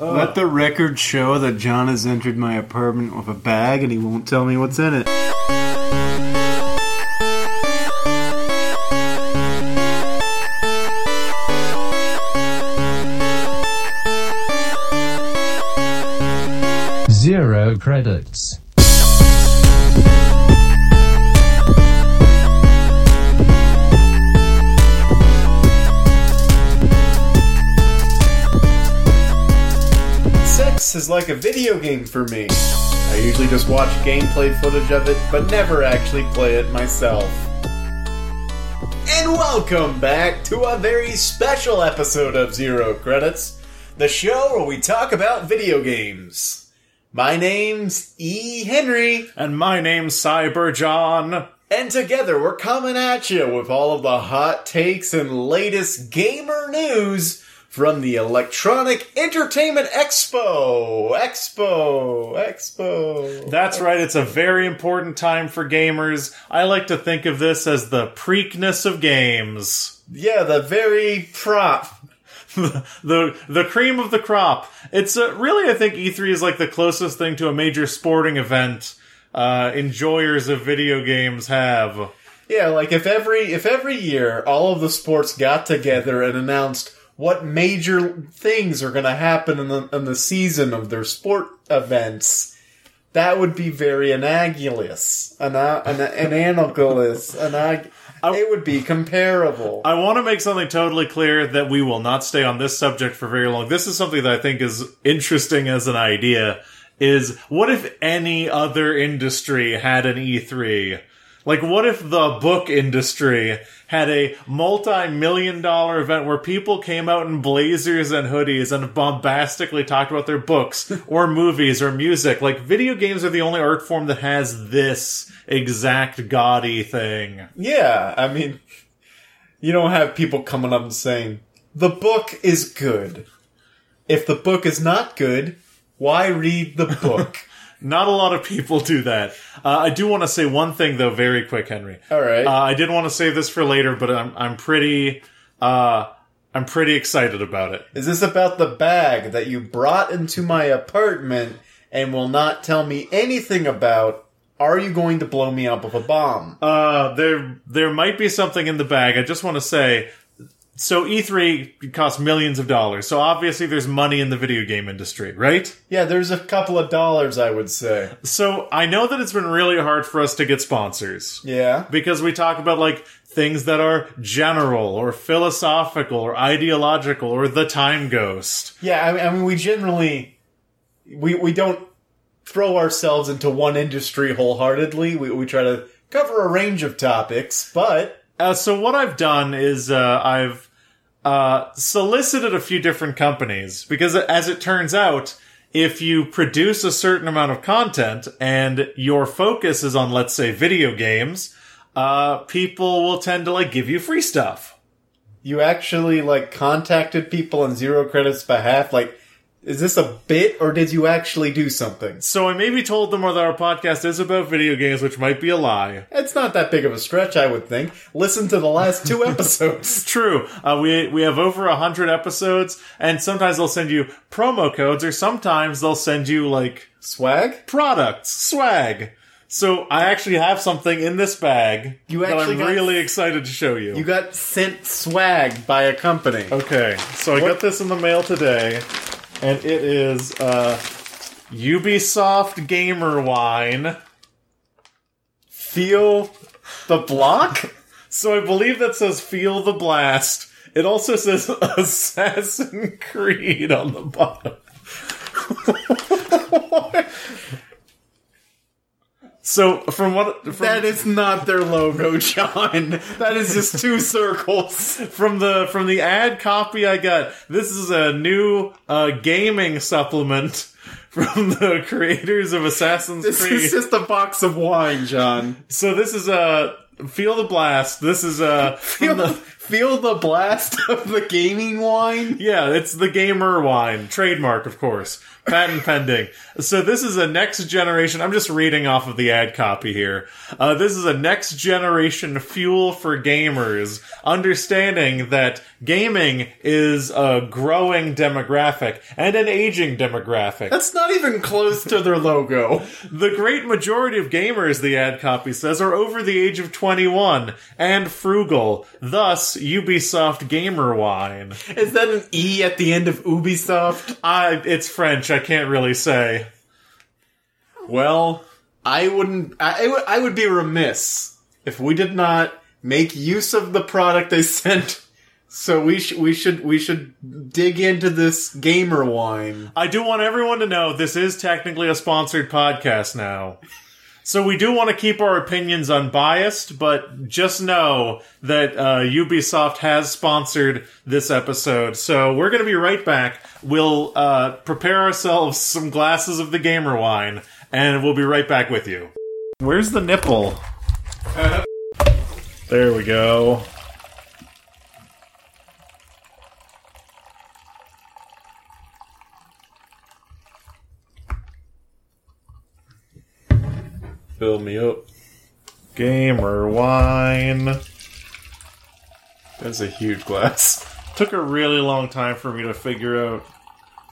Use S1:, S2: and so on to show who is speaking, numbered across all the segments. S1: Let the record show that John has entered my apartment with a bag and he won't tell me what's in it.
S2: Zero credits.
S1: Sex is like a video game for me. I usually just watch gameplay footage of it, but never actually play it myself. And welcome back to a very special episode of Zero Credits, the show where we talk about video games. My name's E. Henry.
S3: And my name's Cyber John.
S1: And together we're coming at you with all of the hot takes and latest gamer news from the Electronic Entertainment Expo. Expo. Expo.
S3: That's right, it's a very important time for gamers. I like to think of this as the preakness of games.
S1: Yeah, the very prop.
S3: the the cream of the crop. It's uh really I think E3 is like the closest thing to a major sporting event uh, enjoyers of video games have.
S1: Yeah, like if every if every year all of the sports got together and announced what major things are going to happen in the in the season of their sport events, that would be very analogous. Ana, ana, analogous. Anag- it would be comparable.
S3: I want to make something totally clear that we will not stay on this subject for very long. This is something that I think is interesting as an idea is what if any other industry had an E E3? Like what if the book industry had a multi-million dollar event where people came out in blazers and hoodies and bombastically talked about their books or movies or music? Like video games are the only art form that has this exact gaudy thing.
S1: Yeah, I mean, you don't have people coming up and saying, the book is good. If the book is not good, why read the book?
S3: Not a lot of people do that. Uh, I do want to say one thing though, very quick, Henry.
S1: All right.
S3: Uh, I did want to save this for later, but I'm I'm pretty uh, I'm pretty excited about it.
S1: is this about the bag that you brought into my apartment and will not tell me anything about? Are you going to blow me up with a bomb?
S3: Uh, there there might be something in the bag. I just want to say. So E3 costs millions of dollars. So obviously there's money in the video game industry, right?
S1: yeah, there's a couple of dollars, I would say.
S3: So I know that it's been really hard for us to get sponsors.
S1: Yeah.
S3: because we talk about like things that are general or philosophical or ideological or the time ghost.
S1: Yeah, I mean, I mean, we generally we we don't throw ourselves into one industry wholeheartedly. We we try to cover a range of topics, but
S3: Uh, so what I've done is uh, I've uh, solicited a few different companies because, uh, as it turns out, if you produce a certain amount of content and your focus is on, let's say, video games, uh, people will tend to like give you free stuff.
S1: you actually like contacted people on zero credits behalf. Like, is this a bit or did you actually do something?
S3: So I maybe told them that our podcast is about video games, which might be a lie.
S1: It's not that big of a stretch, I would think. Listen to the last two episodes.
S3: True. Uh, we we have over a hundred episodes, and sometimes they'll send you promo codes, or sometimes they'll send you like
S1: Swag?
S3: products, swag. So I actually have something in this bag
S1: You
S3: that
S1: actually
S3: I'm
S1: got-
S3: really excited to show you.
S1: You got sent swag by a company.
S3: okay, so I got this in the mail today, and it is uh, Ubisoft Gamer Wine.
S1: Feel the block?
S3: So I believe that says "Feel the Blast." It also says "Assassin Creed" on the bottom. so from what from,
S1: That is not their logo, John. That is just two circles.
S3: from the from the ad copy I got, this is a new uh, gaming supplement from the creators of Assassin's
S1: This
S3: Creed.
S1: is just a box of wine, John.
S3: so this is a. Feel the blast. This is uh, from
S1: Feel,
S3: the,
S1: Feel the blast of the gaming wine.
S3: Yeah, it's the gamer wine. Trademark, of course. Patent pending. So this is a next generation. I'm just reading off of the ad copy here. Uh, this is a next generation fuel for gamers. Understanding that gaming is a growing demographic and an aging demographic.
S1: That's not even close to their logo.
S3: The great majority of gamers, the ad copy says, are over the age of 21 and frugal. Thus, Ubisoft Gamer Wine.
S1: Is that an E at the end of Ubisoft?
S3: I, it's French, I can't really say.
S1: Well, I wouldn't. I, I would- I would be remiss if we did not make use of the product they sent. So we should we should we should dig into this gamer wine.
S3: I do want everyone to know this is technically a sponsored podcast now. So we do want to keep our opinions unbiased, but just know that uh, Ubisoft has sponsored this episode. So we're going to be right back. We'll uh, prepare ourselves some glasses of the gamer wine, and we'll be right back with you. Where's the nipple? There we go.
S1: Fill me up.
S3: Gamer wine.
S1: That's a huge glass.
S3: took a really long time for me to figure out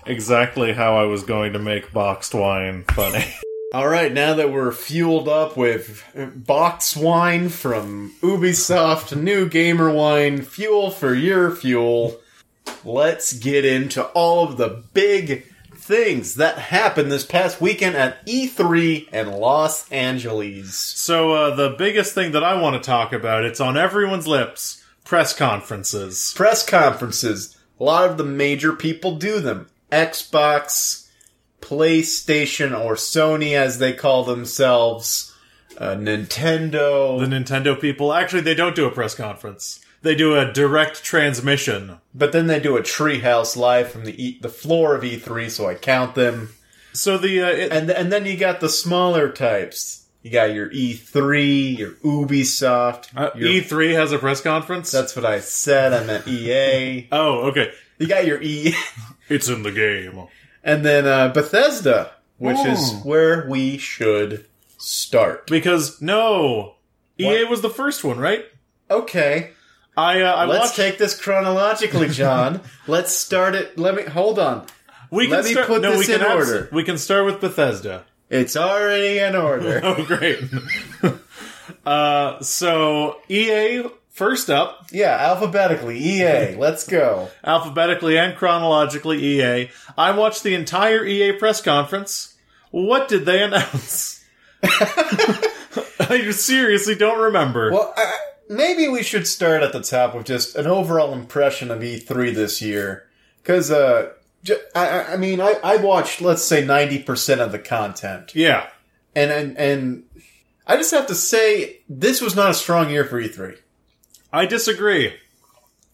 S3: exactly how I was going to make boxed wine funny.
S1: All right, now that we're fueled up with box wine from Ubisoft, new gamer wine, fuel for your fuel, let's get into all of the big things that happened this past weekend at E3 in Los Angeles.
S3: so uh, the biggest thing that I want to talk about, it's on everyone's lips, press conferences.
S1: Press conferences, a lot of the major people do them. Xbox, PlayStation, or Sony as they call themselves, uh, Nintendo.
S3: The Nintendo people, actually they don't do a press conference. They do a direct transmission.
S1: But then they do a treehouse live from the e- the floor of E3, so I count them.
S3: So the uh, it,
S1: And and then you got the smaller types. You got your E3, your Ubisoft.
S3: uh,
S1: your,
S3: E3 has a press conference.
S1: that's what I said. I meant EA.
S3: oh, okay.
S1: You got your E,
S3: It's in the game.
S1: and then uh, Bethesda, which is
S3: Oh.
S1: where we should start.
S3: Because no, EA
S1: What?
S3: was the first one, right?
S1: Okay,
S3: I uh, I
S1: let's
S3: watched.
S1: take this chronologically, John. let's start it. Let me hold on.
S3: we
S1: let me put
S3: no,
S1: this
S3: we can
S1: in
S3: abs-
S1: order.
S3: We can start with Bethesda.
S1: It's already in order.
S3: Oh, great. uh, so EA first up,
S1: yeah, alphabetically, EA. Let's go.
S3: alphabetically and chronologically. EA. I watched the entire EA press conference. What did they announce? I seriously don't remember.
S1: Well, I, maybe we should start at the top with just an overall impression of E3 this year, because uh, j- I, I- I mean, I, I watched let's say ninety percent of the content,
S3: Yeah,
S1: and and and I just have to say this was not a strong year for E E3.
S3: I disagree.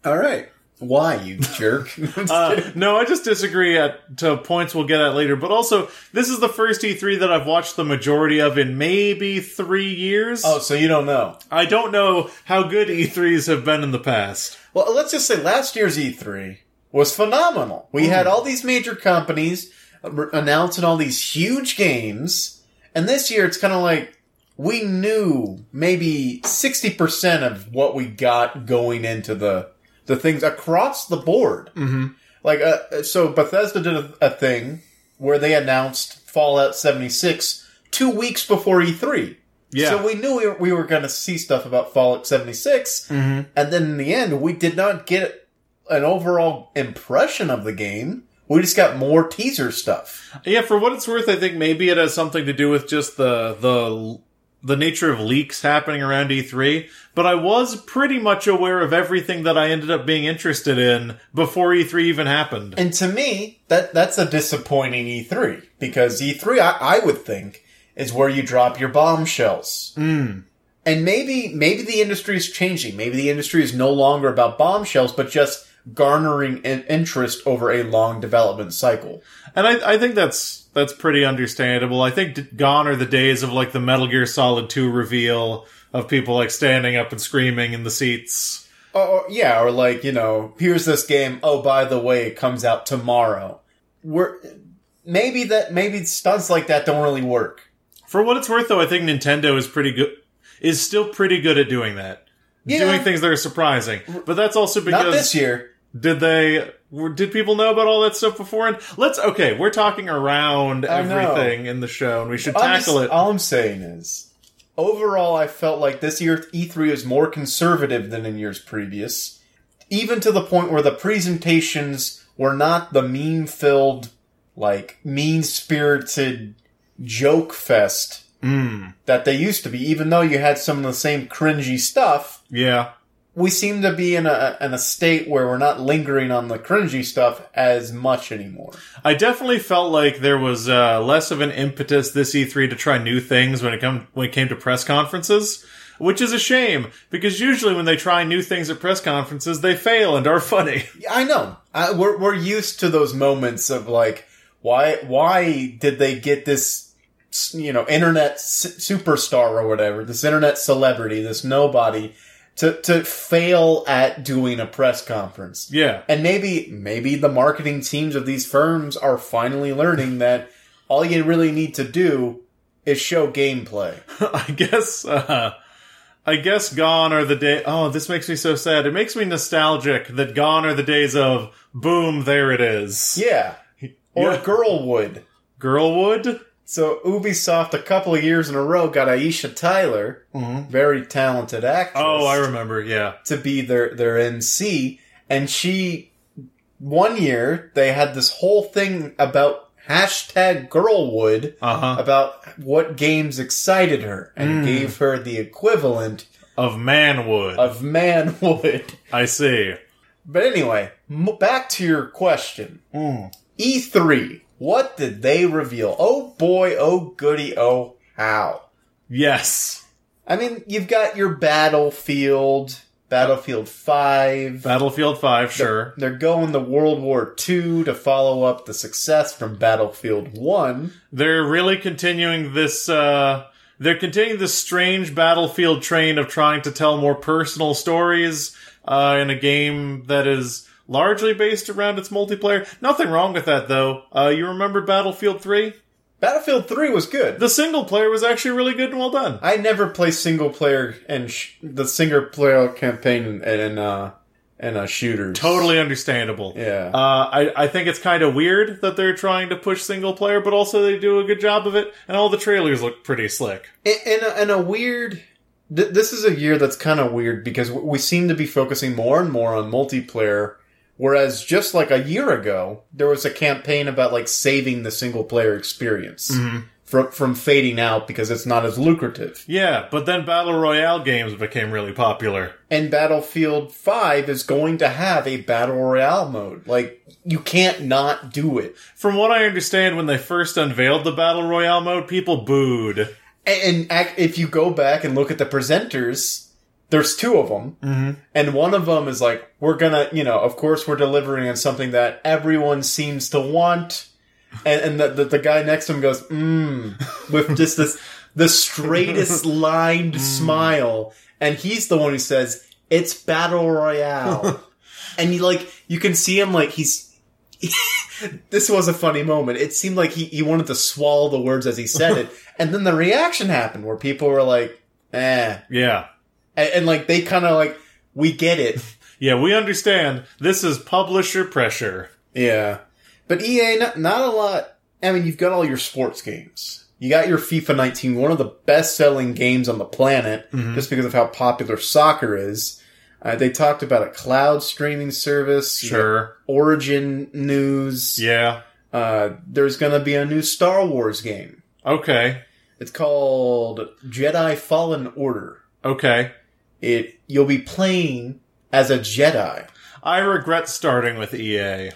S1: All right, why you jerk? I'm just kidding.
S3: Uh, no, I just disagree at to points we'll get at later. But also, this is the first E3 that I've watched the majority of in maybe three years.
S1: oh, so you don't know?
S3: I don't know how good E3s have been in the past.
S1: Well, let's just say last year's E3 was phenomenal. We had all these major companies r- announcing all these huge games, and this year it's kind of like we knew maybe 60% of what we got going into the the things across the board. Mm-hmm. Like uh, so Bethesda did a, a thing where they announced Fallout 76 2 weeks before E E3.
S3: Yeah.
S1: So we knew we were, we were going to see stuff about Fallout 76, and then in the end, we did not get an overall impression of the game. We just got more teaser stuff.
S3: Yeah, for what it's worth, I think maybe it has something to do with just the the the nature of leaks happening around E3. But I was pretty much aware of everything that I ended up being interested in before E3 even happened.
S1: And to me, that that's a disappointing E3 because E3, I, I would think, is where you drop your bombshells. And maybe maybe the industry is changing. Maybe the industry is no longer about bombshells, but just garnering in- interest over a long development cycle.
S3: And I, I think that's that's pretty understandable. I think d- gone are the days of like the Metal Gear Solid 2 reveal of people like standing up and screaming in the seats.
S1: Or, or- yeah, or like, you know, here's this game. Oh, by the way, it comes out tomorrow. We're maybe that maybe stunts like that don't really work.
S3: For what it's worth, though, I think Nintendo is pretty good. Is still pretty good at doing that,
S1: Yeah.
S3: doing things that are surprising. But that's also because
S1: Not this year.
S3: did they? were- Did people know about all that stuff beforehand? Let's okay. We're talking around
S1: I know.
S3: everything in the show, and we should
S1: I'm just-
S3: tackle it.
S1: All I'm saying is, overall, I felt like this year E3 is more conservative than in years previous, even to the point where the presentations were not the meme filled, like, mean spirited joke fest
S3: Mm,
S1: that they used to be, even though you had some of the same cringy stuff
S3: yeah,
S1: we seem to be in a in a state where we're not lingering on the cringy stuff as much anymore.
S3: I definitely felt like there was uh, less of an impetus this E3 to try new things when it come when it came to press conferences, which is a shame because usually when they try new things at press conferences, they fail and are funny.
S1: Yeah, I know. I, we're we're used to those moments of like, why why did they get this s- you know internet s- superstar or whatever, this internet celebrity, this nobody to to fail at doing a press conference.
S3: yeah,
S1: And maybe maybe the marketing teams of these firms are finally learning that all you really need to do is show gameplay.
S3: I guess. Uh, I guess gone are the day. Oh, this makes me so sad. It makes me nostalgic that gone are the days of boom. There it is.
S1: Yeah. Or
S3: Yeah.
S1: Girlwood.
S3: Girlwood.
S1: So Ubisoft a couple of years in a row got Aisha Tyler,
S3: Mhm.
S1: very talented actress,
S3: Oh, I remember. Yeah.
S1: to be their their MC, and she one year they had this whole thing about hashtag Girlwood
S3: Uh huh.
S1: about what games excited her and
S3: Mm.
S1: gave her the equivalent
S3: Of manwood.
S1: of manwood.
S3: I see.
S1: But anyway, m- back to your question.
S3: Hmm.
S1: E3, what did they reveal? Oh boy, oh goody, oh how.
S3: Yes.
S1: I mean, you've got your Battlefield, Battlefield 5.
S3: Battlefield Five. Sure.
S1: They're going to World War II to follow up the success from Battlefield 1.
S3: they're really continuing this uh they're continuing this strange battlefield train of trying to tell more personal stories uh in a game that is largely based around its multiplayer nothing wrong with that though uh you remember battlefield 3
S1: Battlefield 3 was good.
S3: the single player was actually really good and well done
S1: I never play single player and sh- the single player campaign and, and uh and uh shooters.
S3: totally understandable
S1: Yeah.
S3: uh, I, I think it's kind of weird that they're trying to push single player, but also they do a good job of it, and all the trailers look pretty slick.
S1: in, in, a, in a weird th- this is a year that's kind of weird because w- we seem to be focusing more and more on multiplayer whereas just like a year ago there was a campaign about like saving the single player experience from from fading out because it's not as lucrative
S3: Yeah, but then battle royale games became really popular.
S1: and battlefield 5 is going to have a battle royale mode like you can't not do it
S3: From what I understand, when they first unveiled the Battle Royale mode, people booed.
S1: and, and ac- if you go back and look at the presenters there's two of them
S3: Mm-hmm.
S1: And one of them is like, we're gonna, you know, of course we're delivering on something that everyone seems to want. And, and the, the, the guy next to him goes, mmm, with just this, the straightest lined smile. And he's the one who says, it's battle royale. and you like, you can see him like he's, this was a funny moment. It seemed like he, he wanted to swallow the words as he said it. and then the reaction happened where people were like, eh,
S3: Yeah.
S1: and, and like they kind of like we get it
S3: Yeah, we understand. This is publisher pressure.
S1: yeah but ea not, not a lot i mean you've got all your sports games you got your fifa 19 one of the best selling games on the planet
S3: Mm-hmm.
S1: just because of how popular soccer is uh, they talked about a cloud streaming service you got
S3: Sure.
S1: origin news
S3: Yeah.
S1: uh, there's gonna be a new star wars game
S3: Okay.
S1: it's called jedi fallen order
S3: Okay.
S1: it you'll be playing as a jedi
S3: I regret starting with E EA.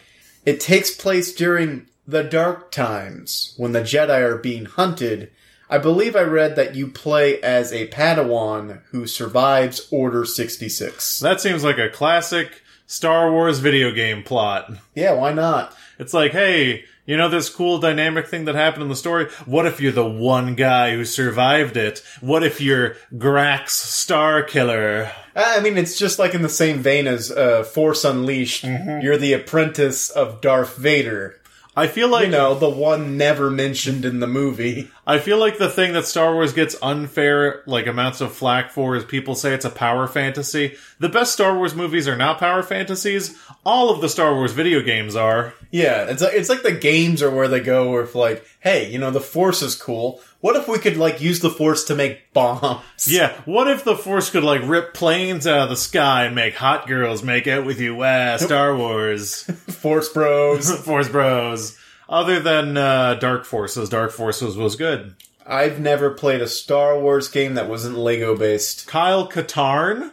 S1: It takes place during the dark times when the Jedi are being hunted. I believe I read that you play as a Padawan who survives Order 66.
S3: That seems like a classic Star Wars video game plot.
S1: Yeah, why not?
S3: It's like, hey, You know this cool dynamic thing that happened in the story? What if you're the one guy who survived it? What if you're Grax Star Killer?
S1: I mean, it's just like in the same vein as uh, Force Unleashed. You're the apprentice of Darth Vader.
S3: I feel like
S1: You know, the one never mentioned in the movie.
S3: I feel like the thing that Star Wars gets unfair like amounts of flack for is people say it's a power fantasy. The best Star Wars movies are not power fantasies. All of the Star Wars video games are.
S1: Yeah, it's like it's like the games are where they go. Where if like, hey, you know, the Force is cool. What if we could like use the Force to make bombs?
S3: Yeah, what if the Force could like rip planes out of the sky and make hot girls make out with you? Wow, Star Wars,
S1: Force Bros.
S3: Force Bros. Other than uh, Dark Forces, Dark Forces was good.
S1: I've never played a Star Wars game that wasn't Lego based.
S3: Kyle Katarn,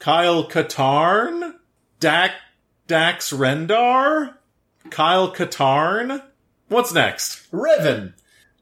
S3: Kyle Katarn, Dak Dax Rendar, Kyle Katarn. What's next?
S1: Revan,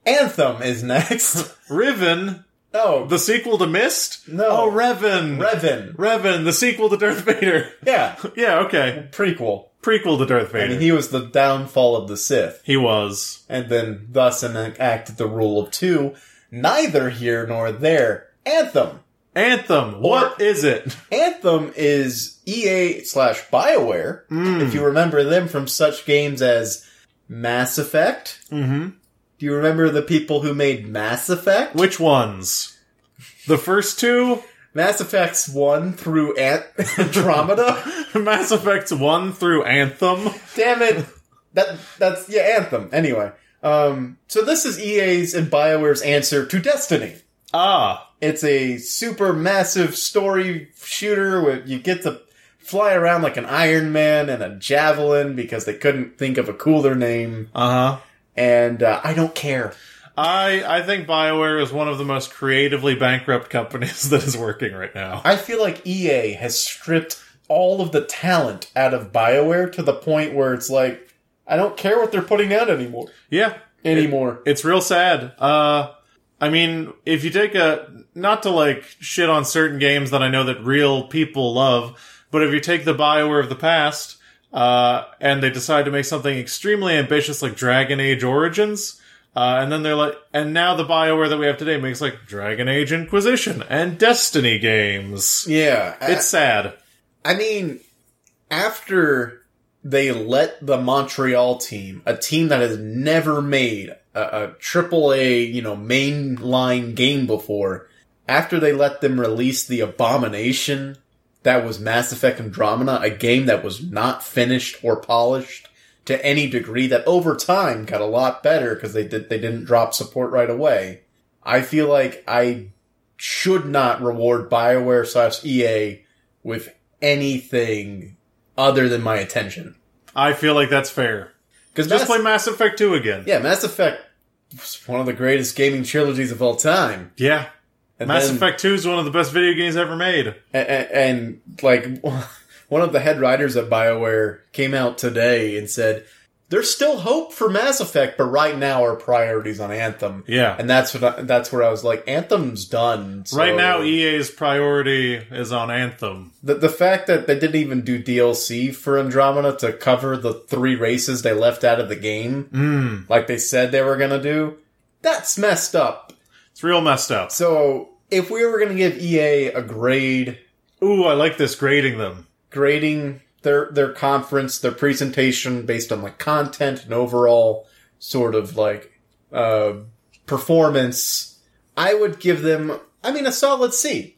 S1: Anthem is next.
S3: Riven,
S1: oh,
S3: the sequel to Mist.
S1: No.
S3: oh Revan,
S1: Revan.
S3: Revan, the sequel to Darth Vader.
S1: Yeah,
S3: yeah, okay,
S1: prequel.
S3: prequel to Darth
S1: I
S3: Vader.
S1: mean, he was the downfall of the Sith,
S3: he was.
S1: and then thus enacted the rule of two. Neither here nor there. Anthem.
S3: Anthem. What is it?
S1: Anthem is EA slash BioWare, if you remember them from such games as Mass Effect.
S3: Mhm.
S1: Do you remember the people who made Mass Effect?
S3: Which ones? The first two,
S1: Mass Effects 1 through Ant- Andromeda?
S3: Mass Effects one through Anthem.
S1: Damn it! That, that's, yeah, Anthem. Anyway. Um, so this is EA's and BioWare's answer to Destiny.
S3: Ah,
S1: It's a super massive story shooter where you get to fly around like an Iron Man and a Javelin because they couldn't think of a cooler name.
S3: uh huh.
S1: And uh, I don't care.
S3: I I think Bioware is one of the most creatively bankrupt companies that is working right now.
S1: I feel like EA has stripped all of the talent out of BioWare to the point where it's like, I don't care what they're putting out anymore.
S3: Yeah,
S1: Anymore.
S3: it's real sad. Uh, I mean, if you take a not to like shit on certain games that I know that real people love, but if you take the Bioware of the past uh, and they decide to make something extremely ambitious like Dragon Age Origins. Uh, and then they're like, and now the Bioware that we have today makes like Dragon Age Inquisition and Destiny games.
S1: Yeah. I-
S3: It's sad.
S1: I mean, after they let the Montreal team, a team that has never made a, a triple A, you know, mainline game before, after they let them release the abomination that was Mass Effect Andromeda, a game that was not finished or polished to any degree that over time got a lot better because they did they didn't drop support right away. I feel like I should not reward BioWare slash E EA with anything other than my attention.
S3: I feel like that's fair.
S1: Because
S3: Just play Mass Effect 2 again.
S1: yeah, Mass Effect was one of the greatest gaming trilogies of all time.
S3: Yeah.
S1: And
S3: Mass
S1: then-
S3: Effect 2 is one of the best video games ever made.
S1: a- a- and, like one of the head writers at BioWare came out today and said, "There's still hope for Mass Effect, but right now our priorities on Anthem."
S3: Yeah.
S1: and that's what I, that's where I was like, "Anthem's done." so-
S3: Right now, E EA's priority is on Anthem.
S1: The, the fact that they didn't even do DLC for Andromeda to cover the three races they left out of the game,
S3: Mm,
S1: like they said they were gonna do, that's messed up.
S3: it's real messed up.
S1: So if we were gonna give EA a grade,
S3: Ooh, I like this grading them.
S1: grading their their conference, their presentation based on like content and overall sort of like uh, performance, I would give them. I mean, a solid C.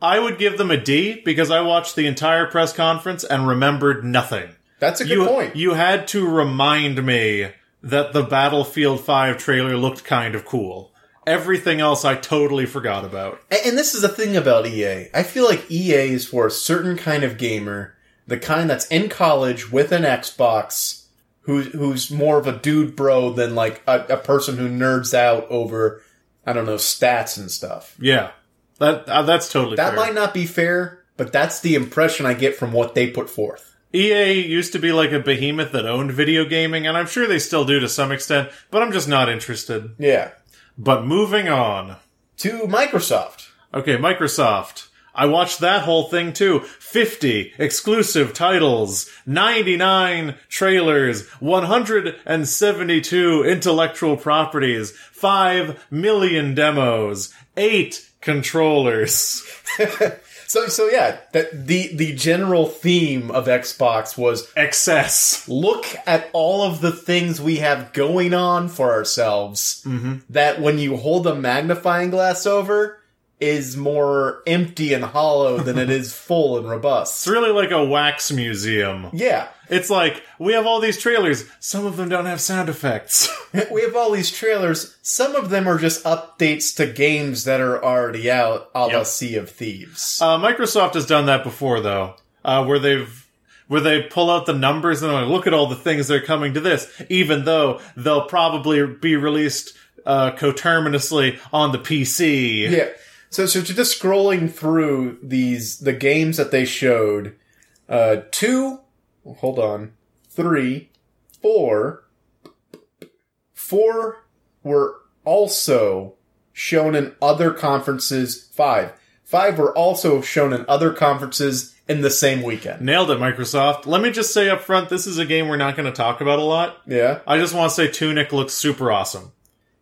S3: I would give them a D because I watched the entire press conference and remembered nothing.
S1: That's a good
S3: you,
S1: point.
S3: you had to remind me that the Battlefield 5 trailer looked kind of cool. Everything else I totally forgot about.
S1: A- And this is the thing about EA. I feel like EA is for a certain kind of gamer, the kind that's in college with an Xbox, who, who's more of a dude bro than like a, a person who nerds out over, I don't know, stats and stuff.
S3: Yeah. That uh, that's totally
S1: That
S3: fair.
S1: might not be fair, but that's the impression I get from what they put forth.
S3: EA used to be like E a behemoth that owned video gaming, and I'm sure they still do to some extent, but I'm just not interested.
S1: Yeah.
S3: But moving on.
S1: To Microsoft.
S3: Okay, Microsoft. I watched that whole thing too. 50 exclusive titles, 99 trailers, 172 intellectual properties, 5 million demos, 8 controllers.
S1: So so yeah, that the the general theme of Xbox was
S3: Excess.
S1: look at all of the things we have going on for ourselves that when you hold a magnifying glass over is more empty and hollow than it is full and robust.
S3: It's really like a wax museum.
S1: Yeah.
S3: It's like, we have all these trailers, some of them don't have sound effects.
S1: We have all these trailers. Some of them are just updates to games that are already out, a la
S3: Yep.
S1: Sea of Thieves.
S3: Uh, Microsoft has done that before, though, uh, where they've where they pull out the numbers and they're like, look at all the things that are coming to this, even though they'll probably be released uh, coterminously on the PC.
S1: Yeah. So so to just scrolling through these the games that they showed, uh two hold on. Three, four four were also shown in other conferences. Five. Five were also shown in other conferences in the same weekend.
S3: Nailed it, Microsoft. Let me just say up front, this is a game we're not going to talk about a lot.
S1: Yeah.
S3: I just want to say Tunic looks super awesome.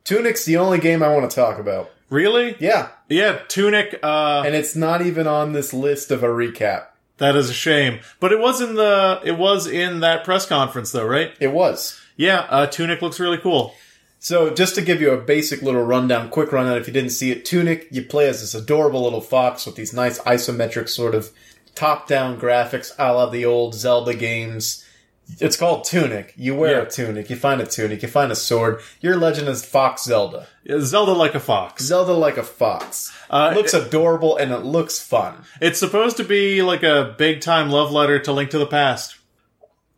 S1: Tunic's the only game I want to talk about.
S3: Really?
S1: Yeah.
S3: Yeah, Tunic, uh,
S1: And it's not even on this list of a recap.
S3: that is a shame. But it was in the, it was in that press conference though, right?
S1: It was.
S3: Yeah, uh, Tunic looks really cool.
S1: So, just to give you a basic little rundown, quick rundown, if you didn't see it, Tunic, you play as this adorable little fox with these nice isometric sort of top down graphics a la the old Zelda games. It's called Tunic. You wear
S3: Yeah.
S1: a tunic, you find a tunic, you find a sword. Your legend is Fox Zelda.
S3: Zelda like a fox.
S1: Zelda like a fox.
S3: Uh,
S1: it looks adorable and it looks fun.
S3: It's supposed to be like a big time love letter to Link to the Past.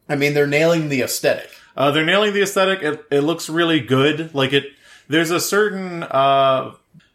S1: I mean, they're nailing the aesthetic.
S3: Uh, they're nailing the aesthetic. It, it looks really good. Like it, there's a certain, uh,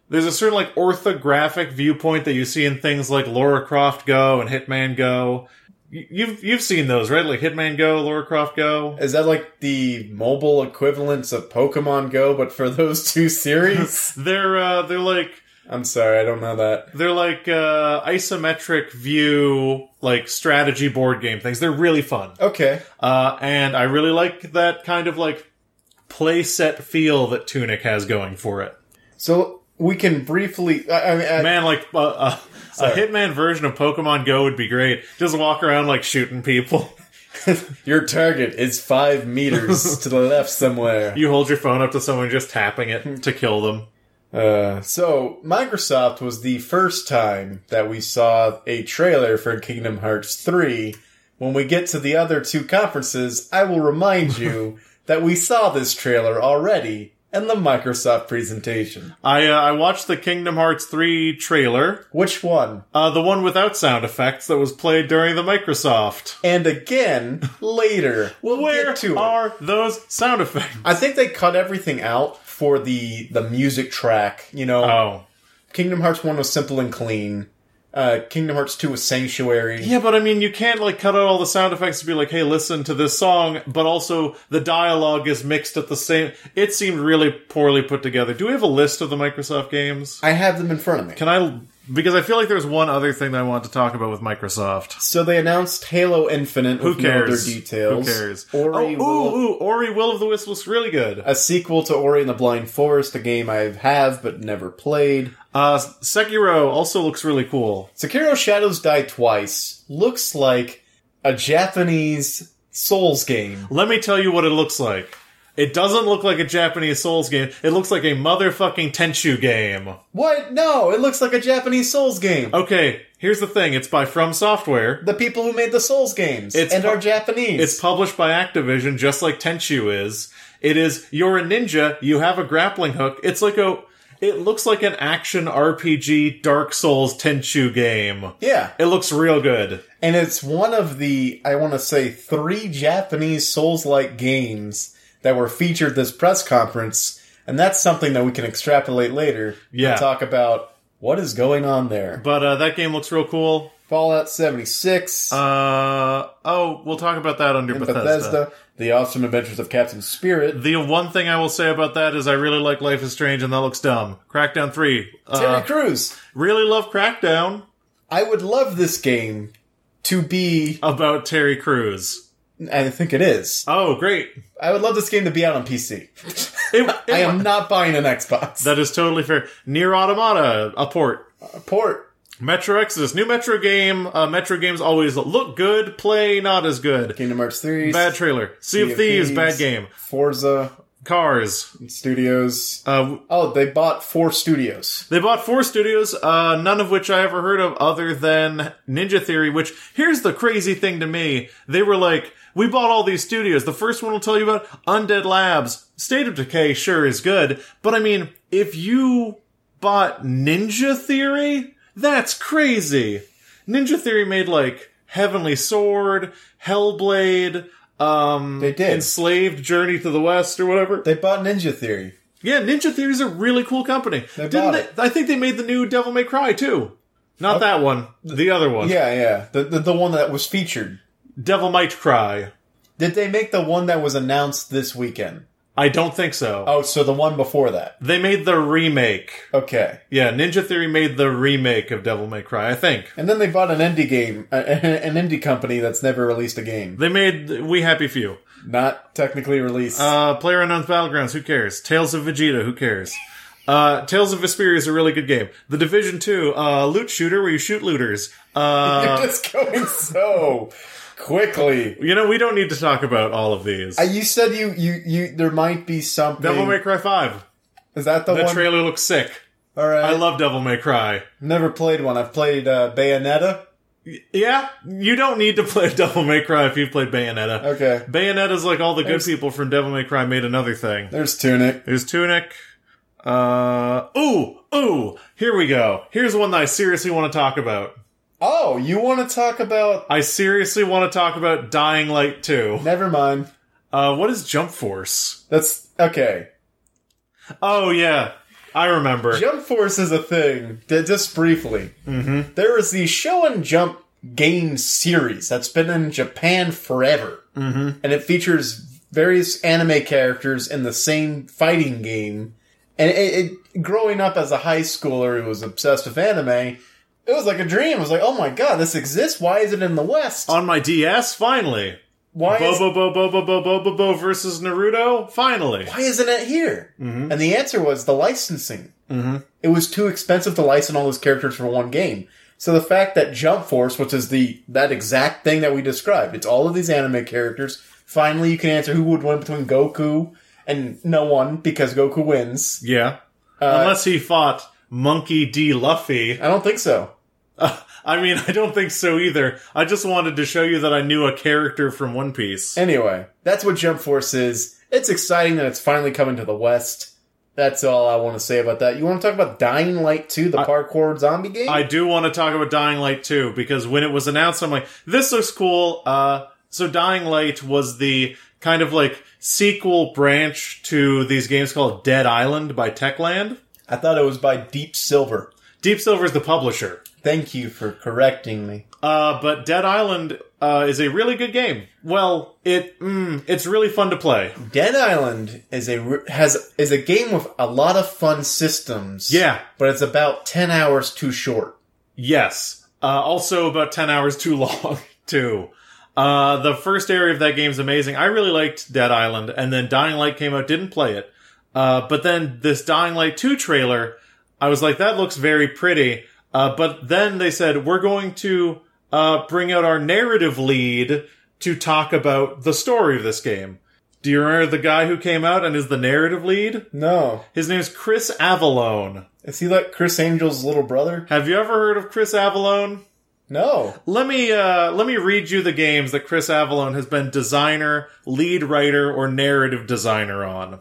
S3: there's a certain like orthographic viewpoint that you see in things like Laura Croft Go and Hitman Go. Y- You've you've seen those, right? Like Hitman Go, Laura Croft Go.
S1: Is that like the mobile equivalents of Pokemon Go, but for those two series?
S3: They're uh, they're like
S1: I'm sorry, I don't know that.
S3: they're like uh, isometric view like strategy board game things. They're really fun.
S1: Okay.
S3: Uh, and I really like that kind of like playset feel that Tunic has going for it.
S1: So we can briefly. I, I mean, I-
S3: Man, like uh, uh, a
S1: Sorry.
S3: Hitman version of Pokemon Go would be great. Just walk around like shooting people.
S1: your target is five meters to the left somewhere.
S3: You hold your phone up to someone just tapping it to kill them.
S1: Uh, so Microsoft was the first time that we saw a trailer for Kingdom Hearts three. When we get to the other two conferences, I will remind you that we saw this trailer already in the Microsoft presentation.
S3: I uh, I watched the Kingdom Hearts 3 trailer,
S1: Which one?
S3: uh, the one without sound effects that was played during the Microsoft.
S1: And again later. We'll
S3: Where
S1: get to it.
S3: are those sound effects?
S1: I think they cut everything out for the the music track. You know,
S3: Oh.
S1: Kingdom Hearts 1 was simple and clean. Uh, Kingdom Hearts 2 was sanctuary.
S3: Yeah, but I mean, you can't like cut out all the sound effects to be like, "Hey, listen to this song," but also the dialogue is mixed at the same. It seemed really poorly put together. Do we have a list of the Microsoft games?
S1: I have them in front of me.
S3: Can I? Because I feel like there's one other thing that I want to talk about with Microsoft.
S1: So they announced Halo Infinite
S3: Who
S1: with no
S3: cares?
S1: other details.
S3: Who cares?
S1: Ori
S3: oh,
S1: will-
S3: ooh, ooh, Ori Will of the Wisp looks really good.
S1: a sequel to Ori and the Blind Forest, a game I have but never played.
S3: Uh, Sekiro also looks really cool.
S1: Sekiro Shadows Die Twice looks like a Japanese Souls game.
S3: Let me tell you what it looks like. It doesn't look like a Japanese Souls game. It looks like a motherfucking Tenchu game.
S1: What? No, it looks like a Japanese Souls game.
S3: Okay, here's the thing. It's by From Software.
S1: The people who made the Souls games
S3: It's
S1: and
S3: pu-
S1: are Japanese.
S3: It's published by Activision, just like Tenchu is. It is you're a ninja, you have a grappling hook. It's like a, it looks like an action RPG Dark Souls Tenchu game.
S1: yeah.
S3: It looks real good.
S1: And it's one of the, I want to say, three Japanese Souls like games that were featured this press conference. And that's something that we can extrapolate later.
S3: Yeah.
S1: And talk about what is going on there.
S3: But uh, that game looks real cool.
S1: Fallout 76,
S3: Uh oh, we'll talk about that under Bethesda.
S1: Bethesda. The Awesome Adventures of Captain Spirit,
S3: The one thing I will say about that is I really like Life is Strange and that looks dumb. Crackdown 3.
S1: Terry
S3: Uh,
S1: Crews.
S3: really love Crackdown.
S1: I would love this game to be.
S3: about Terry Crews.
S1: I think it is.
S3: Oh, great!
S1: I would love this game to be out on PC.
S3: It- it-
S1: I am not buying an Xbox.
S3: that is totally fair. Near Automata, a port.
S1: port.
S3: Metro Exodus, new Metro game. Uh, Metro games always look good, play not as good.
S1: Kingdom Hearts 3.
S3: Bad trailer. Sea of Thieves, bad game.
S1: Forza
S3: Cars.
S1: Studios.
S3: Uh,
S1: Oh, they bought four studios.
S3: They bought four studios, uh, none of which I ever heard of other than Ninja Theory, which here's the crazy thing to me. They were like, we bought all these studios. The first one will tell you about Undead Labs. State of Decay sure is good, but I mean, if you bought Ninja Theory, that's crazy. Ninja Theory made like Heavenly Sword, Hellblade, um,
S1: They did.
S3: Enslaved Journey to the West or whatever.
S1: They bought Ninja Theory.
S3: Yeah, Ninja Theory is a really cool company.
S1: They
S3: Didn't
S1: bought
S3: they,
S1: it. Oh.
S3: I think they made the new Devil May Cry too. Not that one, the other one.
S1: Yeah, yeah. The, the the one that was featured.
S3: Devil Might Cry.
S1: Did they make the one that was announced this weekend?
S3: I don't think so.
S1: Oh, so the one before that.
S3: They made the remake.
S1: Okay.
S3: Yeah, Ninja Theory made the remake of Devil May Cry, I think.
S1: And then they bought an indie game, uh, an indie company that's never released a game.
S3: They made We Happy Few.
S1: Not technically released.
S3: Uh, Player Unknown's Battlegrounds, who cares? Tales of Vegeta, who cares? Uh, Tales of Vesperia is a really good game. The Division 2, uh, loot shooter where you shoot looters. Uh,
S1: You're just going so quickly.
S3: you know, we don't need to talk about all of these.
S1: Uh, you said you, you, you, there might be something.
S3: Devil May Cry 5.
S1: Is that the
S3: That
S1: one?
S3: trailer looks sick.
S1: Alright.
S3: I love Devil May Cry.
S1: Never played one. I've played uh, Bayonetta.
S3: Yeah, you don't need to play Devil May Cry if you've played Bayonetta.
S1: Okay.
S3: Bayonetta's like all the good people from Devil May Cry made another thing.
S1: There's Tunic.
S3: There's Tunic. Uh, ooh, ooh, here we go. Here's one that I seriously want to talk about.
S1: Oh, you want to talk about.
S3: I seriously want to talk about Dying Light 2.
S1: Never mind.
S3: Uh, what is Jump Force?
S1: That's. Okay.
S3: Oh, yeah, I remember.
S1: Jump Force is a thing. D- just briefly. Mm-hmm. is the Show and Jump game series that's been in Japan forever. Mm-hmm. And it features various anime characters in the same fighting game. And it, it, growing up as a high schooler who was obsessed with anime, it was like a dream. It was like, oh my god, this exists? Why is it in the West?
S3: On my DS, finally.
S1: Why is
S3: Bobo Bobo Bobo Bobo Bobo versus Naruto, finally.
S1: why isn't it here? And the answer was the licensing. Mm-hmm. It was too expensive to license all those characters for one game. So the fact that Jump Force, which is the that exact thing that we described, it's all of these anime characters. Finally, you can answer who would win between Goku and no one because Goku wins.
S3: Yeah. Unless he fought Monkey D. Luffy.
S1: I don't think so.
S3: I mean, I don't think so either. I just wanted to show you that I knew a character from One Piece.
S1: Anyway, that's what Jump Force is. It's exciting that it's finally coming to the West. That's all I want to say about that. You want to talk about Dying Light 2, the parkour zombie game?
S3: I do want to talk about Dying Light 2 because when it was announced, I'm like, this looks cool. Uh, so Dying Light was the kind of like sequel branch to these games called Dead Island by Techland.
S1: I thought it was by Deep Silver.
S3: Deep Silver's the publisher.
S1: Thank you for correcting me.
S3: Uh, but Dead Island, uh, is a really good game. Well, it, mm, it's really fun to play.
S1: Dead Island is a re- has is a game with a lot of fun systems.
S3: Yeah.
S1: but it's about ten hours too short.
S3: Yes. Uh, also about 10 hours too long, too. Uh, the first area of that game's amazing. I really liked Dead Island, and then Dying Light came out, didn't play it. Uh, but then this Dying Light 2 trailer, I was like, that looks very pretty. Uh, but then they said, we're going to, uh, bring out our narrative lead to talk about the story of this game. Do you remember the guy who came out and is the narrative lead?
S1: No,
S3: His name's Chris Avalone.
S1: is he like Chris Angel's little brother?
S3: Have you ever heard of Chris Avalone?
S1: No,
S3: Let me uh, let me read you the games that Chris Avalon has been designer, lead writer, or narrative designer on.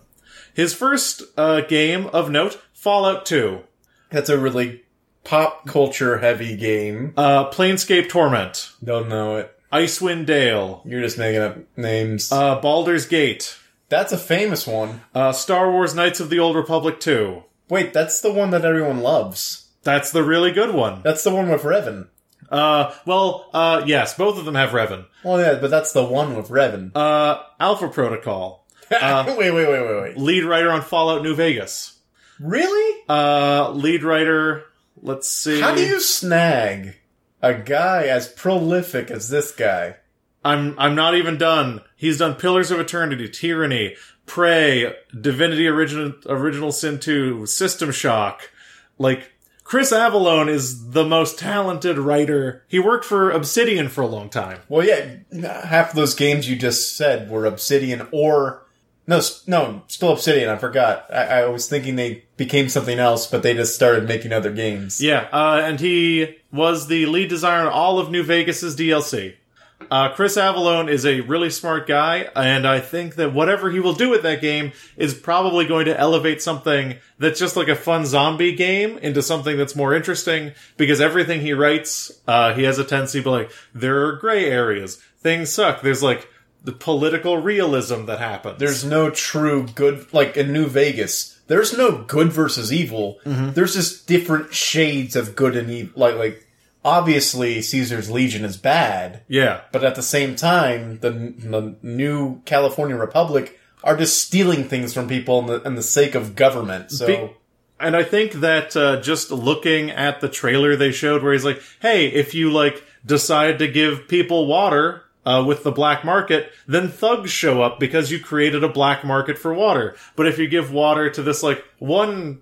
S3: His first uh, game of note, Fallout 2,
S1: that's a really pop culture heavy game.
S3: uh, Planescape Torment,
S1: Don't know it.
S3: Icewind Dale,
S1: You're just making up names.
S3: uh, Baldur's Gate,
S1: that's a famous one.
S3: uh, Star Wars: Knights of the Old Republic 2.
S1: Wait, that's the one that everyone loves.
S3: That's the really good one.
S1: That's the one with Revan.
S3: Uh, well, uh, yes, both of them have Revan.
S1: Well, yeah, but that's the one with Revan. Uh,
S3: Uh, Alpha Protocol,
S1: wait, wait, wait, wait, wait.
S3: lead writer on Fallout New Vegas,
S1: Really?
S3: uh, lead writer. Let's see.
S1: How do you snag A guy as prolific as this guy.
S3: I'm I'm not even done. He's done Pillars of Eternity, Tyranny, Prey, Divinity Original Original Sin 2, System Shock. Like Chris Avalone is the most talented writer. He worked for Obsidian for a long time.
S1: Well, yeah, half of those games you just said were Obsidian or no, s- no, still Obsidian. I forgot. I, I was thinking they became something else, but they just started making other games.
S3: Yeah, uh, and he was the lead designer on all of New Vegas's DLC. Uh, Chris Avalone is a really smart guy, and I think that whatever he will do with that game is probably going to elevate something that's just like a fun zombie game into something that's more interesting. Because everything he writes, uh, he has a tendency to be like, there are gray areas, things suck. There's like the political realism that happens.
S1: There's no true good, like in New Vegas. There's no good versus evil. There's just different shades of good and evil. Like, like obviously Caesar's Legion is bad,
S3: yeah,
S1: but at the same time, the, the new California Republic are just stealing things from people in the, in the sake of government. So.
S3: Be- and I think that uh, just looking at the trailer they showed, where he's like, "Hey, if you like decide to give people water uh, with the black market, then thugs show up because you created a black market for water. But if you give water to this like one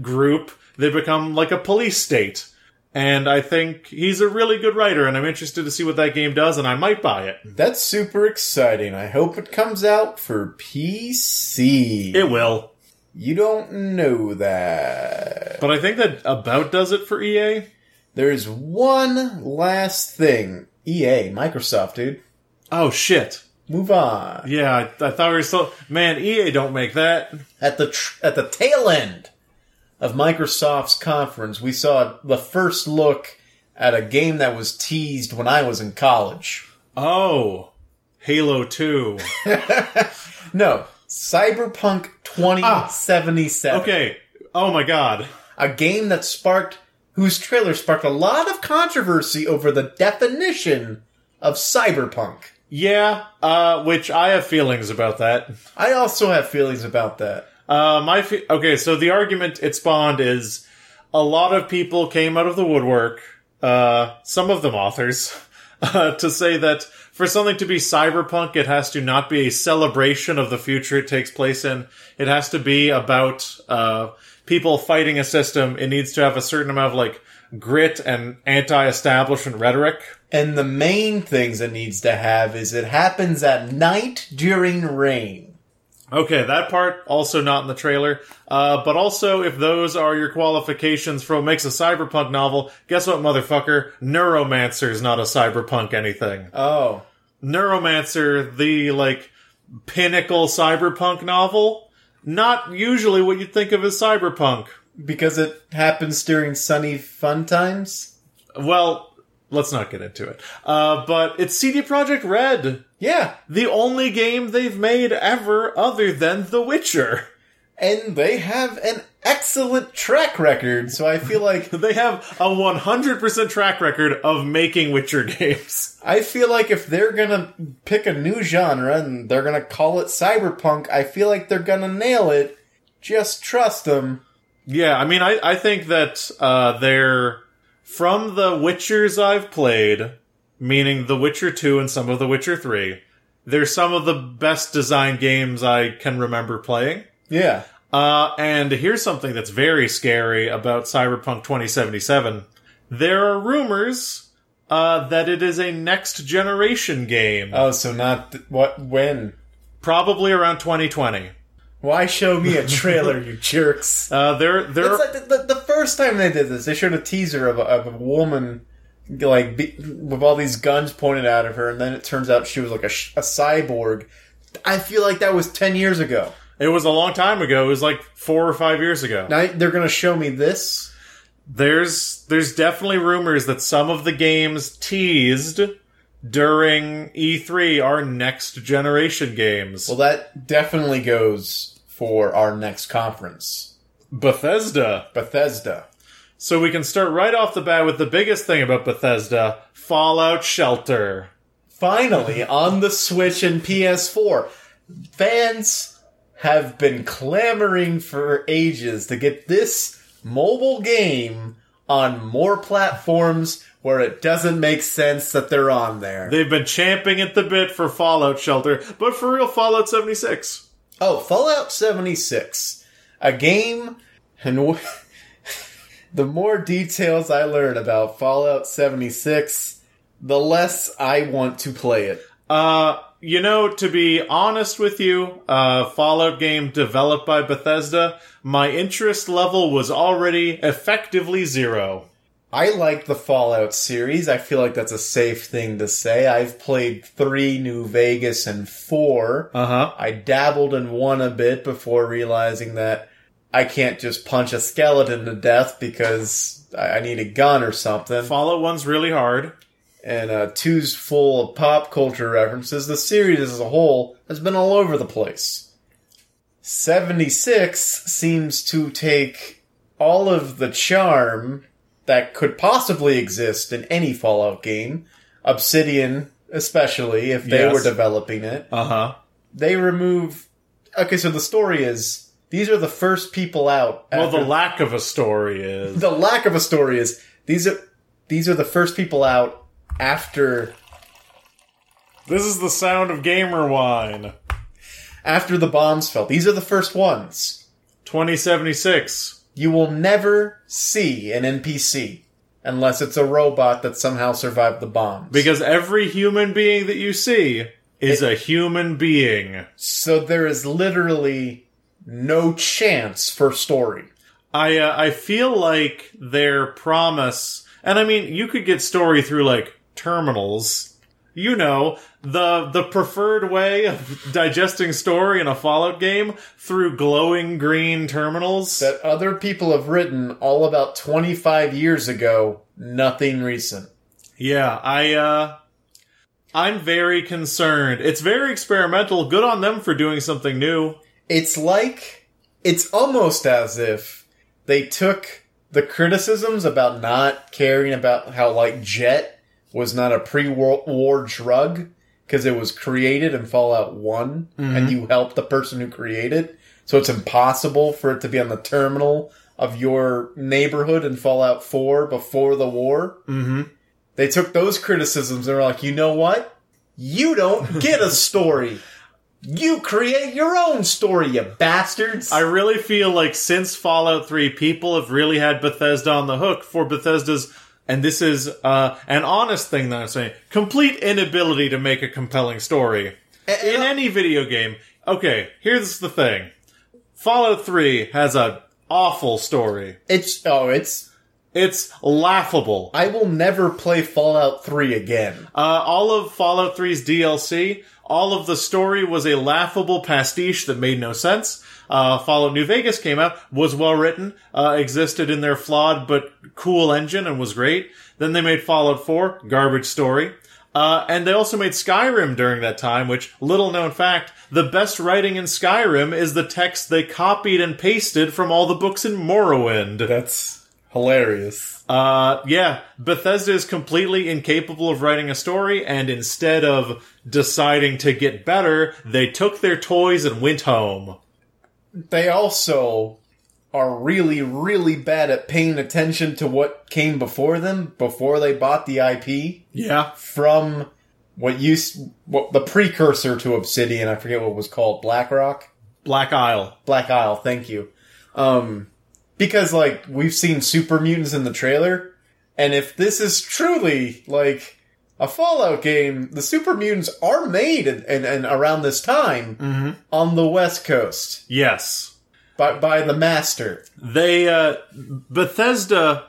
S3: group, they become like a police state." And I think he's a really good writer, and I'm interested to see what that game does, and I might buy it.
S1: That's super exciting. I hope it comes out for PC.
S3: It will.
S1: you don't know that.
S3: But I think that about does it for E EA.
S1: There's one last thing. EA, Microsoft, dude.
S3: Oh, shit.
S1: Move on.
S3: Yeah, I, I thought we were still. Man, EA don't make that.
S1: At the tr- at the tail end of Microsoft's conference, we saw the first look at a game that was teased when I was in college.
S3: Oh, Halo 2.
S1: No, Cyberpunk 2077.
S3: Okay. Oh my god.
S1: a game that sparked whose trailer sparked a lot of controversy over the definition of cyberpunk.
S3: Yeah, uh, which I have feelings about that.
S1: I also have feelings about that.
S3: Uh, my fe- okay, so the argument it spawned is a lot of people came out of the woodwork, uh, some of them authors, uh, to say that for something to be cyberpunk, it has to not be a celebration of the future it takes place in. It has to be about uh, people fighting a system. It needs to have a certain amount of like grit and anti-establishment rhetoric.
S1: And the main things it needs to have is it happens at night during rain.
S3: Okay, that part also not in the trailer. Uh, but also, if those are your qualifications for what makes a cyberpunk novel, guess what, motherfucker? Neuromancer is not a cyberpunk anything.
S1: Oh.
S3: Neuromancer, the like pinnacle cyberpunk novel, not usually what you'd think of as cyberpunk.
S1: Because it happens during sunny fun times?
S3: Well, let's not get into it. Uh, but it's CD Projekt Red,
S1: Yeah.
S3: the only game they've made ever other than The Witcher.
S1: And they have an excellent track record, so I feel like
S3: They have a 100% track record of making Witcher games.
S1: I feel like if they're gonna pick a new genre and they're gonna call it cyberpunk, I feel like they're gonna nail it. Just trust them.
S3: Yeah, I mean, I, I think that uh, they're. From the Witchers I've played, meaning The Witcher 2 and some of The Witcher 3, they're some of the best design games I can remember playing.
S1: Yeah.
S3: Uh, and here's something that's very scary about Cyberpunk 2077. There are rumors uh, that it is a next generation game, uh,
S1: Oh, so not th- what when?
S3: probably around 2020.
S1: Why show me a trailer, you jerks?
S3: Uh, there, there.
S1: It's like the, the, the first time they did this, they showed a teaser of a, of a woman like be, with all these guns pointed out of her, and then it turns out she was like a, sh- a cyborg. I feel like that was ten years ago.
S3: It was a long time ago. It was like four or five years ago.
S1: Now they're gonna show me this.
S3: There's there's definitely rumors that some of the games teased during E3 are next generation games.
S1: Well, that definitely goes for our next conference,
S3: Bethesda.
S1: Bethesda.
S3: So we can start right off the bat with the biggest thing about Bethesda, Fallout Shelter.
S1: Finally, on the Switch and PS4, fans have been clamoring for ages to get this mobile game on more platforms where it doesn't make sense that they're on there.
S3: They've been champing at the bit for Fallout Shelter, but for real, Fallout 76.
S1: Oh, Fallout 76. A game, and w- the more details I learn about Fallout 76, the less I want to play it.
S3: Uh, you know, to be honest with you, uh, Fallout game developed by Bethesda, my interest level was already effectively zero.
S1: I like the Fallout series. I feel like that's a safe thing to say. I've played three New Vegas and four.
S3: Uh huh.
S1: I dabbled in one a bit before realizing that I can't just punch a skeleton to death because I I need a gun or something.
S3: Fallout 1's really hard.
S1: And uh, two's full of pop culture references. The series as a whole has been all over the place. 76 seems to take all of the charm that could possibly exist in any Fallout game, Obsidian especially, if they
S3: Yes.
S1: were developing it
S3: Uh huh.
S1: they remove. Okay, so the story is these are the first people out.
S3: Well,
S1: after-
S3: the lack of a story is.
S1: the lack of a story is these are these are the first people out after
S3: This is the sound of gamer wine.
S1: after the bombs fell. These are the first ones.
S3: 2076.
S1: You will never see an NPC unless it's a robot that somehow survived the bombs.
S3: Because every human being that you see is a human being.
S1: so there is literally no chance for story.
S3: I uh, I feel like their promise, and I mean, you could get story through like terminals. You know the the preferred way of digesting story in a Fallout game through glowing green terminals.
S1: that other people have written all about 25 years ago, nothing recent.
S3: yeah, I uh, I'm very concerned. It's very experimental. Good on them for doing something new.
S1: It's like, it's almost as if they took the criticisms about not caring about how, like, Jet was not a pre war drug because it was created in Fallout one
S3: Mm-hmm.
S1: and you helped the person who created it. So it's impossible for it to be on the terminal of your neighborhood in Fallout 4 before the war.
S3: Mm-hmm.
S1: They took those criticisms and were like, you know what? You don't get a story. You create your own story, you bastards.
S3: I really feel like since Fallout 3, people have really had Bethesda on the hook for Bethesda's, and this is uh, an honest thing that I'm saying, complete inability to make a compelling story. In any video game, okay, here's the thing Fallout 3 has an awful story.
S1: it's oh, it's
S3: It's laughable.
S1: I will never play Fallout 3 again.
S3: Uh, all of Fallout 3's DLC, all of the story was a laughable pastiche that made no sense. Uh, Fallout New Vegas came out, was well written, uh, existed in their flawed but cool engine and was great. Then they made Fallout 4, garbage story. Uh, and they also made Skyrim during that time, which, little known fact, the best writing in Skyrim is the text they copied and pasted from all the books in Morrowind.
S1: That's hilarious.
S3: Uh, yeah, Bethesda is completely incapable of writing a story, and instead of deciding to get better, they took their toys and went home.
S1: They also are really really bad at paying attention to what came before them before they bought the IP
S3: Yeah.
S1: from what used what the precursor to Obsidian, I forget what it was called, BlackRock.
S3: Black Isle.
S1: Black Isle, thank you. Um, because like we've seen super mutants in the trailer, and if this is truly like a Fallout game, the super mutants are made and and, and around this time on the West Coast
S3: Yes.
S1: by by the Master.
S3: they uh, Bethesda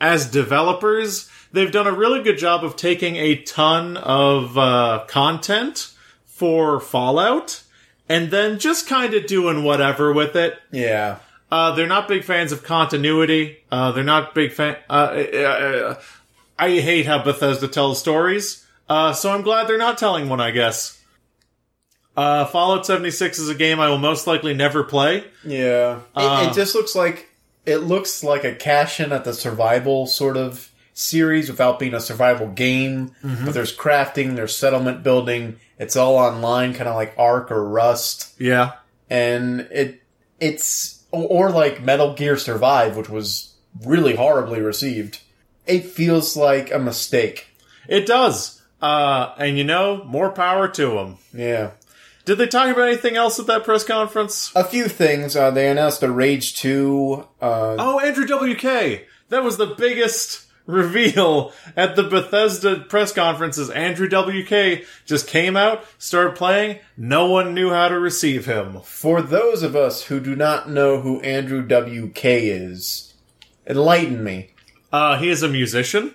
S3: as developers they've done a really good job of taking a ton of uh, content for Fallout and then just kind of doing whatever with it.
S1: Yeah,
S3: Uh, they're not big fans of continuity. Uh, they're not big fan. Uh, uh, uh, I hate how Bethesda tells stories. Uh, so I'm glad they're not telling one. I guess. Uh, Fallout 76 is a game I will most likely never play.
S1: yeah. It,
S3: Uh.
S1: it just looks like it looks like a cash in at the survival sort of series without being a survival game. But there's crafting, there's settlement building. It's all online, kind of like Ark or Rust.
S3: Yeah.
S1: and it it's or, or like Metal Gear Survive, which was really horribly received, it feels like a mistake.
S3: It does. Uh, and you know, more power to them.
S1: Yeah.
S3: Did they talk about anything else at that press conference?
S1: A few things. Uh, they announced the Rage 2. Uh,
S3: Oh, Andrew WK. That was the biggest reveal at the Bethesda press conferences. Andrew WK just came out, started playing. No one knew how to receive him.
S1: For those of us who do not know who Andrew W.K. is, enlighten me.
S3: Uh, he is a musician.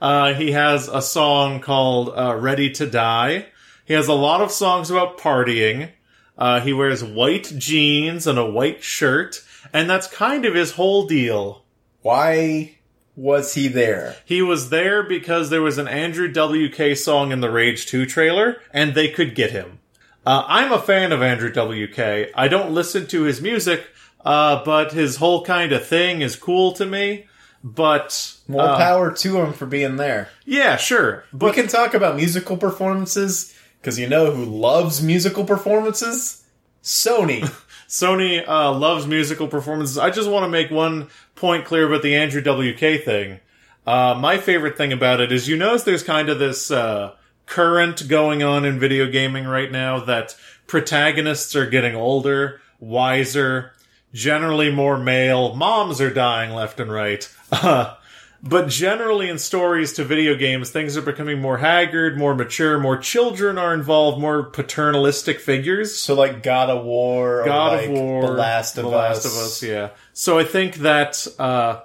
S3: Uh, he has a song called uh, Ready to Die. He has a lot of songs about partying. Uh, he wears white jeans and a white shirt, and that's kind of his whole deal.
S1: Why was he there?
S3: He was there because there was an Andrew WK song in the Rage 2 trailer, and they could get him. Uh, I'm a fan of Andrew WK. I don't listen to his music, uh, but his whole kind of thing is cool to me. But
S1: More
S3: uh,
S1: power to him for being there.
S3: yeah, sure. But
S1: We can talk about musical performances, because you know who loves musical performances? Sony.
S3: Sony uh, loves musical performances. I just want to make one point clear about the Andrew WK thing. Uh, my favorite thing about it is you notice there's kind of this uh, current going on in video gaming right now that protagonists are getting older, wiser, generally more male. Moms are dying left and right. but generally in stories to video games, things are becoming more haggard, more mature, more children are involved, more paternalistic figures.
S1: so like God of War, or
S3: God
S1: like
S3: of War,
S1: The Last of
S3: The
S1: Us.
S3: Last of Us, yeah. So I think that uh,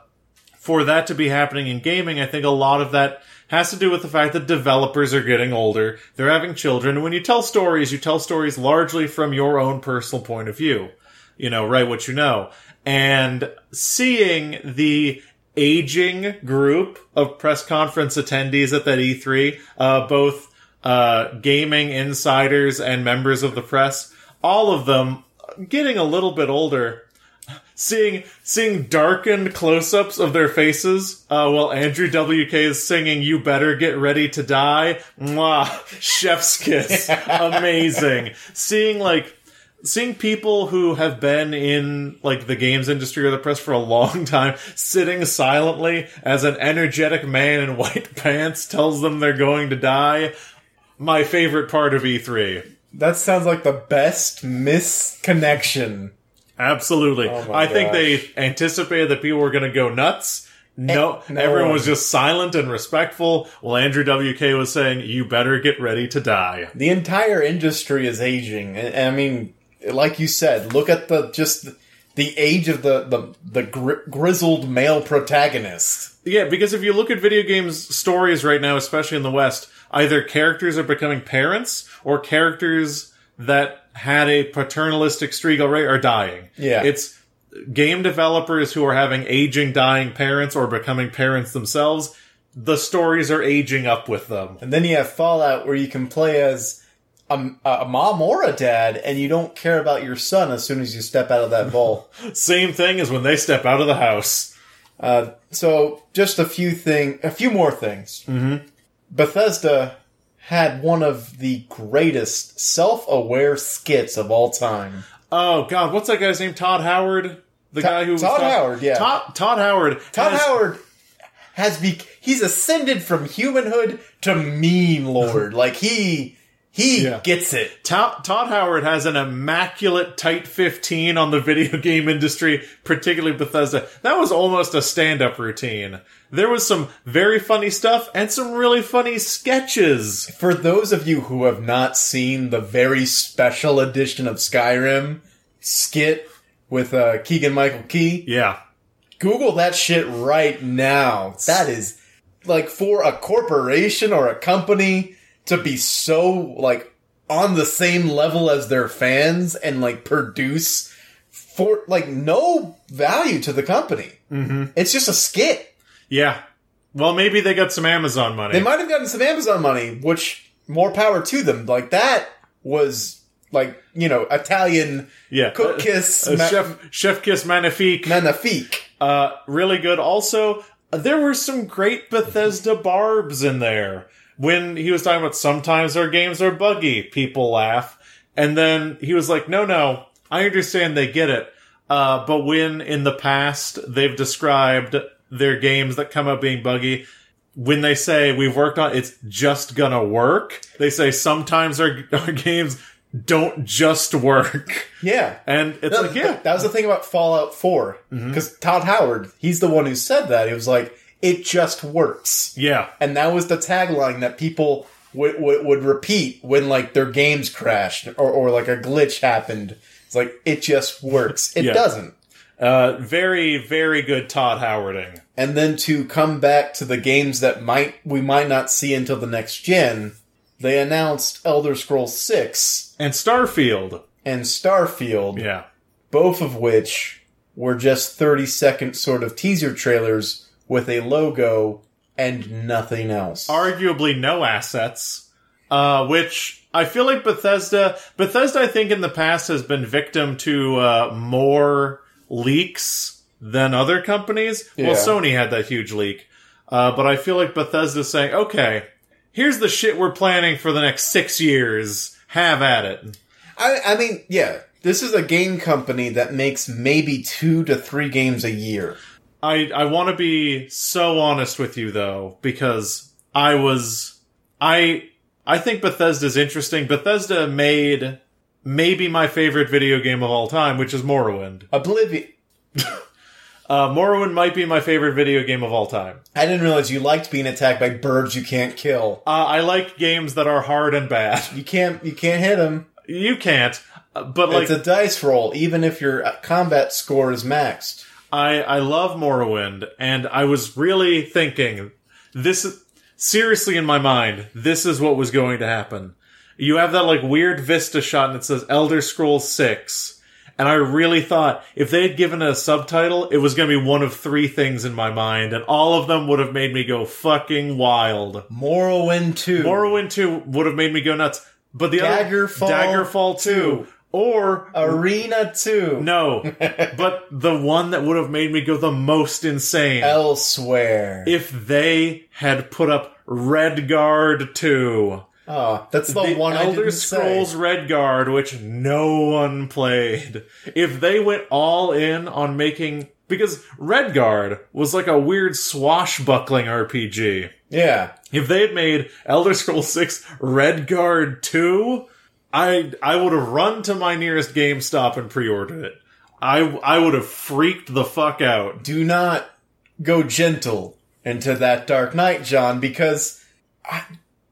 S3: for that to be happening in gaming, I think a lot of that has to do with the fact that developers are getting older, they're having children, and when you tell stories, you tell stories largely from your own personal point of view. You know, write what you know. And seeing the aging group of press conference attendees at that E3, uh, both uh, gaming insiders and members of the press, all of them getting a little bit older. Seeing seeing darkened close ups of their faces uh, while Andrew WK is singing "You Better Get Ready to Die," mwah, chef's kiss, amazing. Seeing like seeing people who have been in like the games industry or the press for a long time sitting silently as an energetic man in white pants tells them they're going to die my favorite part of E e3
S1: That sounds like the best misconnection.
S3: absolutely
S1: Oh my
S3: i think
S1: gosh. Eh,
S3: they anticipated that people were going to go nuts no,
S1: no
S3: everyone
S1: one.
S3: was just silent and respectful while andrew wk was saying you better get ready to die
S1: The entire industry is aging. I I mean, like you said, look at the just the age of the the, the gri- grizzled male protagonist.
S3: Yeah, because if you look at video games stories right now, especially in the West, either characters are becoming parents or characters that had a paternalistic streak already are dying.
S1: Yeah.
S3: It's game developers who are having aging, dying parents or becoming parents themselves. The stories are aging up with them.
S1: And then you have Fallout where you can play as a, a mom or a dad, and you don't care about your son as soon as you step out of that bowl.
S3: Same thing as when they step out of the house.
S1: Uh, so just a few thing, a few more things. Mm-hmm. Bethesda had one of the greatest self-aware skits of all time.
S3: Oh God, what's that guy's name? Todd Howard, the guy who was
S1: Todd Howard, yeah.
S3: Todd, Todd Howard.
S1: Todd
S3: has-
S1: Howard has be he's ascended from humanhood to meme lord. like he he
S3: Yeah.
S1: gets it.
S3: Todd, Todd Howard has an immaculate tight 15 on the video game industry, particularly Bethesda. That was almost a stand up routine. There was some very funny stuff and some really funny sketches.
S1: For those of you who have not seen the very special edition of Skyrim skit with uh, Keegan Michael Key,
S3: Yeah.
S1: Google that shit right now. That is like for a corporation or a company to be so like on the same level as their fans and like produce for like no value to the company. Mm-hmm. It's just a skit.
S3: Yeah. Well, maybe they got some Amazon money.
S1: They might have gotten some Amazon money, which more power to them. Like that was like, you know, Italian
S3: yeah.
S1: cook kiss
S3: Uh,
S1: ma-
S3: Chef, Chef Kiss Magnifique.
S1: magnifique.
S3: Uh, really good. Also, there were some great Bethesda barbs in there. When he was talking about sometimes our games are buggy, people laugh. And then he was like, no, no, I understand they get it. Uh, but when in the past they've described their games that come out being buggy, when they say we've worked on it's just gonna work, they say sometimes our, our games don't just work.
S1: Yeah.
S3: And it's
S1: No,
S3: like,
S1: th-
S3: yeah, Mm-hmm.
S1: That was the thing about Fallout 4. Because Todd Howard, he's the one who said that. He was like, it just works.
S3: yeah,
S1: And that was the tagline that people w- w- would repeat when like their games crashed or, or like a glitch happened. It's like, it just works. It
S3: Yeah.
S1: doesn't.
S3: uh, very, very good Todd Howarding.
S1: and then to come back to the games that might we might not see until the next gen, they announced Elder Scrolls 6
S3: And Starfield.
S1: and Starfield,
S3: Yeah.
S1: both of which were just 30 second sort of teaser trailers with a logo and nothing else.
S3: arguably no assets, uh, which I feel like Bethesda, Bethesda, I think in the past has been victim to uh, more leaks than other companies.
S1: Yeah.
S3: Well, Sony had that huge leak, uh, but I feel like Bethesda's saying, okay, here's the shit we're planning for the next six years. Have at it.
S1: I, I mean, yeah, this is a game company that makes maybe two to three games a year.
S3: I I want to be so honest with you though because I was I I think Bethesda's interesting. Bethesda made maybe my favorite video game of all time, which is Morrowind.
S1: Oblivion.
S3: Uh, Morrowind might be my favorite video game of all time.
S1: I didn't realize you liked being attacked by birds you can't kill.
S3: Uh, I like games that are hard and bad.
S1: You can't you can't hit them.
S3: You can't, uh, but like
S1: it's a dice roll, even if your uh, combat score is maxed.
S3: I I love Morrowind, and I was really thinking this seriously in my mind. This is what was going to happen. You have that like weird vista shot, and it says Elder Scrolls Six, and I really thought if they had given it a subtitle, it was going to be one of three things in my mind, and all of them would have made me go fucking wild.
S1: Morrowind 2.
S3: Morrowind Two would have made me go nuts, but the
S1: Daggerfall
S3: other Daggerfall Two. Or
S1: Arena 2.
S3: no, but the one that would have made me go the most insane.
S1: Elsewhere.
S3: if they had put up Redguard 2.
S1: oh, that's the,
S3: The
S1: one I
S3: Elder
S1: didn't
S3: Scrolls
S1: say.
S3: Redguard, which no one played. If they went all in on making. Because Redguard was like a weird swashbuckling RPG.
S1: Yeah.
S3: If they had made Elder Scrolls 6 Redguard 2, I I would have run to my nearest GameStop and pre-ordered it. I I would have freaked the fuck out.
S1: Do not go gentle into that Dark Knight, John, because I,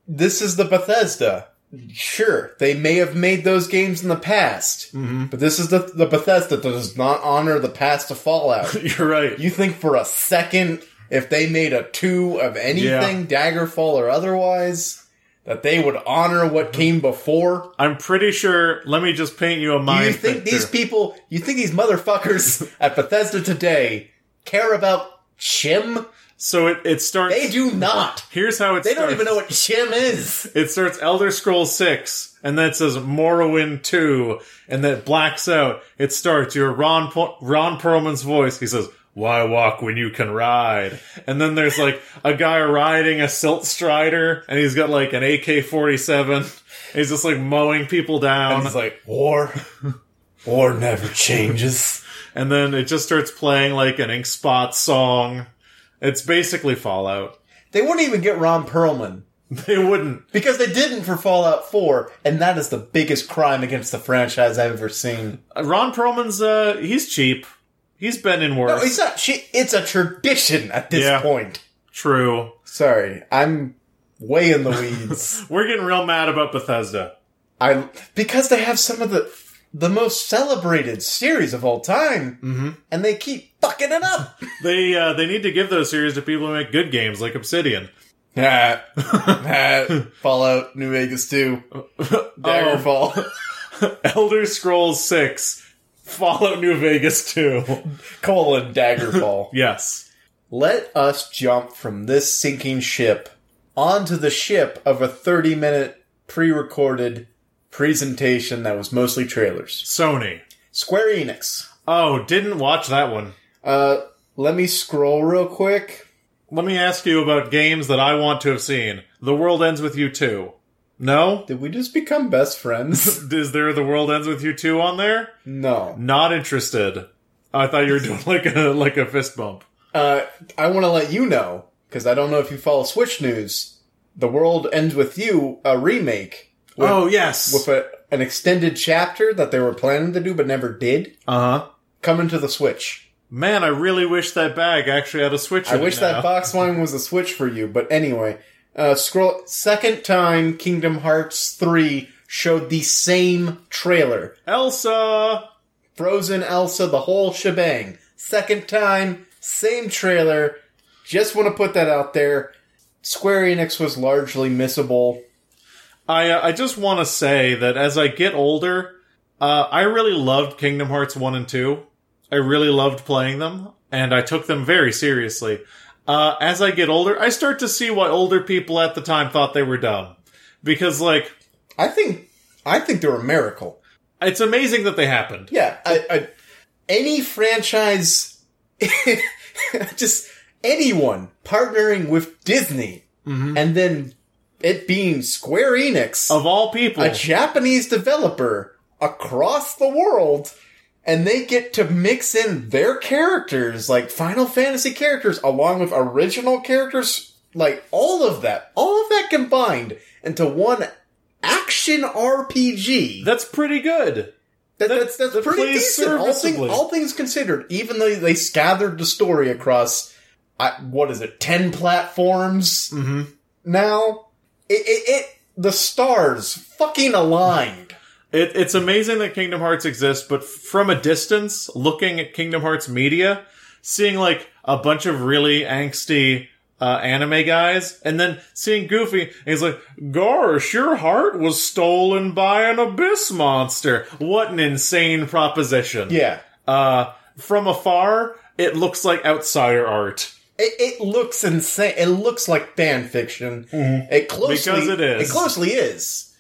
S1: this is the Bethesda. Sure, they may have made those games in the past, but this is the, the Bethesda that does not honor the past of Fallout.
S3: You're right.
S1: You think for a second if they made a two of anything, Daggerfall or otherwise, that they would honor what came before?
S3: I'm pretty sure. Let me just paint you a
S1: Do
S3: mind
S1: you think
S3: picture.
S1: these people, you think these motherfuckers at Bethesda today care about Chim?
S3: so it, it starts.
S1: They do not.
S3: Here's how it
S1: They
S3: starts.
S1: don't even know what Chim is.
S3: It starts Elder Scrolls 6, and then it says Morrowind 2, and then it blacks out. It starts your Ron, po- Ron Perlman's voice. He says, why walk when you can ride? And then there's like a guy riding a silt strider, and he's got like an AK-47. He's just like mowing people down.
S1: It's like, war. War never changes.
S3: and then it just starts playing like an Ink Spot song. It's basically Fallout.
S1: They wouldn't even get Ron Perlman.
S3: They wouldn't.
S1: Because they didn't for Fallout 4, and that is the biggest crime against the franchise I've ever seen.
S3: Ron Perlman's uh he's cheap. He's been in worse.
S1: No, Oh, it's not. She, it's a tradition at this
S3: Yeah.
S1: point.
S3: True.
S1: Sorry, I'm way in the weeds.
S3: We're getting real mad about Bethesda.
S1: I because they have some of the the most celebrated series of all time, mm-hmm. and they keep fucking it up.
S3: They uh they need to give those series to people who make good games like Obsidian.
S1: Nah, nah. Fallout New Vegas 2, Daggerfall.
S3: Elder Scrolls 6, Fallout New Vegas 2.
S1: colon Daggerfall.
S3: yes.
S1: Let us jump from this sinking ship onto the ship of a 30 minute pre recorded presentation that was mostly trailers.
S3: Sony.
S1: Square Enix.
S3: Oh, didn't watch that one.
S1: Uh, let me scroll real quick.
S3: Let me ask you about games that I want to have seen. The World Ends With You 2. No?
S1: Did we just become best friends?
S3: Is there The World Ends With You 2 on there?
S1: no.
S3: Not interested. I thought you were doing like a like a fist bump.
S1: Uh, I want to let you know because I don't know if you follow Switch news. The world ends with you a remake with,
S3: oh yes.
S1: with a, an extended chapter that they were planning to do but never did
S3: uh huh.
S1: coming to the Switch.
S3: Man, I really wish that bag actually had a switch.
S1: I
S3: in it
S1: wish
S3: now.
S1: that box wine was a Switch for you, but anyway, uh, scroll second time Kingdom Hearts three showed the same trailer.
S3: Elsa.
S1: Frozen, Elsa, the whole shebang. Second time, same trailer. Just want to put that out there. Square Enix was largely missable.
S3: I uh, I just want to say that as I get older, uh, I really loved Kingdom Hearts one and two. I really loved playing them, and I took them very seriously. Uh, as I get older, I start to see why older people at the time thought they were dumb, because like
S1: I think, I think they're a miracle.
S3: it's amazing that they happened.
S1: Yeah, I, I, any franchise, just anyone partnering with Disney, and then it being Square Enix.
S3: Of all people,
S1: a Japanese developer across the world, and they get to mix in their characters, like Final Fantasy characters, along with original characters, like all of that, all of that combined into one action RPG.
S3: that's pretty good.
S1: That- that's that's
S3: that
S1: pretty
S3: plays
S1: decent. All, thing-
S3: serviceably.
S1: all things considered, even though they scattered the story across, I, what is it, ten platforms
S3: Mhm.
S1: now, it, it, it the stars fucking aligned.
S3: It, it's amazing that Kingdom Hearts exists, but from a distance, looking at Kingdom Hearts media, seeing like a bunch of really angsty uh, anime guys, and then seeing Goofy, and he's like, "Gosh, your heart was stolen by an abyss monster." What an insane proposition!
S1: Yeah,
S3: Uh, from afar, it looks like outsider art.
S1: it, it looks insane. It looks like fan fiction. It closely
S3: Because it is.
S1: It closely is.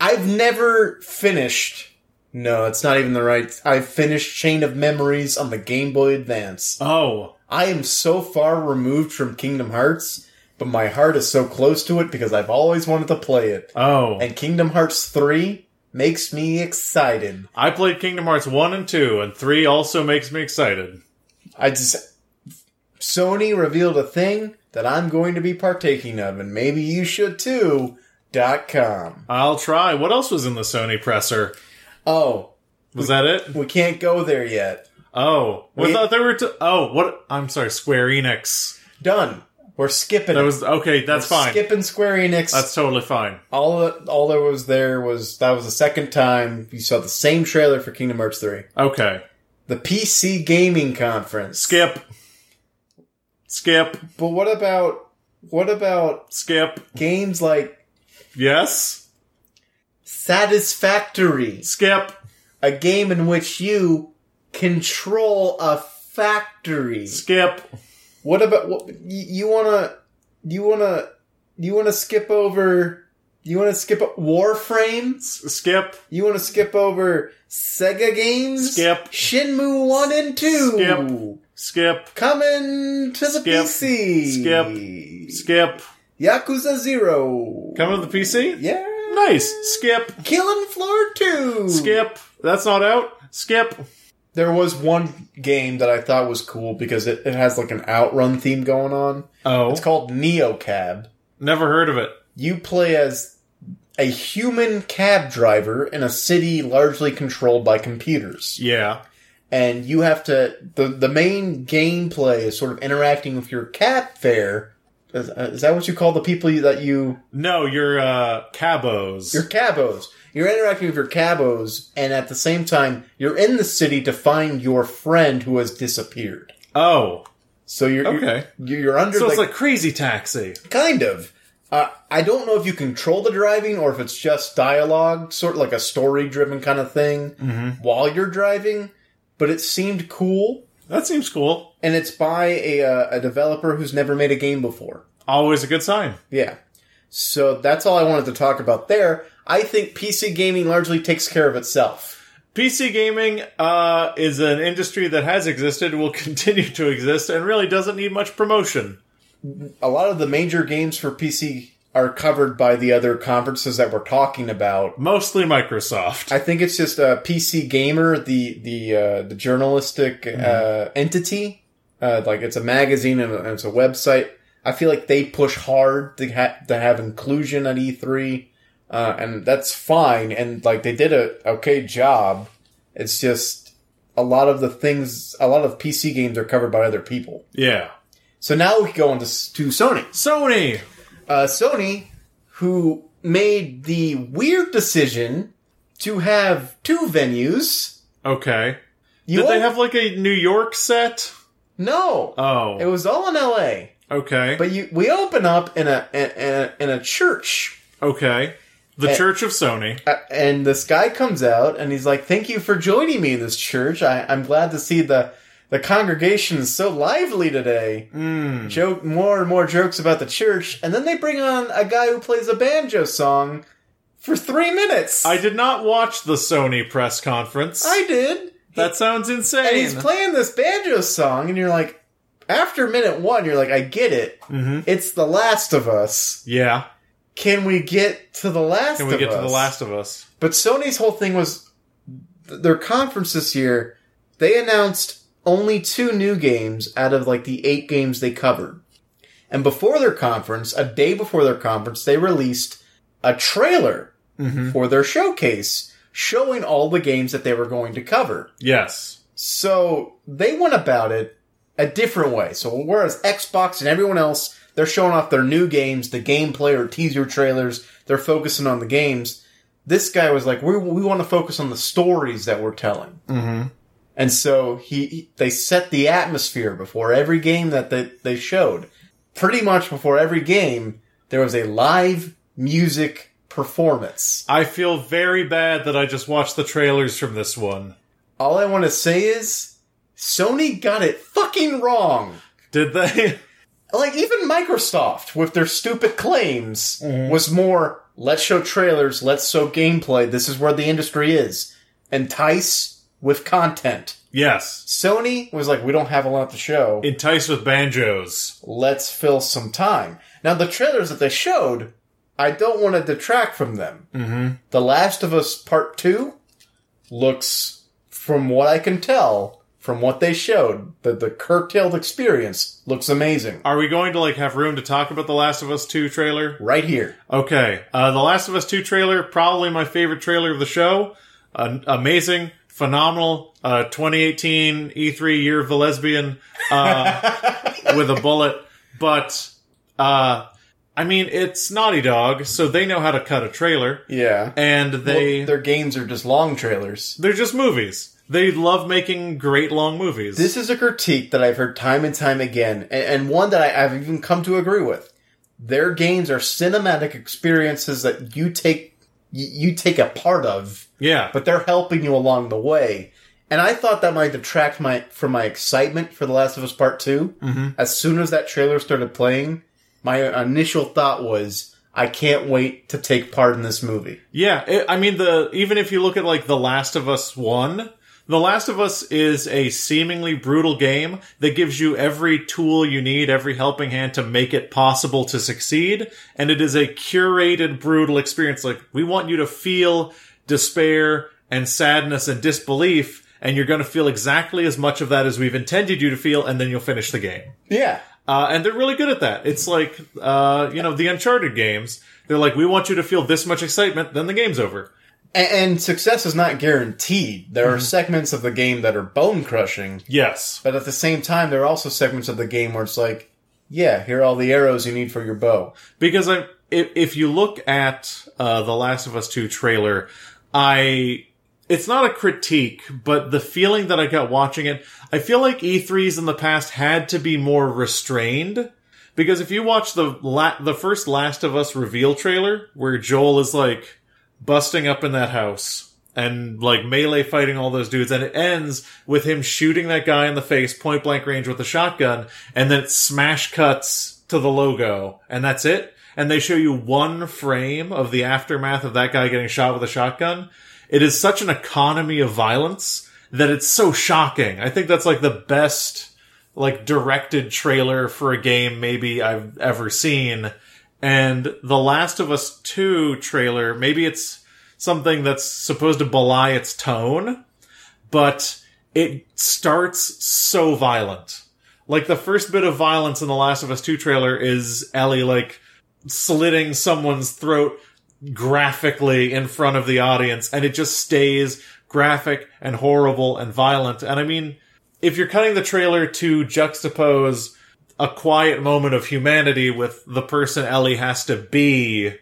S1: I've never finished. No, it's not even the right. I finished Chain of Memories on the Game Boy Advance.
S3: Oh,
S1: I am so far removed from Kingdom Hearts, but my heart is so close to it because I've always wanted to play it.
S3: oh!
S1: And Kingdom Hearts 3 makes me excited.
S3: I played Kingdom Hearts one and two, and three also makes me excited.
S1: I just. Sony revealed a thing that I'm going to be partaking of, and maybe you should too. Dot com.
S3: I'll try. What else was in the Sony presser?
S1: Oh,
S3: Was that it?
S1: we can't go there yet.
S3: Oh, we
S1: We-
S3: thought there were. T- oh, what? I'm sorry, Square Enix.
S1: Done. We're skipping.
S3: That
S1: it.
S3: was okay. That's fine.
S1: Skipping Square Enix.
S3: That's totally fine.
S1: all that all that was there was that was the second time you saw the same trailer for Kingdom Hearts 3.
S3: Okay,
S1: The PC Gaming Conference.
S3: skip, skip,
S1: But what about what about
S3: skip.
S1: games like
S3: Yes,
S1: Satisfactory?
S3: skip,
S1: A game in which you control a factory.
S3: skip.
S1: What about what y- you want to you want to you want to skip over you want to skip o- Warframe?
S3: S- Skip.
S1: You want to skip over Sega games?
S3: Skip.
S1: Shinmu 1 and 2.
S3: Skip. Skip.
S1: Coming to the
S3: Skip.
S1: PC.
S3: Skip.
S1: Yakuza 0.
S3: Coming to the PC.
S1: Yeah.
S3: Nice. Skip.
S1: Killing Floor 2.
S3: Skip. That's not out. Skip.
S1: There was one game that I thought was cool because it, it has like an outrun theme going on.
S3: Oh,
S1: It's called Neo Cab.
S3: never heard of it.
S1: You play as a human cab driver in a city largely controlled by computers.
S3: Yeah.
S1: and you have to the the main gameplay is sort of interacting with your cab fare. Is, uh, is that what you call the people you, that you
S3: No, you're uh cabos.
S1: your cabos? You're interacting with your cabos, and at the same time, you're in the city to find your friend who has disappeared.
S3: oh,
S1: So you're
S3: Okay.
S1: You're, you're under
S3: so
S1: the,
S3: it's like Crazy Taxi.
S1: kind of. Uh, I don't know if you control the driving or if it's just dialogue, sort of like a story driven kind of thing
S3: Mm-hmm.
S1: while you're driving. But it seemed cool.
S3: That seems cool.
S1: and it's by a uh, a developer who's never made a game before.
S3: Always a good sign.
S1: Yeah. So that's all I wanted to talk about there. I think PC gaming largely takes care of itself.
S3: PC gaming uh, is an industry that has existed, will continue to exist, and really doesn't need much promotion.
S1: A lot of the major games for PC are covered by the other conferences that we're talking about.
S3: Mostly Microsoft.
S1: I think it's just uh, PC Gamer, the the uh, the journalistic uh, entity. Uh, like it's a magazine and, and it's a website. I feel like they push hard to ha- to have inclusion at E3, uh, and that's fine. And like they did a okay job. It's just a lot of the things, a lot of PC games are covered by other people.
S3: yeah.
S1: So now we go on to, s- to Sony
S3: Sony.
S1: uh, Sony, who made the weird decision to have two venues.
S3: Okay.
S1: You
S3: Did they
S1: all-
S3: have like a New York set?
S1: no?
S3: Oh.
S1: It was all in L.A.
S3: okay.
S1: But you, we open up in a in a, in a church,
S3: okay. The Church of Sony.
S1: uh, and this guy comes out, and he's like, "Thank you for joining me in this church. I, I'm glad to see the." The congregation is so lively today.
S3: Mm.
S1: Joke more and more jokes about the church, and then they bring on a guy who plays a banjo song for three minutes.
S3: I did not watch the Sony press conference.
S1: I did.
S3: that sounds insane.
S1: and he's playing this banjo song, and you're like, after minute one, you're like, I get it.
S3: hmm
S1: It's The Last of Us.
S3: Yeah.
S1: Can we get to The Last
S3: Can we
S1: of
S3: get
S1: Us?
S3: to The Last of Us?
S1: But Sony's whole thing was th- their conference this year, they announced only two new games out of like the eight games they covered. And before their conference, a day before their conference, they released a trailer for their showcase showing all the games that they were going to cover.
S3: Yes.
S1: So they went about it a different way. So whereas Xbox and everyone else, they're showing off their new games, the gameplay or teaser trailers, they're focusing on the games. This guy was like, we, we want to focus on the stories that we're telling.
S3: Mm-hmm.
S1: And so he, he- they set the atmosphere before every game that they, they showed. Pretty much before every game, there was a live music performance.
S3: I feel very bad that I just watched the trailers from this one.
S1: All I want to say is, Sony got it fucking wrong.
S3: Did they?
S1: like even Microsoft with their stupid claims
S3: Mm-hmm.
S1: was more let's show trailers, let's show gameplay, this is where the industry is. Entice with content.
S3: yes.
S1: Sony was like, we don't have a lot to show.
S3: Enticed with banjos.
S1: Let's fill some time. Now the trailers that they showed, I don't want to detract from them.
S3: Mm-hmm.
S1: The Last of Us Part 2 looks, from what I can tell, from what they showed, the, the curtailed experience looks amazing.
S3: Are we going to like have room to talk about the Last of Us 2 trailer?
S1: Right here.
S3: Okay. Uh, the Last of Us 2 trailer, probably my favorite trailer of the show. An amazing, phenomenal, uh, 2018 E3 year of the lesbian, uh, with a bullet. But, uh, I mean, it's Naughty Dog, so they know how to cut a trailer.
S1: Yeah.
S3: And they,
S1: Well,
S3: they're,
S1: their games are just long trailers.
S3: just movies. They love making great long movies.
S1: This is a critique that I've heard time and time again, and, and one that I, I've even come to agree with. Their games are cinematic experiences that you take y- you take a part of,
S3: yeah.
S1: but they're helping you along the way. And I thought that might detract my from my excitement for The Last of Us Part 2
S3: Mhm.
S1: As soon as that trailer started playing, my initial thought was, I can't wait to take part in this movie.
S3: Yeah, it, I mean the even if you look at like The Last of Us 1, The Last of Us is a seemingly brutal game that gives you every tool you need, every helping hand to make it possible to succeed, and it is a curated brutal experience like we want you to feel despair and sadness and disbelief and you're going to feel exactly as much of that as we've intended you to feel and then you'll finish the game.
S1: Yeah.
S3: Uh, and they're really good at that. It's like, uh, you know, the Uncharted games. They're like, we want you to feel this much excitement, then the game's over.
S1: And, and success is not guaranteed. There are segments of the game that are bone crushing,
S3: Yes.
S1: but at the same time, there are also segments of the game where it's like, yeah, here are all the arrows you need for your bow.
S3: Because I, if, if you look at, uh, the Last of Us 2 trailer, I, it's not a critique, but the feeling that I got watching it, I feel like E3s in the past had to be more restrained. Because if you watch the la- the first Last of Us reveal trailer, where Joel is like busting up in that house and like melee fighting all those dudes, and it ends with him shooting that guy in the face point blank range with a shotgun, and then it smash cuts to the logo, and that's it. And they show you one frame of the aftermath of that guy getting shot with a shotgun. It is such an economy of violence that it's so shocking. I think that's like the best like directed trailer for a game maybe I've ever seen And the Last of Us 2 trailer, maybe it's something that's supposed to belie its tone, but it starts so violent. Like the first bit of violence in the Last of Us 2 trailer is Ellie like slitting someone's throat graphically in front of the audience and it just stays graphic and horrible and violent. And I mean, if you're cutting the trailer to juxtapose a quiet moment of humanity with the person Ellie has to be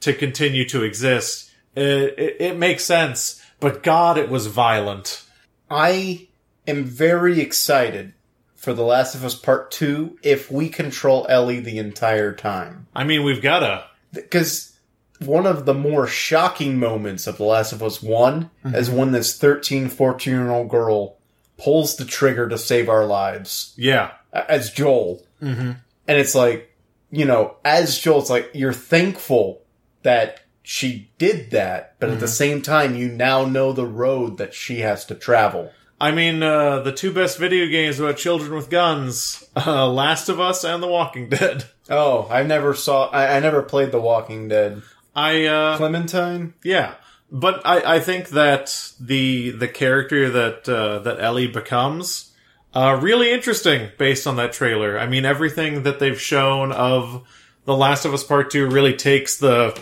S3: to continue to exist, it, it, it makes sense. But God, it was violent.
S1: I am very excited for The Last of Us Part 2 if we control Ellie the entire time.
S3: I mean, we've gotta.
S1: because one of the more shocking moments of The Last of Us one is when this 13, 14 year old girl pulls the trigger to save our lives
S3: Yeah.
S1: a- as Joel. Mm-hmm. And it's like, you know, as Joel, it's like you're thankful that she did that, but at the same time, you now know the road that she has to travel.
S3: I mean, uh, the two best video games about children with guns, uh, Last of Us and The Walking Dead.
S1: Oh, I never saw, I, I never played The Walking Dead.
S3: I, uh,
S1: Clementine?
S3: Yeah, but I, I think that the the character that uh, that Ellie becomes uh, really interesting based on that trailer. I mean, everything that they've shown of The Last of Us Part Two really takes the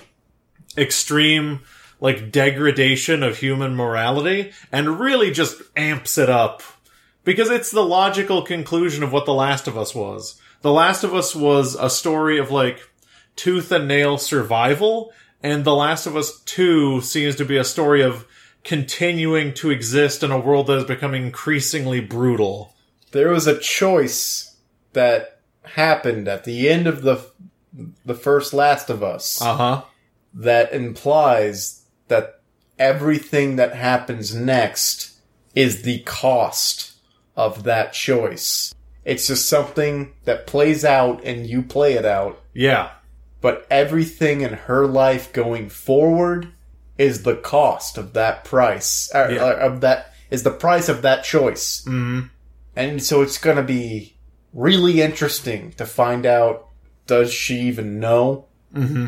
S3: extreme like degradation of human morality and really just amps it up because it's the logical conclusion of what The Last of Us was. The Last of Us was a story of like tooth and nail survival, and The Last of Us 2 seems to be a story of continuing to exist in a world that is becoming increasingly brutal.
S1: there was a choice that happened at the end of the the first last of us
S3: huh.
S1: that implies that everything that happens next is the cost of that choice it's just something that plays out and you play it out
S3: Yeah.
S1: but everything in her life going forward is the cost of that price uh,
S3: Yeah.
S1: uh, of that is the price of that choice
S3: Mm.
S1: and so it's going to be really interesting to find out does she even know?
S3: Mm-hmm.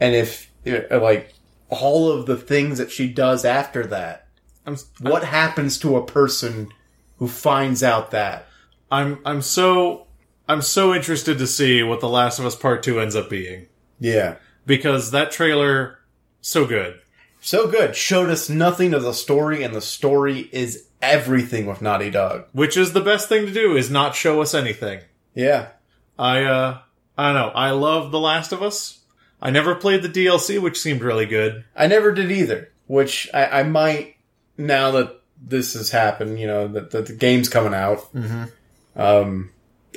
S1: And if, uh, like, all of the things that she does after that,
S3: I'm, s-
S1: what happens to a person who finds out that?
S3: I'm, I'm so, I'm so interested to see what The Last of Us Part 2 ends up being
S1: Yeah.
S3: because that trailer, so good.
S1: So good. Showed us nothing of the story, and the story is everything with Naughty Dog.
S3: Which is the best thing to do is not show us anything.
S1: Yeah.
S3: I, uh, I don't know. I love The Last of Us. I never played the DLC, which seemed really good.
S1: I never did either, which I, I might now that this has happened. You know that, that the game's coming out.
S3: Mhm.
S1: Um,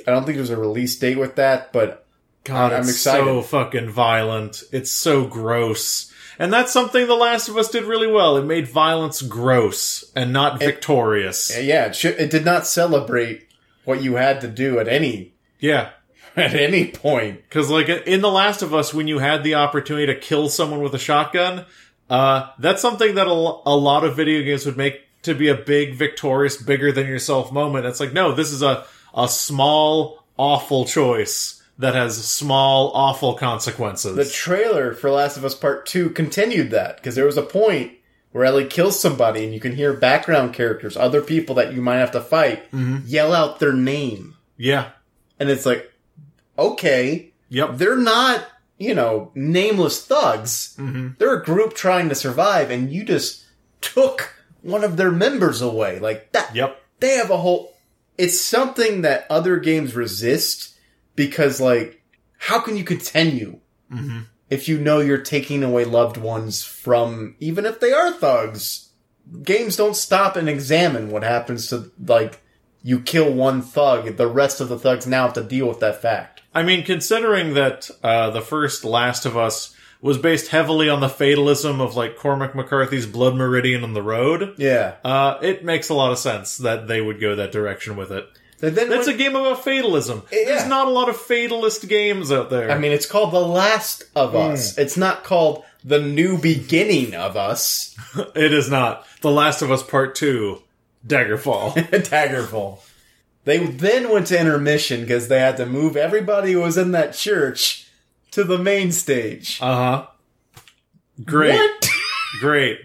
S1: I don't think there's a release date with that, but
S3: God,
S1: I'm
S3: it's
S1: excited.
S3: so fucking violent. It's so gross. And that's something The Last of Us did really well. It made violence gross and not victorious.
S1: yeah, it, should, it did not celebrate what you had to do at any
S3: yeah.
S1: at any point.
S3: Cause like in The Last of Us, when you had the opportunity to kill someone with a shotgun, uh, that's something that a, lo- a lot of video games would make to be a big, victorious, bigger than yourself moment. It's like, no, this is a, a small, awful choice that has small, awful consequences.
S1: The trailer for Last of Us Part Two continued that because there was a point where Ellie kills somebody, and you can hear background characters, other people that you might have to fight, yell out their name,
S3: yeah.
S1: and it's like, okay,
S3: Yep.
S1: they're not, you know, nameless thugs.
S3: Mm-hmm.
S1: They're a group trying to survive, and you just took one of their members away. Like that.
S3: Yep.
S1: They have a whole. It's something that other games resist because, like, how can you continue
S3: Mm-hmm.
S1: if you know you're taking away loved ones from, even if they are thugs? Games don't stop and examine what happens to, like, you kill one thug, the rest of the thugs now have to deal with that fact.
S3: I mean, considering that uh, the first Last of Us was based heavily on the fatalism of like Cormac McCarthy's Blood Meridian on the Road,
S1: Yeah.
S3: uh, it makes a lot of sense that they would go that direction with it.
S1: Then when-
S3: That's a game about fatalism.
S1: Yeah.
S3: There's not a lot of fatalist games out there.
S1: I mean, it's called The Last of Us. It's not called The New Beginning of Us.
S3: it is not The Last of Us Part Two, Daggerfall.
S1: Daggerfall. They then went to intermission because they had to move everybody who was in that church to the main stage.
S3: Uh huh. Great.
S1: What?
S3: Great.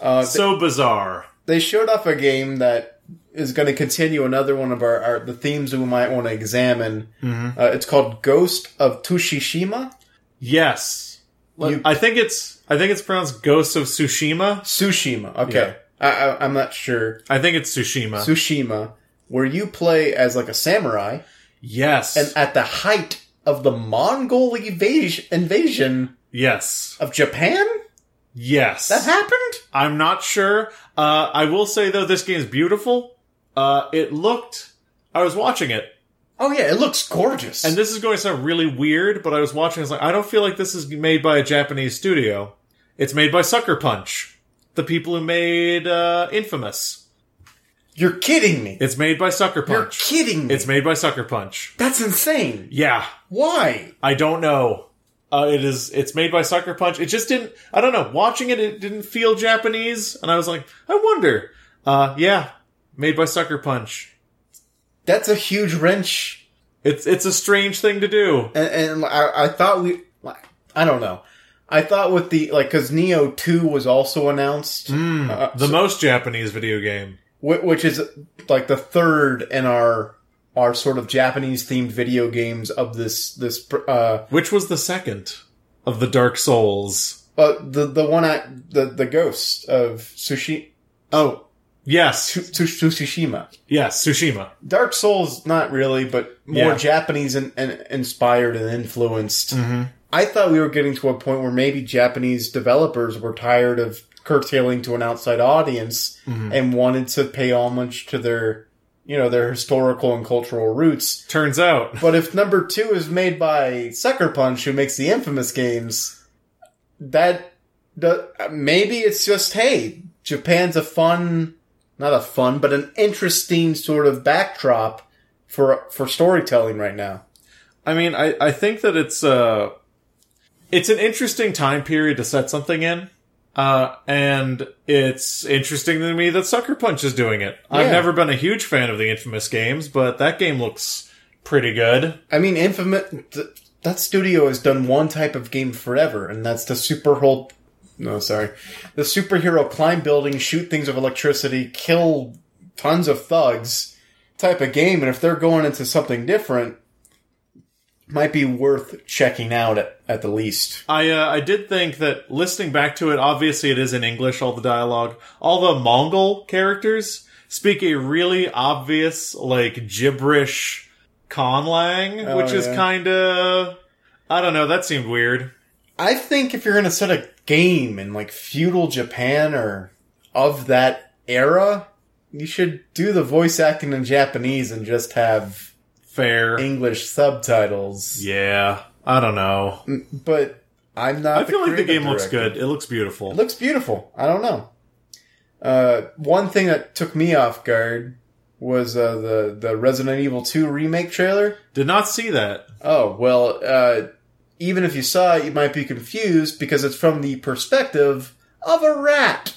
S1: Uh,
S3: So bizarre.
S1: they showed off a game that is going to continue another one of our, our the themes that we might want to examine. Uh, it's called Ghost of Tushishima.
S3: Yes. Let-
S1: You-
S3: I think it's I think it's pronounced Ghost of Tsushima.
S1: Tsushima. Okay, I, I, I'm not sure.
S3: I think it's Tsushima.
S1: Tsushima, where you play as like a samurai,
S3: yes.
S1: and at the height of the Mongol invasion invasion
S3: yes.
S1: of Japan,
S3: Yes.
S1: that happened.
S3: I'm not sure. Uh, I will say though, this game's beautiful. Uh, it looked. I was watching it,
S1: Oh yeah, it looks gorgeous.
S3: and this is going to sound really weird, but I was watching. I was like, I don't feel like this is made by a Japanese studio. It's made by Sucker Punch, the people who made uh, Infamous.
S1: You're kidding me.
S3: It's made by Sucker
S1: You're
S3: Punch.
S1: kidding me.
S3: It's made by Sucker Punch.
S1: That's insane.
S3: Yeah,
S1: Why?
S3: I don't know. Uh, it is. It's made by Sucker Punch. It just didn't. I don't know. Watching it, it didn't feel Japanese, and I was like, I wonder. Uh, yeah, made by Sucker Punch.
S1: That's a huge wrench
S3: It's it's a strange thing to do.
S1: and, and I, I thought we i don't know i thought with the like because neo 2 was also announced uh,
S3: Hmm. The most Japanese video game.
S1: whi- which is like the third in our our sort of japanese themed video games of this this pr- uh,
S3: Which was the second of the Dark Souls?
S1: uh the the one at the the ghost of sushi oh
S3: Yes.
S1: Tsu- Tsu- Tsushima.
S3: Yes, Tsushima.
S1: Dark Souls, not really, but more
S3: Yeah.
S1: Japanese and, and inspired and influenced. I thought we were getting to a point where maybe Japanese developers were tired of curtailing to an outside audience and wanted to pay homage to their, you know, their historical and cultural roots.
S3: Turns out.
S1: But if number two is made by Sucker Punch, who makes the infamous games, that the, maybe it's just hey, Japan's a fun, not a fun, but an interesting sort of backdrop for for storytelling right now.
S3: I mean, I, I think that it's uh it's an interesting time period to set something in. Uh, and it's interesting to me that Sucker Punch is doing it. I've
S1: Yeah.
S3: never been a huge fan of the Infamous games, but that game looks pretty good.
S1: I mean, infamous. Th- that studio has done one type of game forever, and that's the super whole. No, sorry, the superhero climb buildings, shoot things with electricity, kill tons of thugs type of game. And if they're going into something different, might be worth checking out at, at the least.
S3: I uh, I did think that listening back to it, obviously it is in English. All the dialogue, all the Mongol characters speak a really obvious like gibberish conlang,
S1: Oh,
S3: which is
S1: yeah.
S3: kind of I don't know. That seemed weird.
S1: I think if you're going to set a game in like feudal Japan or of that era, you should do the voice acting in Japanese and just have
S3: Fair.
S1: English subtitles.
S3: yeah, I don't know.
S1: but I'm not.
S3: I feel like the
S1: creative
S3: game looks
S1: director.
S3: good. It looks beautiful.
S1: It looks beautiful. I don't know. Uh, one thing that took me off guard was uh, the the Resident Evil 2 remake trailer.
S3: Did not see that.
S1: Oh well, uh, even if you saw it, you might be confused because it's from the perspective of a rat.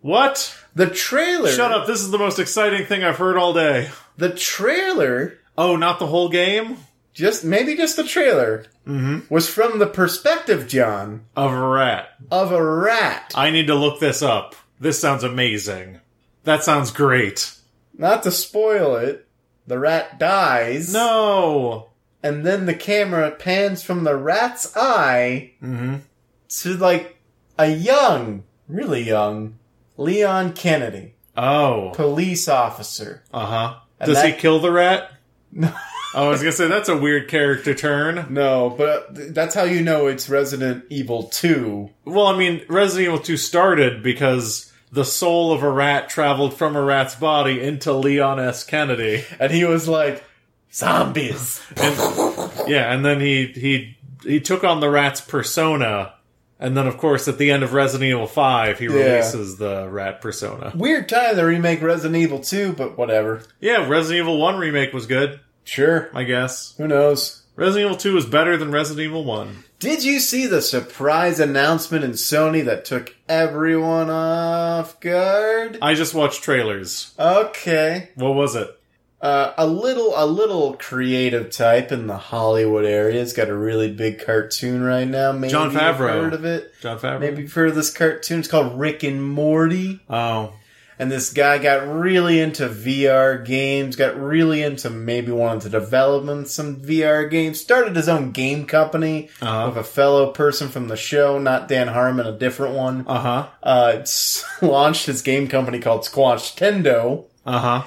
S3: What?
S1: The trailer.
S3: Shut up! This is the most exciting thing I've heard all day.
S1: The trailer.
S3: Oh, not the whole game
S1: Just maybe just the trailer
S3: Mm-hmm.
S1: was from the perspective, John,
S3: of a rat.
S1: of a rat.
S3: I need to look this up. This sounds amazing. That sounds great.
S1: Not to spoil it, the rat dies.
S3: No.
S1: and then the camera pans from the rat's eye
S3: Mm-hmm.
S1: to like a young, really young, Leon Kennedy,
S3: Oh.
S1: police officer.
S3: Uh huh.
S1: And
S3: Does he
S1: that-
S3: kill the rat?
S1: No.
S3: I was gonna say that's a weird character turn.
S1: No, but th- that's how you know it's Resident Evil 2.
S3: Well, I mean, Resident Evil 2 started because the soul of a rat traveled from a rat's body into Leon S. Kennedy.
S1: And he was like, zombies.
S3: Yeah, and then he he he took on the rat's persona. And then, of course, at the end of Resident Evil 5, he releases the rat persona.
S1: Weird time to remake Resident Evil 2, but whatever.
S3: Yeah, Resident Evil 1 remake was good,
S1: Sure.
S3: I guess.
S1: Who knows?
S3: Resident Evil 2 is better than Resident Evil 1.
S1: Did you see the surprise announcement in Sony that took everyone off guard?
S3: I just watched trailers.
S1: Okay.
S3: What was it?
S1: Uh, a little, a little creative type in the Hollywood area. It's got a really big cartoon right now. Maybe
S3: Jon
S1: you've
S3: Favreau.
S1: heard of it?
S3: John Favreau.
S1: Maybe you've heard of this cartoon. It's called Rick and Morty.
S3: Oh,
S1: And this guy got really into VR games. Got really into maybe wanted to develop him some VR games. Started his own game company
S3: uh
S1: with
S3: huh,
S1: a fellow person from the show, not Dan Harmon, a different one.
S3: uh huh,
S1: Uh, s- launched his game company called Squash Tendo
S3: uh huh.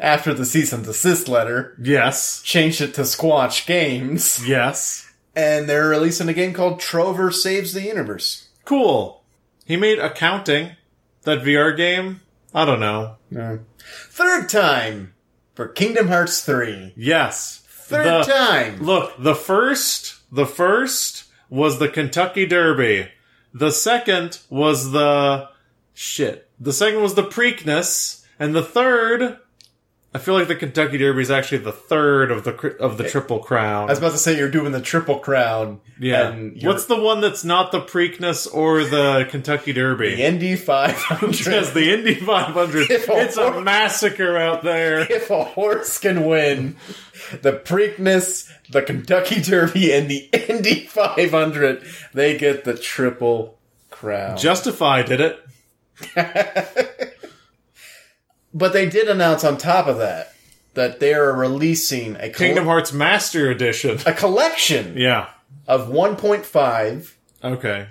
S1: after the cease and desist letter
S3: Yes,
S1: changed it to Squatch Games,
S3: yes.
S1: and they're releasing a game called Trover Saves the Universe.
S3: Cool. He made accounting that VR game. I don't know.
S1: Yeah. Uh, Third time for Kingdom Hearts 3.
S3: Yes.
S1: Third
S3: The-
S1: time.
S3: Look, the first, the first was the Kentucky Derby. The second was the shit. The second was the Preakness, and the third. I feel like the Kentucky Derby is actually the third of the cr- of the Triple Crown.
S1: I was about to say you're doing the triple crown.
S3: yeah.
S1: And you're-
S3: What's the one that's not the Preakness or the Kentucky Derby?
S1: the Indy 500?
S3: Yes, the Indy 500. It's a massacre out there.
S1: if a horse can win, the Preakness, the Kentucky Derby, and the Indy 500, they get the triple crown.
S3: Justify did it.
S1: But they did announce on top of that that they are releasing a
S3: Kingdom
S1: col-
S3: Hearts Master Edition.
S1: a collection
S3: Yeah.
S1: of 1.5, 2.5,
S3: Okay.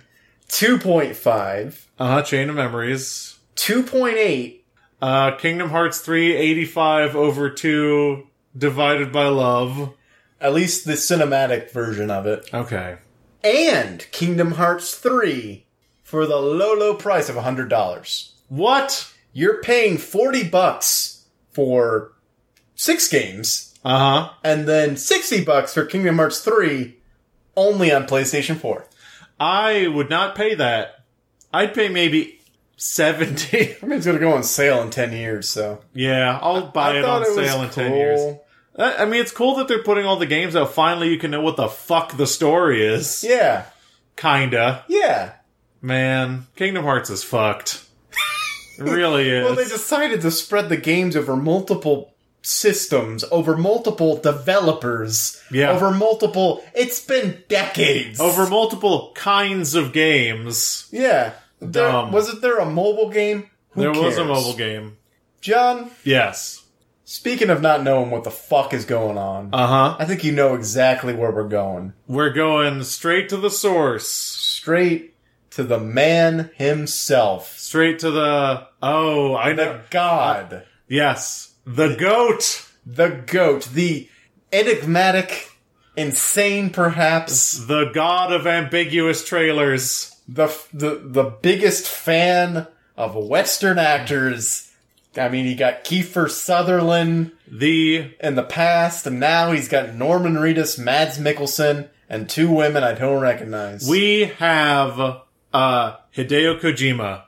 S3: Uh huh. Chain of Memories.
S1: 2.8,
S3: Uh, Kingdom Hearts 3, 85 over 2, divided by love.
S1: at least the cinematic version of it,
S3: Okay.
S1: and Kingdom Hearts 3 for the low, low price of $100.
S3: What?
S1: You're paying 40 bucks for six games,
S3: Uh huh.
S1: and then 60 bucks for Kingdom Hearts 3 only on PlayStation 4.
S3: I would not pay that. I'd pay maybe 70.
S1: I mean, it's going to go on sale in 10 years, so.
S3: yeah, I'll buy
S1: I
S3: it
S1: thought
S3: on sale in 10 years.
S1: cool.
S3: I I mean, it's cool that they're putting all the games out. Finally, you can know what the fuck the story is.
S1: Yeah,
S3: Kinda.
S1: yeah.
S3: Man, Kingdom Hearts is fucked. It really is.
S1: Well, they decided to spread the games over multiple systems, over multiple developers,
S3: Yeah.
S1: over multiple. It's been decades.
S3: Over multiple kinds of games.
S1: yeah. There-
S3: Dumb.
S1: wasn't there a mobile game? Who
S3: there was a
S1: cares?
S3: mobile game.
S1: John,
S3: Yes.
S1: speaking of not knowing what the fuck is going on,
S3: Uh huh.
S1: I think you know exactly where we're going.
S3: We're going straight to the source.
S1: Straight to the man himself,
S3: Straight to the oh, I know.
S1: the god.
S3: Yes, the goat,
S1: the goat, the enigmatic, insane perhaps,
S3: the god of ambiguous trailers.
S1: the the the biggest fan of western actors. I mean, he got Kiefer Sutherland
S3: The
S1: in the past, and now he's got Norman Reedus, Mads Mikkelsen, and two women I don't recognize.
S3: we have uh Hideo Kojima,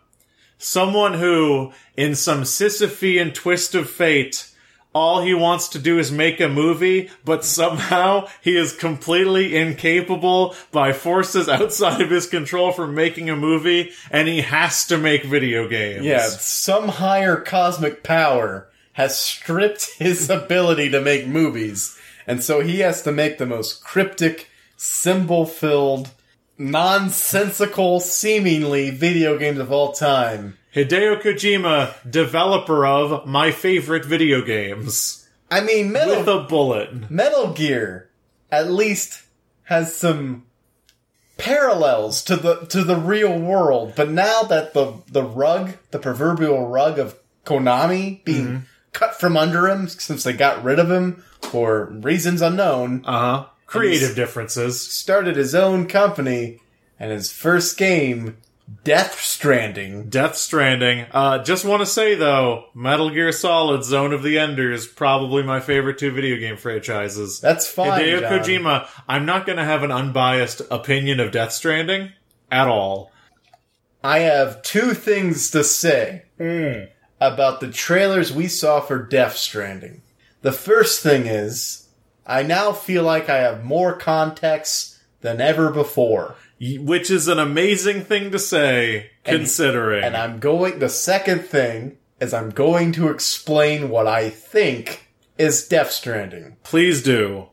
S3: someone who, in some Sisyphean twist of fate. All he wants to do is make a movie, but somehow he is completely incapable by forces outside of his control from making a movie, and he has to make video games.
S1: yeah, some higher cosmic power has stripped his ability to make movies, and so he has to make the most cryptic, symbol-filled, nonsensical, seemingly video games of all time.
S3: Hideo Kojima, developer of my favorite video games,
S1: I mean, Metal
S3: with a bullet.
S1: Metal Gear at least has some parallels to the to the real world, but now that the the rug, the proverbial rug of Konami being
S3: Mm-hmm.
S1: cut from under him since they got rid of him for reasons unknown,
S3: Uh huh. Creative differences.
S1: started his own company and his first game, Death Stranding.
S3: Death Stranding. Uh, just want to say though, Metal Gear Solid: Zone of the Enders probably my favorite two video game franchises.
S1: That's fine.
S3: Hideo
S1: John.
S3: Kojima. I'm not going to have an unbiased opinion of Death Stranding at all.
S1: I have two things to say about the trailers we saw for Death Stranding. The first thing is, I now feel like I have more context than ever before.
S3: Y- Which is an amazing thing to say, considering.
S1: And I'm going, the second thing is I'm going to explain what I think is Death Stranding.
S3: Please do.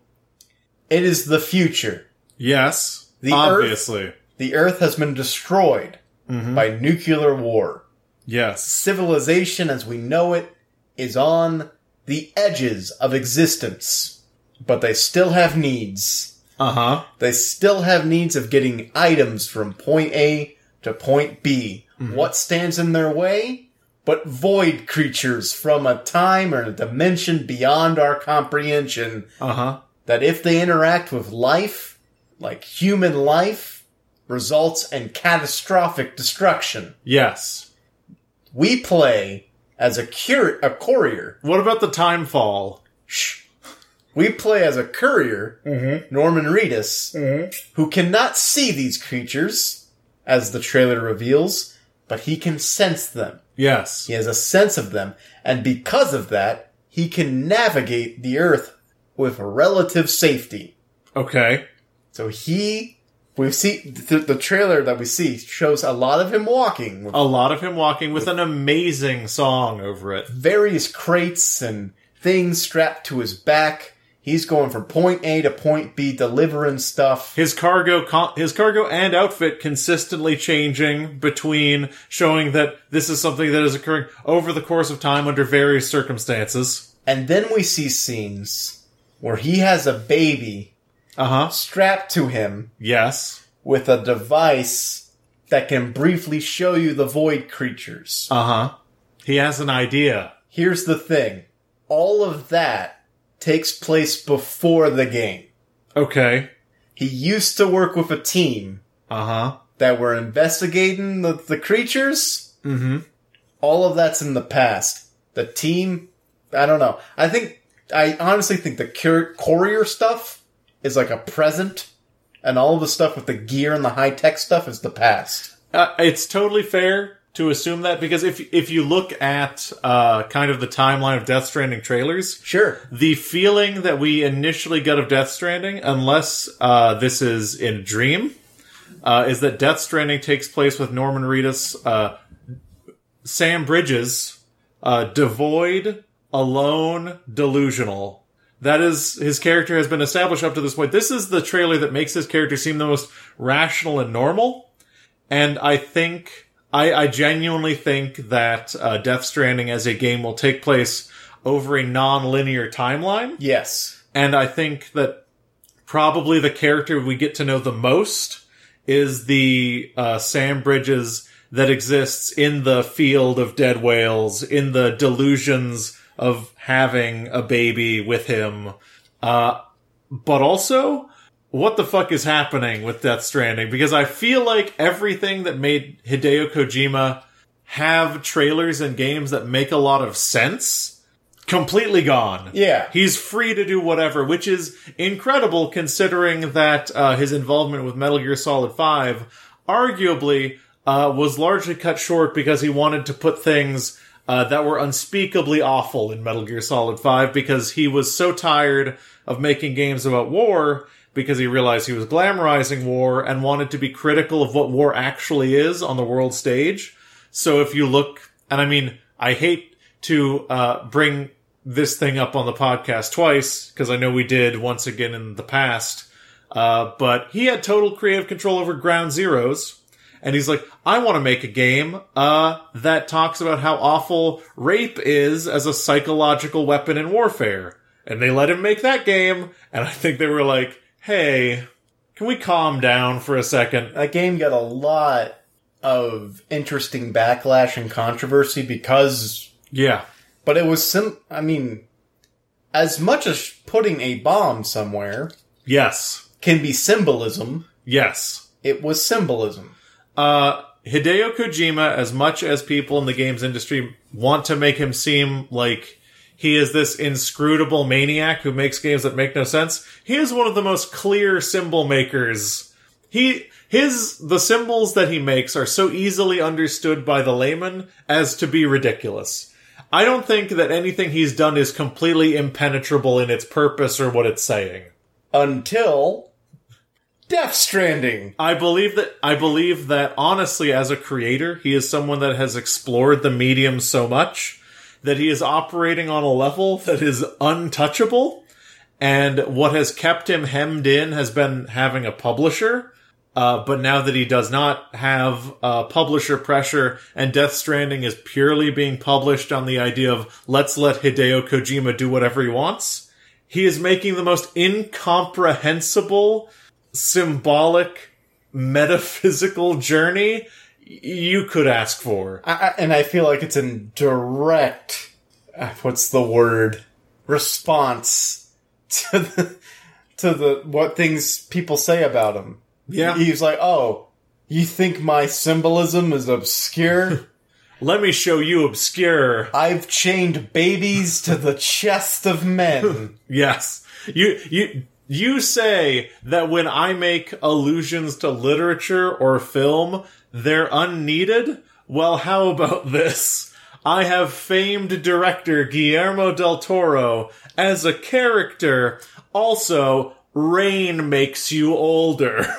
S1: It is the future.
S3: Yes.
S1: The
S3: obviously.
S1: The Earth has been destroyed by nuclear war.
S3: Yes.
S1: Civilization as we know it is on the edges of existence. But they still have needs.
S3: Uh huh.
S1: They still have needs of getting items from point A to point B. What stands in their way? But void creatures from a time or a dimension beyond our comprehension
S3: Uh huh.
S1: that if they interact with life, like human life, results in catastrophic destruction.
S3: Yes.
S1: We play as a cur- a courier.
S3: What about the time fall?
S1: Shh. We play as a courier, Norman Reedus, who cannot see these creatures, as the trailer reveals, but he can sense them.
S3: Yes.
S1: He has a sense of them, and because of that, he can navigate the earth with relative safety.
S3: Okay.
S1: So he, we see the, the trailer that we see shows a lot of him walking with
S3: A lot of him walking with an amazing song over it.
S1: various crates and things strapped to his back. He's going from point A to point B, delivering stuff.
S3: His cargo, con- his cargo and outfit consistently changing between showing that this is something that is occurring over the course of time under various circumstances.
S1: And then we see scenes where he has a baby
S3: Uh
S1: Uh-huh.
S3: huh.
S1: strapped to him
S3: Yes.
S1: with a device that can briefly show you the void creatures.
S3: Uh huh. He has an idea.
S1: Here's the thing. All of that takes place before the game.
S3: Okay.
S1: He used to work with a team
S3: Uh huh.
S1: that were investigating the, the creatures. Mm-hmm. All of that's in the past. The team, I don't know. I think, I honestly think the cur- courier stuff is like a present, and all of the stuff with the gear and the high tech stuff is the past.
S3: Uh, it's totally fair to assume that because if if you look at uh, kind of the timeline of Death Stranding trailers,
S1: Sure.
S3: the feeling that we initially got of Death Stranding, unless uh, this is in a dream, uh, is that Death Stranding takes place with Norman Reedus, uh, Sam Bridges, uh, devoid, alone, delusional. That is his character has been established up to this point. This is the trailer that makes his character seem the most rational and normal. And I think, I, I genuinely think that uh, Death Stranding as a game will take place over a non-linear timeline.
S1: Yes.
S3: And I think that probably the character we get to know the most is the uh, Sam Bridges that exists in the field of dead whales, in the delusions of having a baby with him. Uh, but also, what the fuck is happening with Death Stranding? Because I feel like everything that made Hideo Kojima have trailers and games that make a lot of sense completely gone.
S1: Yeah.
S3: He's free to do whatever, which is incredible considering that uh, his involvement with Metal Gear Solid 5 arguably uh, was largely cut short because he wanted to put things uh, that were unspeakably awful in Metal Gear Solid 5 because he was so tired of making games about war because he realized he was glamorizing war and wanted to be critical of what war actually is on the world stage. So if you look, and I mean, I hate to uh, bring this thing up on the podcast twice because I know we did once again in the past. Uh, but he had total creative control over Ground Zeroes, and he's like, I want to make a game uh, that talks about how awful rape is as a psychological weapon in warfare. And they let him make that game, and I think they were like, Hey, can we calm down for a second?
S1: That game got a lot of interesting backlash and controversy because
S3: Yeah,
S1: But it was sim. I mean, as much as putting a bomb somewhere
S3: yes,
S1: can be symbolism,
S3: yes.
S1: it was symbolism.
S3: uh, Hideo Kojima, as much as people in the games industry want to make him seem like he is this inscrutable maniac who makes games that make no sense, he is one of the most clear symbol makers. He his the symbols that he makes are so easily understood by the layman as to be ridiculous. I don't think that anything he's done is completely impenetrable in its purpose or what it's saying.
S1: Until Death Stranding.
S3: I believe that I believe that honestly as a creator, he is someone that has explored the medium so much that he is operating on a level that is untouchable. And what has kept him hemmed in has been having a publisher. Uh, but now that he does not have uh, publisher pressure and Death Stranding is purely being published on the idea of let's let Hideo Kojima do whatever he wants, he is making the most incomprehensible, symbolic, metaphysical journey you could ask for.
S1: I, I, and I feel like it's in direct, uh, what's the word, response to the, to the what things people say about him.
S3: Yeah.
S1: He's like, oh, you think my symbolism is obscure?
S3: Let me show you obscure.
S1: I've chained babies to the chest of men.
S3: Yes. You you you say that when I make allusions to literature or film, they're unneeded? Well, how about this? I have famed director Guillermo del Toro as a character. Also, rain makes you older.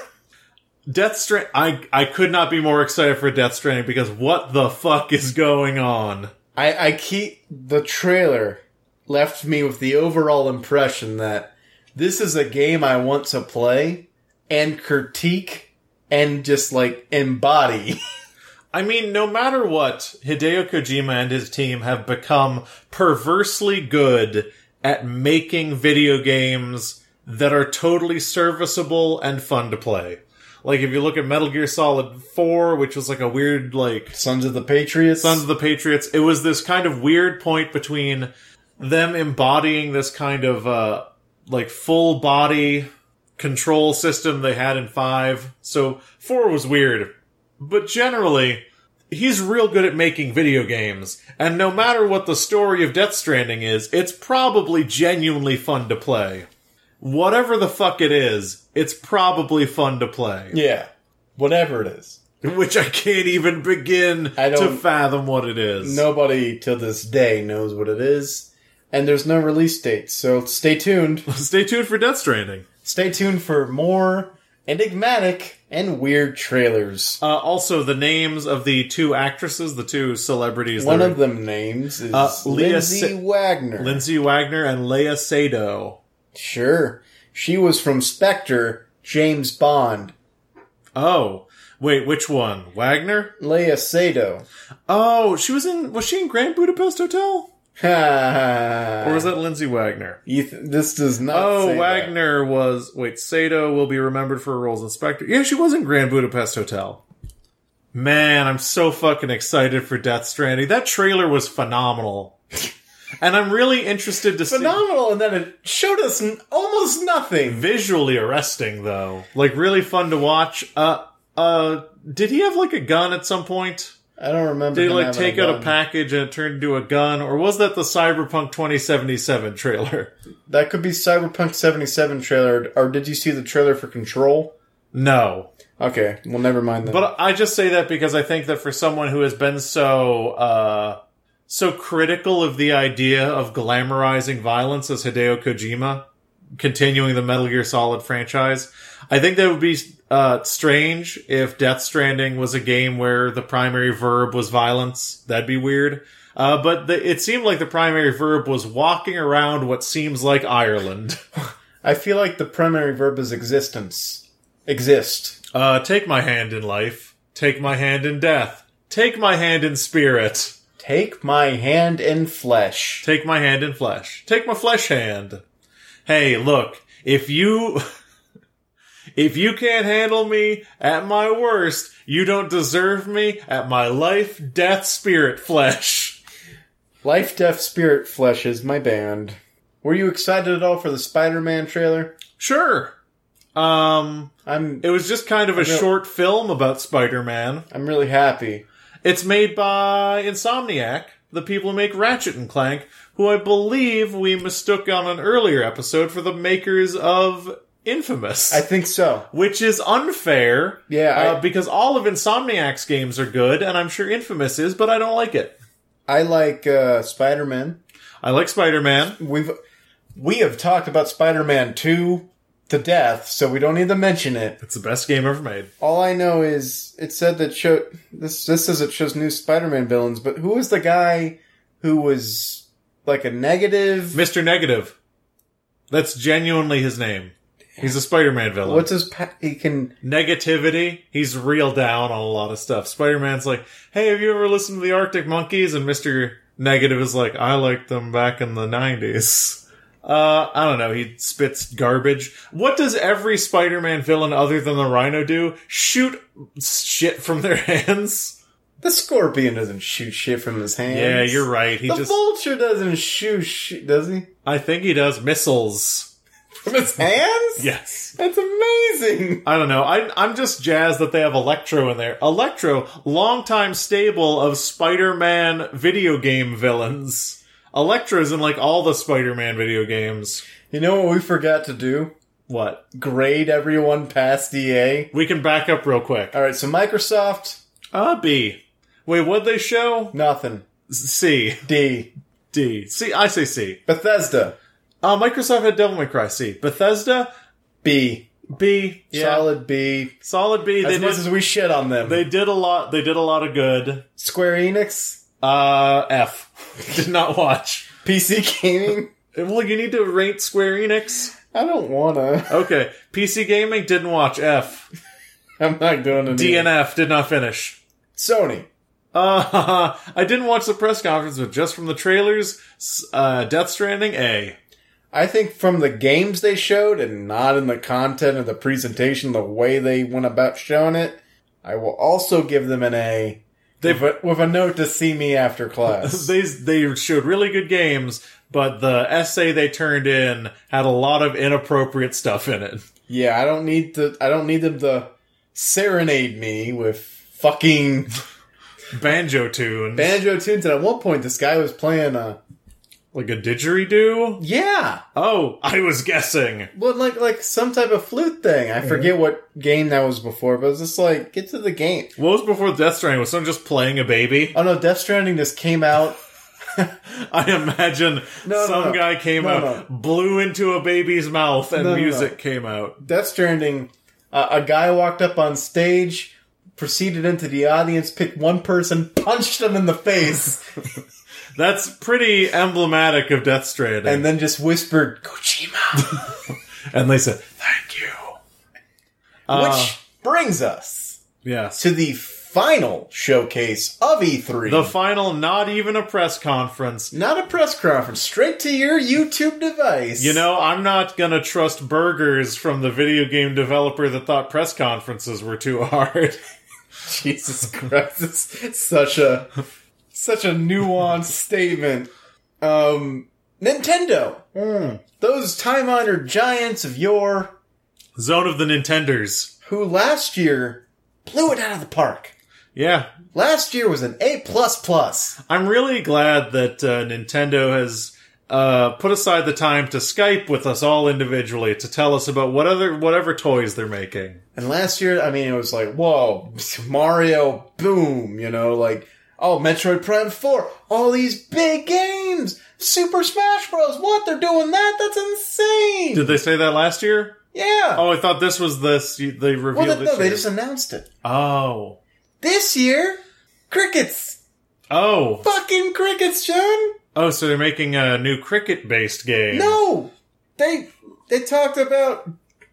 S3: Death Strand. I I could not be more excited for Death Stranding because what the fuck is going on?
S1: I, I keep the trailer left me with the overall impression that this is a game I want to play and critique and just like embody.
S3: I mean, no matter what, Hideo Kojima and his team have become perversely good at making video games that are totally serviceable and fun to play. Like if you look at Metal Gear Solid 4, which was like a weird like
S1: Sons of the Patriots.
S3: Sons of the Patriots. It was this kind of weird point between them embodying this kind of uh like full body control system they had in 5. So 4 was weird. But generally, he's real good at making video games, and no matter what the story of Death Stranding is, it's probably genuinely fun to play. Whatever the fuck it is, it's probably fun to play.
S1: yeah. Whatever it is.
S3: Which I can't even begin
S1: I
S3: to
S1: don't-
S3: fathom what it is.
S1: Nobody till this day knows what it is. And there's no release date, so stay tuned.
S3: Stay tuned for Death Stranding.
S1: Stay tuned for more enigmatic and weird trailers.
S3: Uh, also, the names of the two actresses, the two celebrities,
S1: One
S3: that
S1: of them names is
S3: Uh, Leah
S1: Lindsay
S3: Sa-
S1: Wagner.
S3: are Lindsay Wagner and Leia Sado.
S1: sure. She was from Spectre, James Bond,
S3: Oh, wait, which one? Wagner?
S1: Leia Sado.
S3: Oh, she was in. Was she in Grand Budapest Hotel? Or
S1: or
S3: was that Lindsay Wagner?
S1: You th- this does not.
S3: Oh,
S1: say that.
S3: Wagner was. Wait, Sato will be remembered for her roles in Spectre. Yeah, she was in Grand Budapest Hotel. Man, I'm so fucking excited for Death Stranding. That trailer was phenomenal. and I'm really interested to see.
S1: Phenomenal, and then it showed us n- almost nothing.
S3: visually arresting though like really fun to watch uh uh did he have like a gun at some point
S1: I don't remember.
S3: did he
S1: him
S3: like
S1: having
S3: take out a
S1: gun.
S3: package and it turned into a gun or was that the cyberpunk 2077 trailer
S1: That could be Cyberpunk seventy seven trailer, or did you see the trailer for Control?
S3: no
S1: Okay, well, never mind. Then.
S3: but i just say that because i think that for someone who has been so uh so critical of the idea of glamorizing violence as hideo kojima continuing the Metal Gear Solid franchise. I think that would be uh, strange if Death Stranding was a game where the primary verb was violence. That'd be weird. Uh, but the, it seemed like the primary verb was walking around what seems like Ireland.
S1: I feel like the primary verb is existence. Exist.
S3: Uh, take my hand in life. Take my hand in death. Take my hand in spirit.
S1: Take my hand in flesh.
S3: Take my hand in flesh. Take my flesh hand. Hey, look, if you if you can't handle me at my worst, you don't deserve me at my life, death, spirit, flesh.
S1: Life, death, spirit, flesh is my band. Were you excited at all for the Spider Man trailer?
S3: Sure. Um
S1: I'm
S3: it was just kind of a
S1: know.
S3: short film about Spider-Man.
S1: I'm really happy.
S3: It's made by Insomniac, the people who make Ratchet and Clank, who I believe we mistook on an earlier episode for the makers of Infamous.
S1: I think so.
S3: which is unfair.
S1: Yeah, I-
S3: uh, because all of Insomniac's games are good, and I'm sure Infamous is, but I don't like it.
S1: I like uh, Spider Man.
S3: I like Spider Man.
S1: We've we have talked about Spider Man two to death, so we don't need to mention it.
S3: It's the best game ever made.
S1: All I know is it said that show this this says it shows new Spider-Man villains, but who was the guy who was like a negative.
S3: Mr. Negative. That's genuinely his name. He's a Spider-Man villain.
S1: What's his? Pa- he can.
S3: negativity? He's real down on a lot of stuff. Spider-Man's like, "Hey, have you ever listened to the Arctic Monkeys?" And Mr. Negative is like, "I liked them back in the 90s." Uh, I don't know. He spits garbage. What does every Spider-Man villain other than the Rhino do? Shoot shit from their hands?
S1: The scorpion doesn't shoot shit from his hands.
S3: Yeah, you're right. He
S1: the
S3: just
S1: vulture doesn't shoot shit, does he?
S3: I think he does missiles.
S1: From his hands?
S3: Yes.
S1: That's amazing.
S3: I don't know. I, I'm just jazzed that they have Electro in there. Electro, longtime stable of Spider-Man video game villains. Electro's in like all the Spider-Man video games.
S1: You know what we forgot to do?
S3: What?
S1: Grade everyone past EA.
S3: We can back up real quick.
S1: All right, so Microsoft,
S3: Uh, B. Wait, what'd they show?
S1: nothing.
S3: C.
S1: D.
S3: D. C. I say C.
S1: Bethesda,
S3: Uh, Microsoft had Devil May Cry. C. Bethesda?
S1: B.
S3: B. Yeah.
S1: Solid B.
S3: Solid B. They
S1: As much
S3: did,
S1: as we shit on them.
S3: they did a lot. They did a lot of good.
S1: Square Enix,
S3: Uh, F. did not watch.
S1: PC Gaming.
S3: Well, you need to rate Square Enix.
S1: I don't wanna.
S3: Okay, PC Gaming didn't watch. F.
S1: I'm not doing it. either.
S3: DNF did not finish.
S1: Sony.
S3: Uh, I didn't watch the press conference, but just from the trailers, s- uh, Death Stranding, A.
S1: I think from the games they showed and not in the content of the presentation, the way they went about showing it, I will also give them an A.
S3: They-
S1: With a, with a note to see me after class.
S3: They, they showed really good games, but the essay they turned in had a lot of inappropriate stuff in it.
S1: yeah, I don't need to. I don't need them to serenade me with fucking
S3: Banjo tunes.
S1: banjo tunes. And at one point, this guy was playing a
S3: like a didgeridoo?
S1: yeah,
S3: Oh, I was guessing.
S1: well, like like some type of flute thing. I forget what game that was before, but it was just like get to the game.
S3: What was before Death Stranding? Was someone just playing a baby?
S1: Oh no, Death Stranding just came out.
S3: I imagine
S1: No, no,
S3: some
S1: no.
S3: guy came
S1: No,
S3: out, blew into a baby's mouth, and
S1: No, no, no.
S3: music came out.
S1: Death Stranding, uh, a guy walked up on stage, proceeded into the audience, picked one person, punched them in the face,
S3: That's pretty emblematic of Death Stranding.
S1: and then just whispered Kojima.
S3: And they said, "Thank you." Uh,
S1: Which brings us
S3: yes,
S1: to the final showcase of E3.
S3: the final, not even a press conference.
S1: Not a press conference, straight to your YouTube device.
S3: You know, I'm not gonna trust burgers from the video game developer that thought press conferences were too hard.
S1: Jesus Christ, it's such a such a nuanced statement. Um, Nintendo,
S3: Hmm.
S1: those time-honored giants of yore.
S3: Zone of the Nintenders.
S1: who last year blew it out of the park.
S3: Yeah,
S1: Last year was an A plus plus.
S3: I'm really glad that uh, Nintendo has uh, put aside the time to Skype with us all individually to tell us about what other whatever toys they're making.
S1: And last year, I mean, it was like, whoa, Mario, boom, you know, like, oh, Metroid Prime 4, all these big games, Super Smash Bros. What? They're doing that? That's insane.
S3: Did they say that last year?
S1: yeah.
S3: Oh, I thought this was this. you- They revealed
S1: well,
S3: it.
S1: th- no, they
S3: year.
S1: just announced it.
S3: Oh.
S1: This year, crickets.
S3: Oh.
S1: Fucking crickets, John.
S3: Oh, so they're making a new cricket based game.
S1: No, they they talked about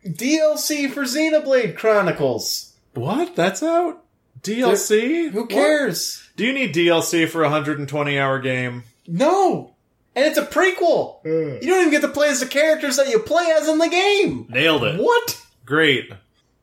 S1: DLC for Xenoblade Chronicles.
S3: What? That's out? DLC?
S1: Who
S3: What?
S1: cares?
S3: Do you need DLC for a 120 hour game?
S1: No! And it's a prequel! You don't even get to play as the characters that you play as in the game!
S3: Nailed it.
S1: What?
S3: Great.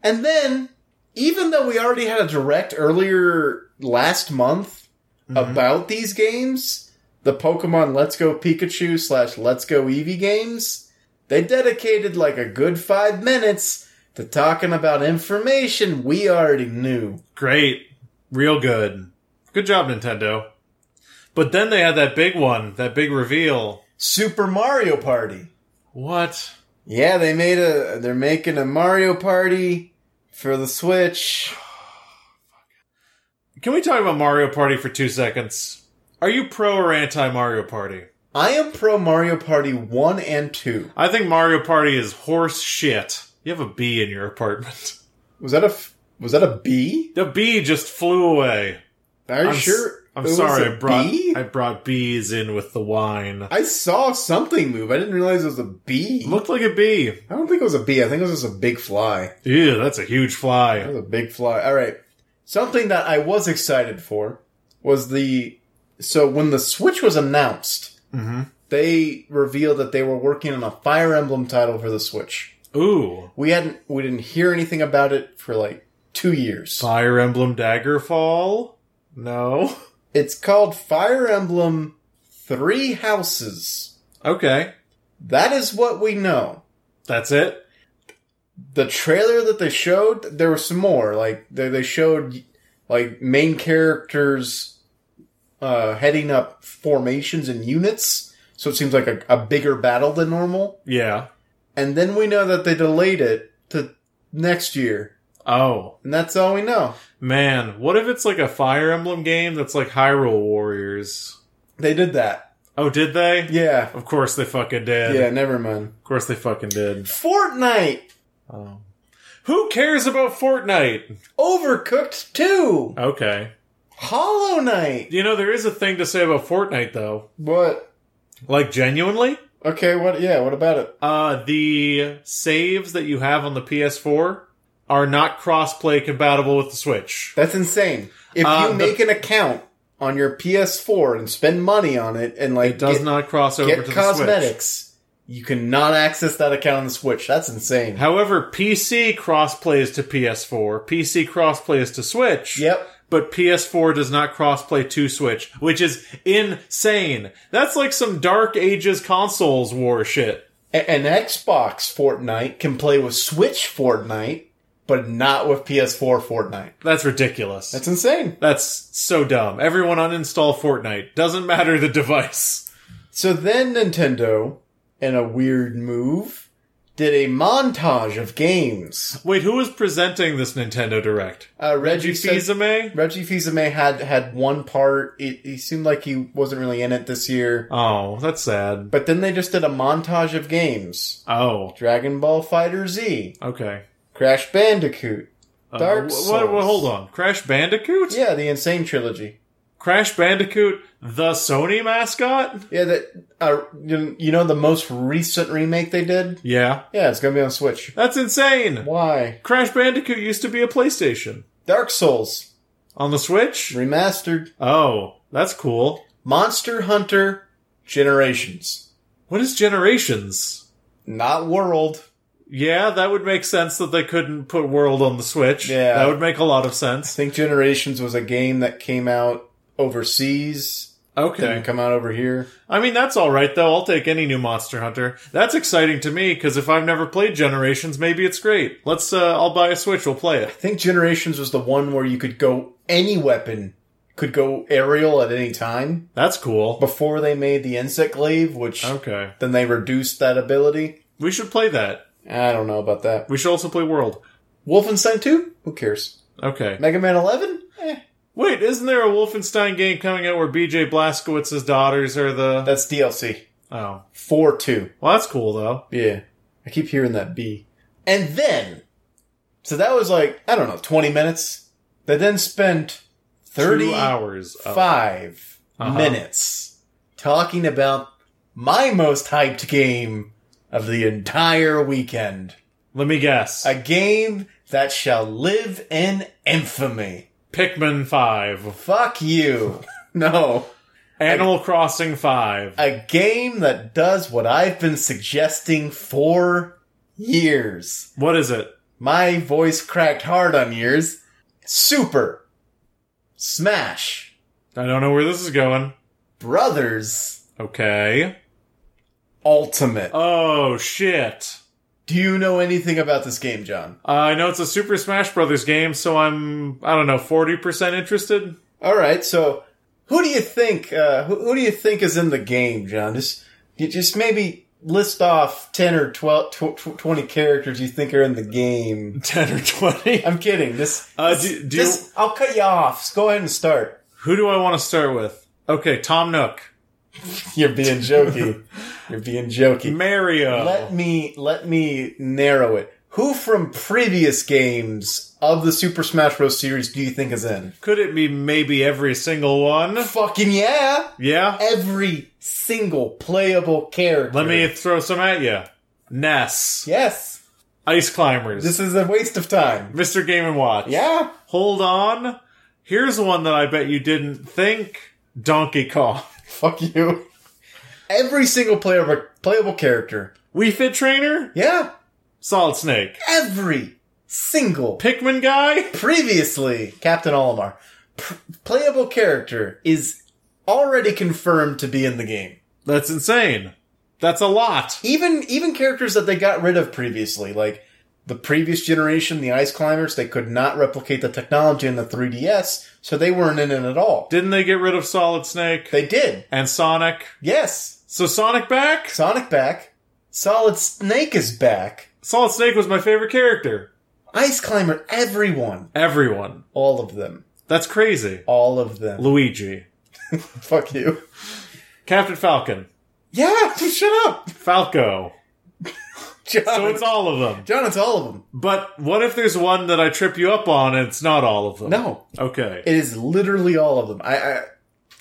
S1: And then, even though we already had a direct earlier last month about these games, the Pokemon Let's Go Pikachu slash Let's Go Eevee games, they dedicated like a good five minutes to talking about information we already knew.
S3: Great. Real good. Good job, Nintendo. But then they had that big one, that big reveal.
S1: Super Mario Party.
S3: What?
S1: Yeah, they made a. They're making a Mario Party for the Switch.
S3: Can we talk about Mario Party for two seconds? Are you pro or anti Mario Party?
S1: I am pro Mario Party one and two.
S3: I think Mario Party is horse shit. You have a bee in your apartment.
S1: Was that a f- was that a B?
S3: The bee just flew away.
S1: Are you
S3: I'm s-
S1: sure?
S3: I'm
S1: It was
S3: sorry,
S1: a
S3: I brought
S1: bee?
S3: I brought bees in with the wine.
S1: I saw something move. I didn't realize it was a bee.
S3: Looked like a bee.
S1: I don't think it was a bee. I think it was just a big fly.
S3: Ew, that's a huge
S1: That
S3: fly.
S1: was a big fly. All right. Something that I was excited for was the. So when the Switch was announced,
S3: hmm
S1: they revealed that they were working on a Fire Emblem title for the Switch.
S3: Ooh,
S1: We hadn't. We didn't hear anything about it for like two years.
S3: Fire Emblem Daggerfall. No.
S1: It's called Fire Emblem Three Houses.
S3: Okay,
S1: That is what we know.
S3: that's it.
S1: the trailer that they showed, there was some more. Like they, they showed like main characters uh, heading up formations and units, so it seems like a, a bigger battle than normal.
S3: Yeah.
S1: And then we know that they delayed it to next year,
S3: Oh
S1: and that's all we know.
S3: man, what if it's like a Fire Emblem game that's like Hyrule Warriors?
S1: They did that.
S3: Oh, did they?
S1: Yeah,
S3: Of course they fucking did.
S1: yeah. Never mind.
S3: Of course they fucking did.
S1: Fortnite
S3: Oh. Who cares about Fortnite?
S1: Overcooked Two,
S3: Okay.
S1: Hollow Knight.
S3: You know, there is a thing to say about Fortnite though.
S1: What?
S3: Like genuinely?
S1: Okay. What? Yeah. What about it?
S3: Uh the saves that you have on the PS4 are not cross-play compatible with the Switch.
S1: That's insane. If
S3: Uh,
S1: you
S3: the-
S1: make an account on your PS4 and spend money on it and like
S3: It does
S1: get,
S3: not cross over
S1: get
S3: to the Switch.
S1: cosmetics, you cannot access that account on the Switch. That's insane.
S3: However, PC crossplays to PS4, PC crossplays to Switch.
S1: Yep.
S3: but PS4 does not crossplay to Switch, which is insane. That's like some Dark Ages consoles war shit.
S1: A- an Xbox Fortnite can play with Switch Fortnite, but not with PS4 Fortnite.
S3: That's ridiculous.
S1: That's insane.
S3: That's so dumb. Everyone uninstall Fortnite. Doesn't matter the device.
S1: So then Nintendo, in a weird move, did a montage of games.
S3: Wait, who was presenting this Nintendo Direct?
S1: Uh, Reggie said-
S3: Fizame?
S1: Reggie Fils-Aimé had had one part. It, he seemed like he wasn't really in it this year.
S3: Oh, that's sad.
S1: But then they just did a montage of games:
S3: Oh,
S1: Dragon Ball Fighter Z,
S3: okay.
S1: Crash Bandicoot.
S3: Uh,
S1: Dark
S3: wh- wh-
S1: Souls.
S3: hold on. Crash Bandicoot?
S1: Yeah, the Insane Trilogy.
S3: Crash Bandicoot, the Sony mascot?
S1: Yeah, that uh, you you know the most recent remake they did.
S3: Yeah.
S1: Yeah, it's gonna be on Switch.
S3: That's insane.
S1: Why?
S3: Crash Bandicoot used to be a PlayStation.
S1: Dark Souls
S3: On the Switch?
S1: remastered,
S3: Oh, that's cool.
S1: Monster Hunter Generations,
S3: What is Generations?
S1: not World.
S3: Yeah, that would make sense that they couldn't put World on the Switch.
S1: Yeah.
S3: That would make a lot of
S1: I
S3: sense.
S1: think Generations was a game that came out overseas. Didn't
S3: Okay.
S1: come out over here.
S3: I mean, that's alright though. I'll take any new Monster Hunter. That's exciting to me, because if I've never played Generations, maybe it's great. Let's, uh, I'll buy a Switch, we'll play it.
S1: I think Generations was the one where you could go any weapon could go aerial at any time
S3: That's cool.
S1: before they made the insect glaive, which
S3: Okay.
S1: then they reduced that ability.
S3: We should play that.
S1: I don't know about that.
S3: We should also play World.
S1: Wolfenstein 2? Who cares?
S3: Okay.
S1: Mega Man 11? Eh,
S3: Wait, isn't there a Wolfenstein game coming out where BJ Blazkowicz's daughters are the...
S1: that's DLC.
S3: Oh.
S1: 4 2.
S3: Well, that's cool though.
S1: Yeah. I keep hearing that B. And then, so that was like, I don't know, 20 minutes. They then spent 30
S3: Two hours. of-
S1: 5
S3: Uh-huh.
S1: minutes talking about my most hyped game of the entire weekend.
S3: Let me guess.
S1: A game that shall live in infamy.
S3: Pikmin 5.
S1: Fuck you. No.
S3: Animal Crossing 5.
S1: A game that does what I've been suggesting for years.
S3: What is it?
S1: My voice cracked hard on yours. Super. Smash.
S3: I don't know where this is going.
S1: Brothers.
S3: Okay.
S1: Ultimate.
S3: Oh, shit.
S1: Do you know anything about this game, John?
S3: Uh, I know it's a Super Smash Brothers game, so I'm, I don't know, 40% interested?
S1: All right, so who do you think? Uh, who, who do you think is in the game, John? Just you just maybe list off ten or 12, tw- tw- twenty characters you think are in the game.
S3: 10 or 20?
S1: I'm kidding. This,
S3: Uh,
S1: this,
S3: do- do
S1: this- I'll cut you off. Just go ahead and start.
S3: Who do I want to start with? Okay, Tom Nook.
S1: You're being jokey. You're being jokey.
S3: Mario.
S1: Let me let me narrow it. Who from previous games of the Super Smash Bros. series do you think is in?
S3: Could it be maybe every single one?
S1: Fucking yeah!
S3: Yeah.
S1: Every single playable character.
S3: Let me throw some at you. Ness.
S1: Yes!
S3: Ice climbers.
S1: This is a waste of time.
S3: Mr. Game and Watch.
S1: Yeah!
S3: Hold on. Here's one that I bet you didn't think. Donkey Kong.
S1: Fuck you. Every single playable, playable character.
S3: We Fit Trainer.
S1: Yeah!
S3: Solid Snake.
S1: Every single
S3: Pikmin guy.
S1: previously Captain Olimar pr- playable character is already confirmed to be in the game.
S3: That's insane. That's a lot.
S1: Even even characters that they got rid of previously, like the previous generation, the Ice Climbers, they could not replicate the technology in the 3DS, so they weren't in it at all.
S3: Didn't they get rid of Solid Snake
S1: They did.
S3: and Sonic?
S1: Yes.
S3: So Sonic back?
S1: Sonic back. Solid Snake is back.
S3: Solid Snake was my favorite character.
S1: Ice Climber, everyone.
S3: Everyone.
S1: All of them.
S3: That's crazy.
S1: All of them.
S3: Luigi.
S1: Fuck you.
S3: Captain Falcon.
S1: Yeah, shut up.
S3: Falco.
S1: John,
S3: So it's all of them.
S1: John, it's all of them.
S3: But what if there's one that I trip you up on and it's not all of them?
S1: No,
S3: Okay.
S1: It is literally all of them. I, I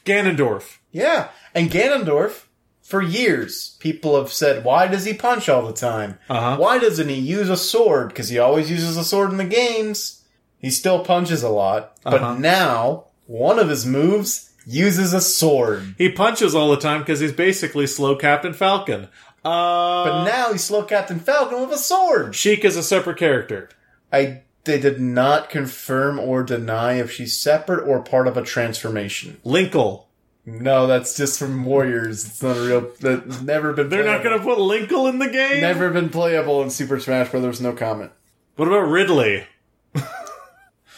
S3: Ganondorf.
S1: yeah. And Ganondorf, for years, people have said, why does he punch all the time?
S3: Uh-huh.
S1: Why doesn't he use a sword? Because he always uses a sword in the games. He still punches a lot, but
S3: Uh-huh.
S1: now one of his moves uses a sword.
S3: He punches all the time because he's basically slow Captain Falcon. Uh,
S1: But now he's slow Captain Falcon with a sword.
S3: Sheik is a separate character.
S1: I they did not confirm or deny if she's separate or part of a transformation.
S3: Linkle.
S1: No, that's just from Warriors. It's not a real. That's never been.
S3: They're not
S1: playable.
S3: going to put Linkle in the game?
S1: Never been playable in Super Smash Brothers. No comment.
S3: What about Ridley?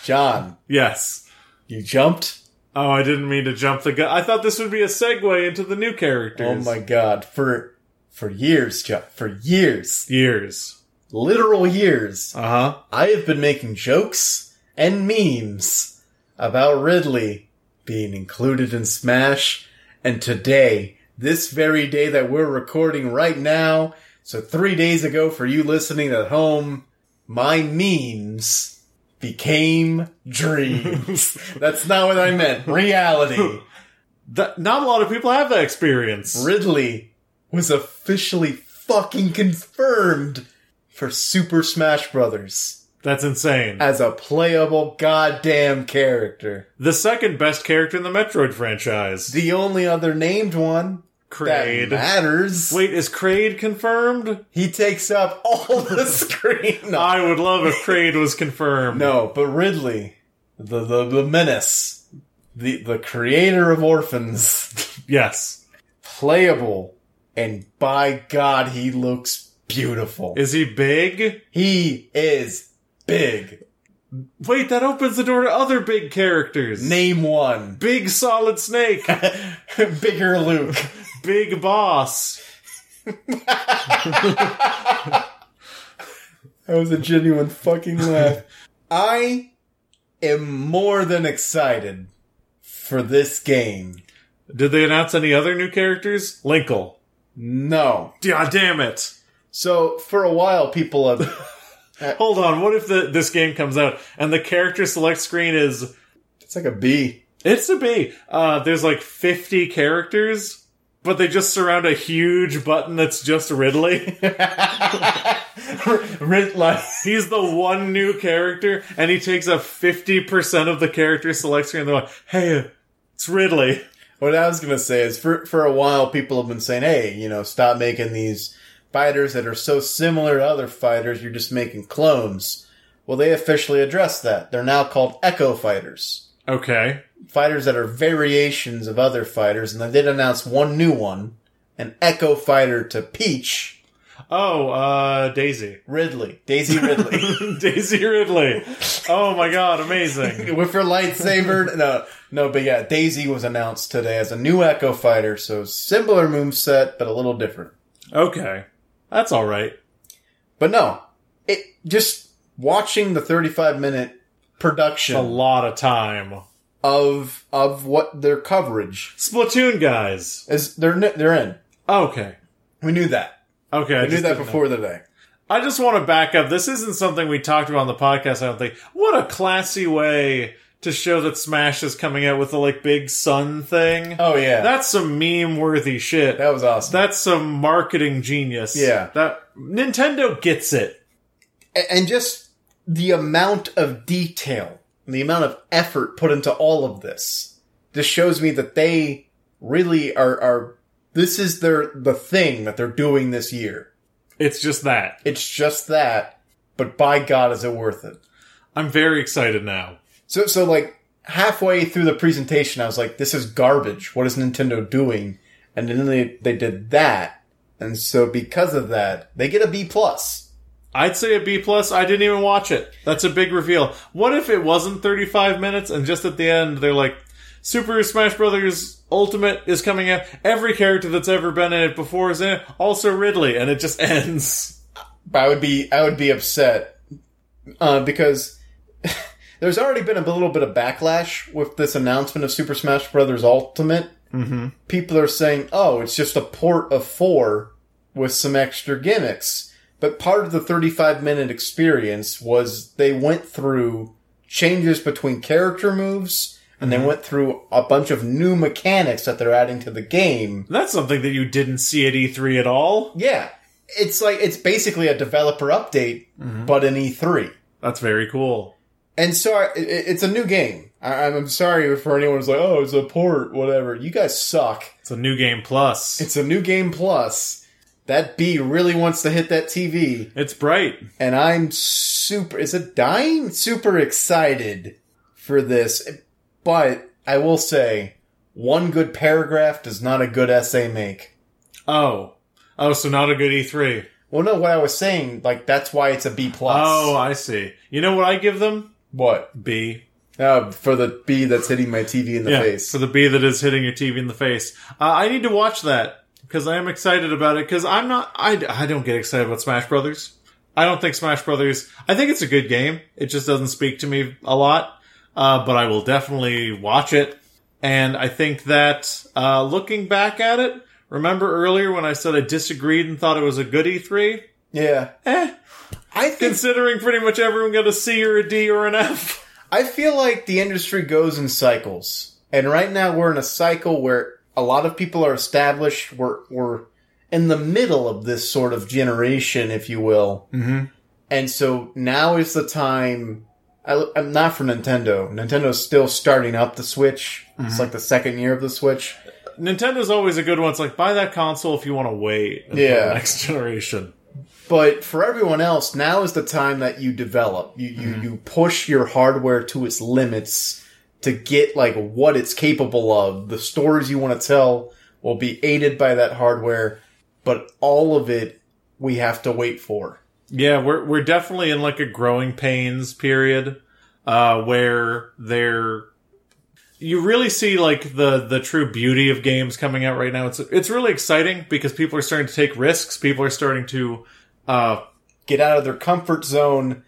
S1: John,
S3: Yes.
S1: you jumped.
S3: Oh, I didn't mean to jump the gun. I thought this would be a segue into the new
S1: Oh
S3: characters.
S1: my god! For for years, John, for years,
S3: Years.
S1: literal years,
S3: Uh huh.
S1: I have been making jokes and memes about Ridley being included in Smash, and today, this very day that we're recording right now, so three days ago for you listening at home, my memes became dreams. That's not what I meant. Reality.
S3: That, not a lot of people have that experience.
S1: Ridley was officially fucking confirmed for Super Smash Brothers
S3: That's insane.
S1: as a playable goddamn character.
S3: The second best character in the Metroid franchise.
S1: The only other named one that
S3: Kraid.
S1: matters.
S3: Wait, is Kraid confirmed?
S1: He takes up all the screen. No,
S3: I would love if Kraid was confirmed.
S1: no, but Ridley, the the, the menace, the the creator of orphans,
S3: Yes.
S1: playable, and by God, he looks beautiful.
S3: Is he big?
S1: He is big.
S3: Wait, that opens the door to other big characters.
S1: Name one.
S3: Big Solid Snake.
S1: Bigger Luke.
S3: big Boss.
S1: That was a genuine fucking laugh. I am more than excited for this game.
S3: Did they announce any other new characters? Linkle.
S1: No.
S3: Yeah, damn it.
S1: So for a while people have
S3: Hold on, what if the, this game comes out and the character select screen is
S1: it's like a bee.
S3: It's a B. Uh, there's like 50 characters, but they just surround a huge button that's just Ridley.
S1: Rid- like,
S3: He's the one new character, and he takes up 50% of the character select screen. They're like, hey, it's Ridley.
S1: what I was gonna say is for for a while people have been saying, hey, you know, stop making these fighters that are so similar to other fighters, you're just making clones. Well they officially addressed that. They're now called Echo Fighters.
S3: Okay.
S1: fighters that are variations of other fighters, and they did announce one new one, an Echo fighter to Peach
S3: Oh, uh, Daisy.
S1: Ridley, Daisy Ridley,
S3: Daisy Ridley. Oh my god, amazing.
S1: with her lightsaber. No, no, but yeah, Daisy was announced today as a new Echo fighter, so similar moveset but a little different.
S3: Okay. That's alright.
S1: But no, it just watching the 35 minute
S3: A
S1: production
S3: lot of time.
S1: of of what their coverage
S3: Splatoon guys.
S1: is. They're they're in.
S3: Okay.
S1: We knew that.
S3: Okay. I
S1: We knew
S3: just
S1: that
S3: didn't know.
S1: before the day.
S3: I just want to back up. This isn't something we talked about on the podcast, I don't think. What a classy way to show that Smash is coming out with the like big sun thing.
S1: Oh yeah,
S3: That's some meme worthy shit.
S1: that was awesome.
S3: That's some marketing genius.
S1: Yeah.
S3: That Nintendo gets it.
S1: A- and just the amount of detail and the amount of effort put into all of this just shows me that they really are are this is their the thing that they're doing this year
S3: It's just that.
S1: it's just that but by god is it worth it
S3: I'm very excited now.
S1: so so like halfway through the presentation i was like this is garbage what is nintendo doing and then they, they did that and so because of that they get a b plus
S3: I'd say a B plus. I didn't even watch it. That's a big reveal. What if it wasn't 35 minutes and just at the end they're like, Super Smash Brothers Ultimate is coming out. Every character that's ever been in it before is in it. Also Ridley, and it just ends.
S1: But I would be I would be upset uh, because there's already been a little bit of backlash with this announcement of Super Smash Bros. Ultimate. Mm-hmm. People are saying, "Oh, it's just a port of four with some extra gimmicks." But part of the 35 minute experience was they went through changes between character moves. And they went through a bunch of new mechanics that they're adding to the game.
S3: That's something that you didn't see at E3 at all.
S1: Yeah. It's like, it's basically a developer update, but E an E3.
S3: That's very cool.
S1: Mm-hmm. And so I, it, it's a new game. I, I'm sorry for anyone who's like, oh, it's a port, whatever. You guys suck.
S3: It's a new game plus.
S1: It's a new game plus. That B really wants to hit that TV,
S3: It's bright.
S1: and I'm super. Is it dying? Super excited for this, but I will say, one good paragraph does not a good essay make.
S3: Oh. Oh, so not a good E3.
S1: Well, no, what I was saying, like that's why it's a B plus.
S3: Oh, I see. You know what I give them?
S1: what?
S3: B.
S1: Uh, for the B that's hitting my TV in the
S3: yeah,
S1: face.
S3: for the bee that is hitting your TV in the face. Uh, I need to watch that because I am excited about it. Because I'm not, I, I don't get excited about Smash Brothers. I don't think Smash Brothers. I think it's a good game. It just doesn't speak to me a lot. Uh, but I will definitely watch it. And I think that uh, looking back at it, remember earlier when I said I disagreed and thought it was a good E3?
S1: yeah,
S3: Eh,
S1: I think
S3: considering pretty much everyone got a C or a D or an F.
S1: I feel like the industry goes in cycles. And right now we're in a cycle where a lot of people are established. We're, we're in the middle of this sort of generation, if you will. Mm-hmm. And so now is the time. I, I'm not for Nintendo. Nintendo's still starting up the Switch. It's
S3: Mm-hmm.
S1: like the second year of the Switch.
S3: Nintendo's always a good one. It's like buy that console if you want to wait until
S1: Yeah.
S3: the next generation.
S1: But for everyone else, now is the time that you develop. You you, you push your hardware to its limits to get like what it's capable of. The stories you want to tell will be aided by that hardware, but all of it we have to wait for.
S3: Yeah, we're we're definitely in like a growing pains period uh where they're you really see like the the true beauty of games coming out right now. It's it's really exciting because people are starting to take risks. People are starting to uh
S1: Get out of their comfort zone.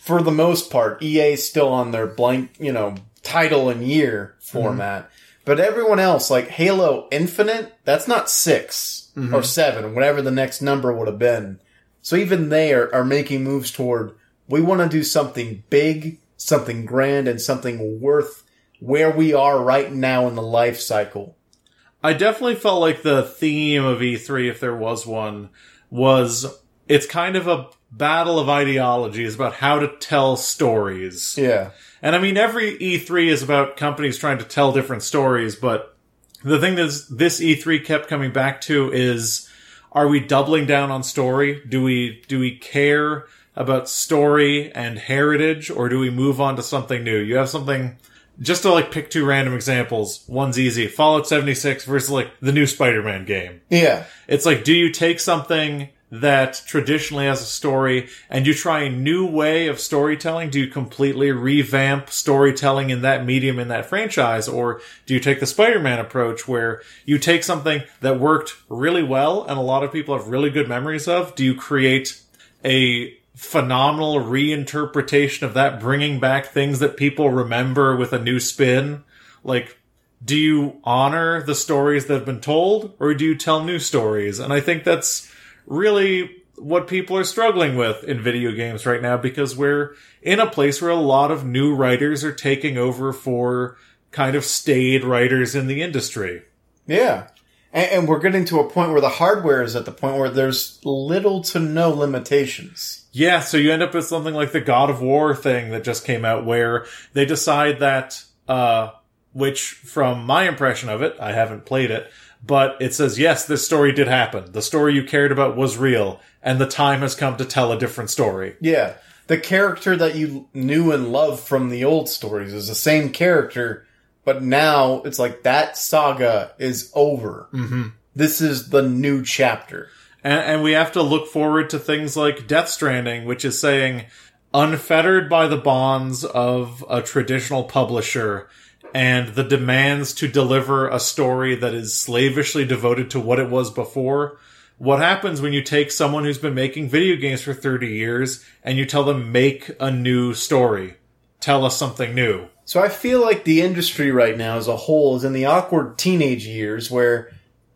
S1: For the most part, EA's still on their blank, you know, title and year format. But everyone else, like Halo Infinite, that's not 6 or seven, whatever the next number would have been. So even they are, are making moves toward we want to do something big, something grand, and something worth where we are right now in the life cycle.
S3: I definitely felt like the theme of E3, if there was one, was it's kind of a battle of ideologies about how to tell stories.
S1: Yeah.
S3: And I mean, every E3 is about companies trying to tell different stories, but the thing that this E3 kept coming back to is, are we doubling down on story? Do we, do we care about story and heritage or do we move on to something new? You have something, just to like pick two random examples. One's easy. Fallout 76 versus like the new Spider-Man game.
S1: Yeah.
S3: It's like, do you take something that traditionally has a story and you try a new way of storytelling? Do you completely revamp storytelling in that medium, in that franchise? Or do you take the Spider Man approach where you take something that worked really well and a lot of people have really good memories of? Do you create a phenomenal reinterpretation of that, bringing back things that people remember with a new spin? Like, do you honor the stories that have been told or do you tell new stories? And I think that's really what people are struggling with in video games right now because we're in a place where a lot of new writers are taking over for kind of stayed writers in the industry.
S1: Yeah. And, and we're getting to a point where the hardware is at the point where there's little to no limitations.
S3: Yeah, so you end up with something like the God of War thing that just came out where they decide that, uh, which from my impression of it, I haven't played it, but it says, yes, this story did happen. The story you cared about was real, and the time has come to tell a different story.
S1: Yeah. The character that you knew and loved from the old stories is the same character, but now it's like that saga is over.
S3: Mm-hmm.
S1: This is the new chapter.
S3: And, and we have to look forward to things like Death Stranding, which is saying, unfettered by the bonds of a traditional publisher and the demands to deliver a story that is slavishly devoted to what it was before. What happens when you take someone who's been making video games for 30 years and you tell them, make a new story? Tell us something new.
S1: So I feel like the industry right now as a whole is in the awkward teenage years where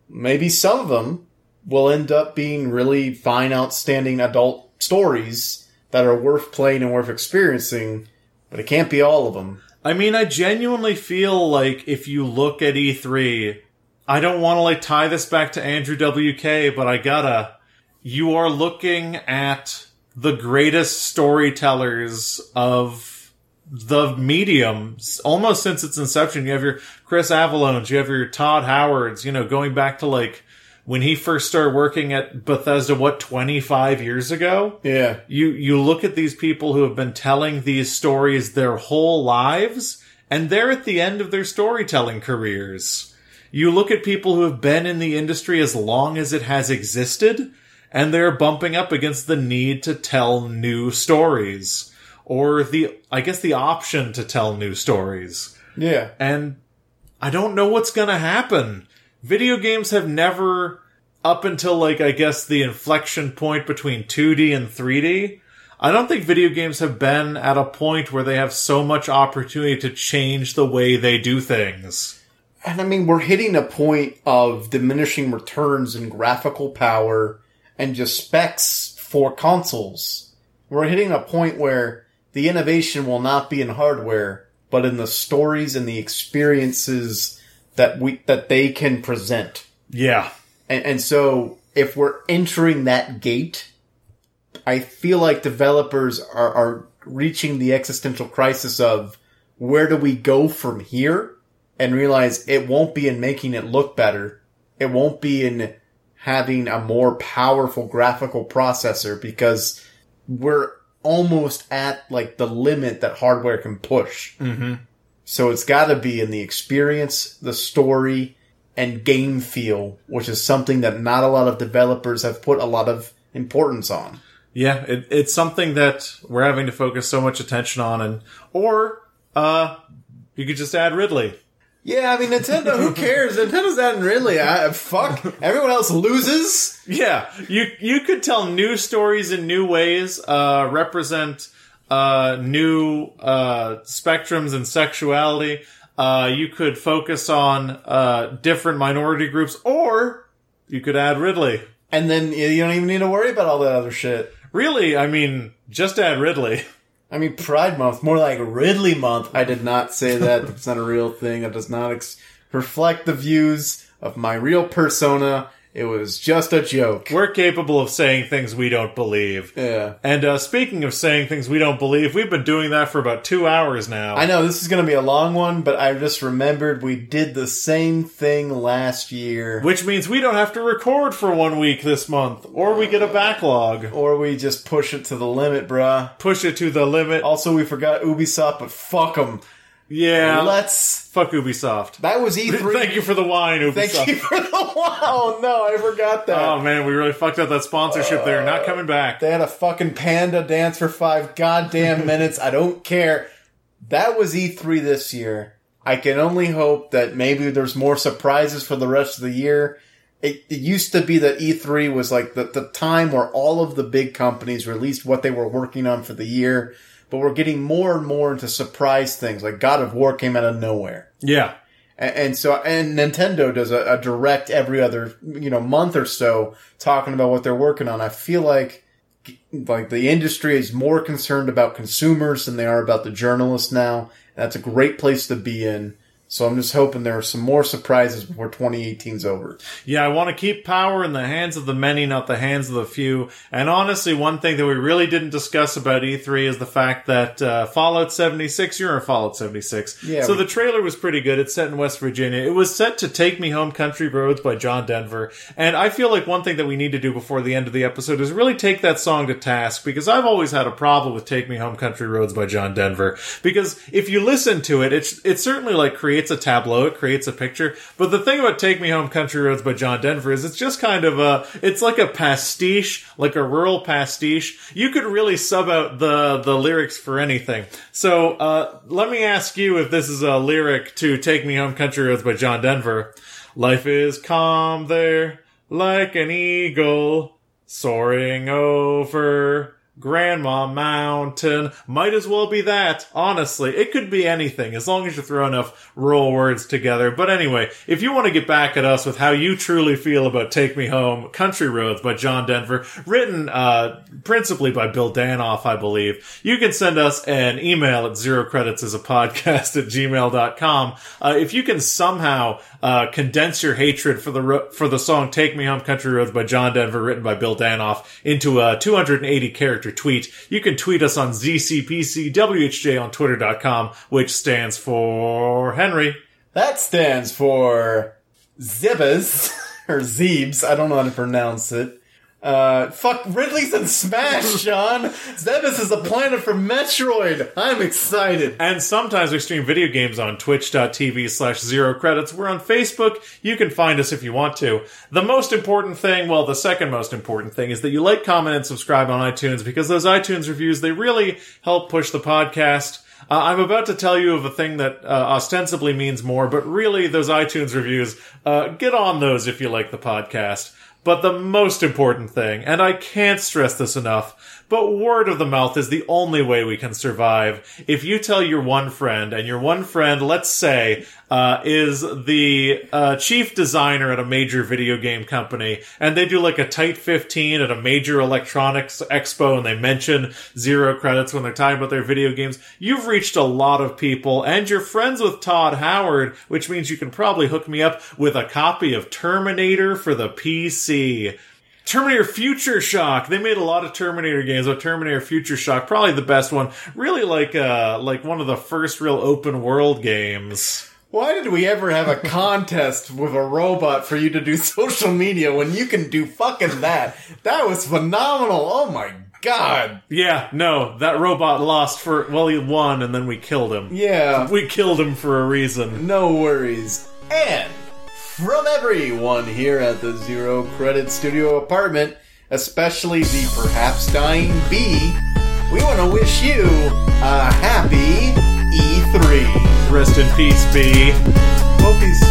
S1: maybe some of them will end up being really fine, outstanding adult stories that are worth playing and worth experiencing, but it can't be all of them.
S3: I mean, I genuinely feel like if you look at E3, I don't want to like tie this back to Andrew WK, but I gotta. You are looking at the greatest storytellers of the medium s- almost since its inception. You have your Chris Avalones, you have your Todd Howards, you know, going back to like when he first started working at Bethesda, what, 25 years ago?
S1: Yeah.
S3: you you look at these people who have been telling these stories their whole lives and they're at the end of their storytelling careers you look at people who have been in the industry as long as it has existed and they're bumping up against the need to tell new stories or the i guess the option to tell new stories
S1: Yeah.
S3: and I don't know what's gonna happen. Video games have never, up until like, I guess the inflection point between 2D and 3D, I don't think video games have been at a point where they have so much opportunity to change the way they do things.
S1: And I mean, we're hitting a point of diminishing returns in graphical power and just specs for consoles. We're hitting a point where the innovation will not be in hardware, but in the stories and the experiences that we, that they can present.
S3: Yeah.
S1: And, and so if we're entering that gate, I feel like developers are, are reaching the existential crisis of where do we go from here and realize it won't be in making it look better. It won't be in having a more powerful graphical processor because we're almost at like the limit that hardware can push.
S3: Mm-hmm.
S1: So it's got to be in the experience, the story, and game feel, which is something that not a lot of developers have put a lot of importance on.
S3: Yeah, it, it's something that we're having to focus so much attention on and, or, uh, you could just add Ridley.
S1: Yeah, I mean Nintendo. Who cares? Nintendo's that and really, I, fuck everyone else loses.
S3: Yeah, you you could tell new stories in new ways, uh, represent uh, new uh, spectrums and sexuality. Uh, you could focus on uh, different minority groups, or you could add Ridley.
S1: And then you you don't even need to worry about all that other shit.
S3: Really, I mean, just add Ridley.
S1: I mean Pride Month, more like Ridley Month. I did not say that. It's not a real thing. That does not ex- reflect the views of my real persona. It was just a joke.
S3: We're capable of saying things we don't believe.
S1: Yeah.
S3: And uh, speaking of saying things we don't believe, we've been doing that for about two hours now.
S1: I know this is going to be a long one, but I just remembered we did the same thing last year.
S3: which means we don't have to record for one week this month, or we get a backlog.
S1: Or we just push it to the limit, bruh.
S3: Push it to the limit.
S1: Also, we forgot Ubisoft, but fuck them.
S3: Yeah.
S1: Let's.
S3: Fuck Ubisoft.
S1: That was E3.
S3: Thank you for the wine, Ubisoft.
S1: Thank you for the. Wow, no, I forgot that.
S3: Oh man, we really fucked up that sponsorship there. Not coming back.
S1: They had a fucking panda dance for five goddamn minutes. I don't care. That was E3 this year. I can only hope that maybe there's more surprises for the rest of the year. It, it used to be that E3 was like the, the time where all of the big companies released what they were working on for the year, but we're getting more and more into surprise things. Like God of War came out of nowhere.
S3: Yeah.
S1: And, and so, and Nintendo does a, a direct every other, you know, month or so talking about what they're working on. I feel like, like the industry is more concerned about consumers than they are about the journalists now. That's a great place to be in. So I'm just hoping there are some more surprises before 2018's over.
S3: Yeah, I want to keep power in the hands of the many, not the hands of the few. And honestly, one thing that we really didn't discuss about E3 is the fact that uh, Fallout 76, you're in Fallout 76.
S1: Yeah,
S3: so
S1: we-
S3: the trailer was pretty good. It's set in West Virginia. It was set to Take Me Home Country Roads by John Denver. And I feel like one thing that we need to do before the end of the episode is really take that song to task because I've always had a problem with Take Me Home Country Roads by John Denver. Because if you listen to it, it's, it certainly like creates a tableau, it creates a picture. But the thing about Take Me Home Country Roads by John Denver is it's just kind of a, it's like a pastiche, like a rural pastiche. You could really sub out the, the lyrics for anything. So, uh, let me ask you if this is a lyric to Take Me Home Country Roads by John Denver. Life is calm there, like an eagle soaring over Grandma Mountain. Might as well be that, honestly. It could be anything, as long as you throw enough rural words together. But anyway, if you want to get back at us with how you truly feel about Take Me Home, Country Roads by John Denver, written uh, principally by Bill Danoff, I believe, you can send us an email at zerocreditsasapodcast at gmail.com. Uh, if you can somehow uh, condense your hatred for the ro- for the song "Take Me Home, Country Roads" by John Denver, written by Bill Danoff, into a 280 character tweet. You can tweet us on ZCPCWHJ on Twitter.com, which stands for Henry.
S1: That stands for Zibbas or Zeebs. I don't know how to pronounce it. Uh, fuck Ridley's in Smash, Sean. Zebus is a planet from Metroid. I'm excited.
S3: And sometimes we stream video games on twitch.tv slash zero credits. We're on Facebook. You can find us if you want to. The most important thing, well, the second most important thing is that you like, comment, and subscribe on iTunes because those iTunes reviews, they really help push the podcast. Uh, I'm about to tell you of a thing that uh, ostensibly means more, but really those iTunes reviews, uh, get on those if you like the podcast. But the most important thing, and I can't stress this enough, but word of the mouth is the only way we can survive. If you tell your one friend, and your one friend, let's say, uh, is the uh, chief designer at a major video game company, and they do like a tight 15 at a major electronics expo, and they mention zero credits when they're talking about their video games, you've reached a lot of people, and you're friends with Todd Howard, which means you can probably hook me up with a copy of Terminator for the PC. Terminator Future Shock. They made a lot of Terminator games, but Terminator Future Shock, probably the best one. Really like uh like one of the first real open world games.
S1: Why did we ever have a contest with a robot for you to do social media when you can do fucking that? That was phenomenal. Oh my god.
S3: Yeah, no, that robot lost for well he won and then we killed him.
S1: Yeah.
S3: We killed him for a reason.
S1: No worries. And from everyone here at the Zero Credit Studio apartment, especially the perhaps dying bee, we want to wish you a happy E3.
S3: Rest in peace, B.
S1: Hope he's.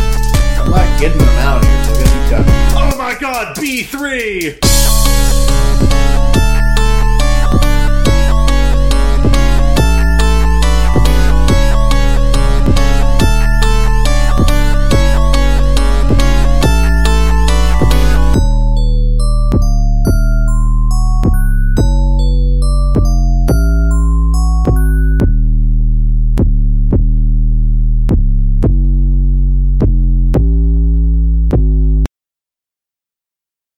S1: I'm not getting them out of here. so I guess he's done.
S3: Oh my god, B3!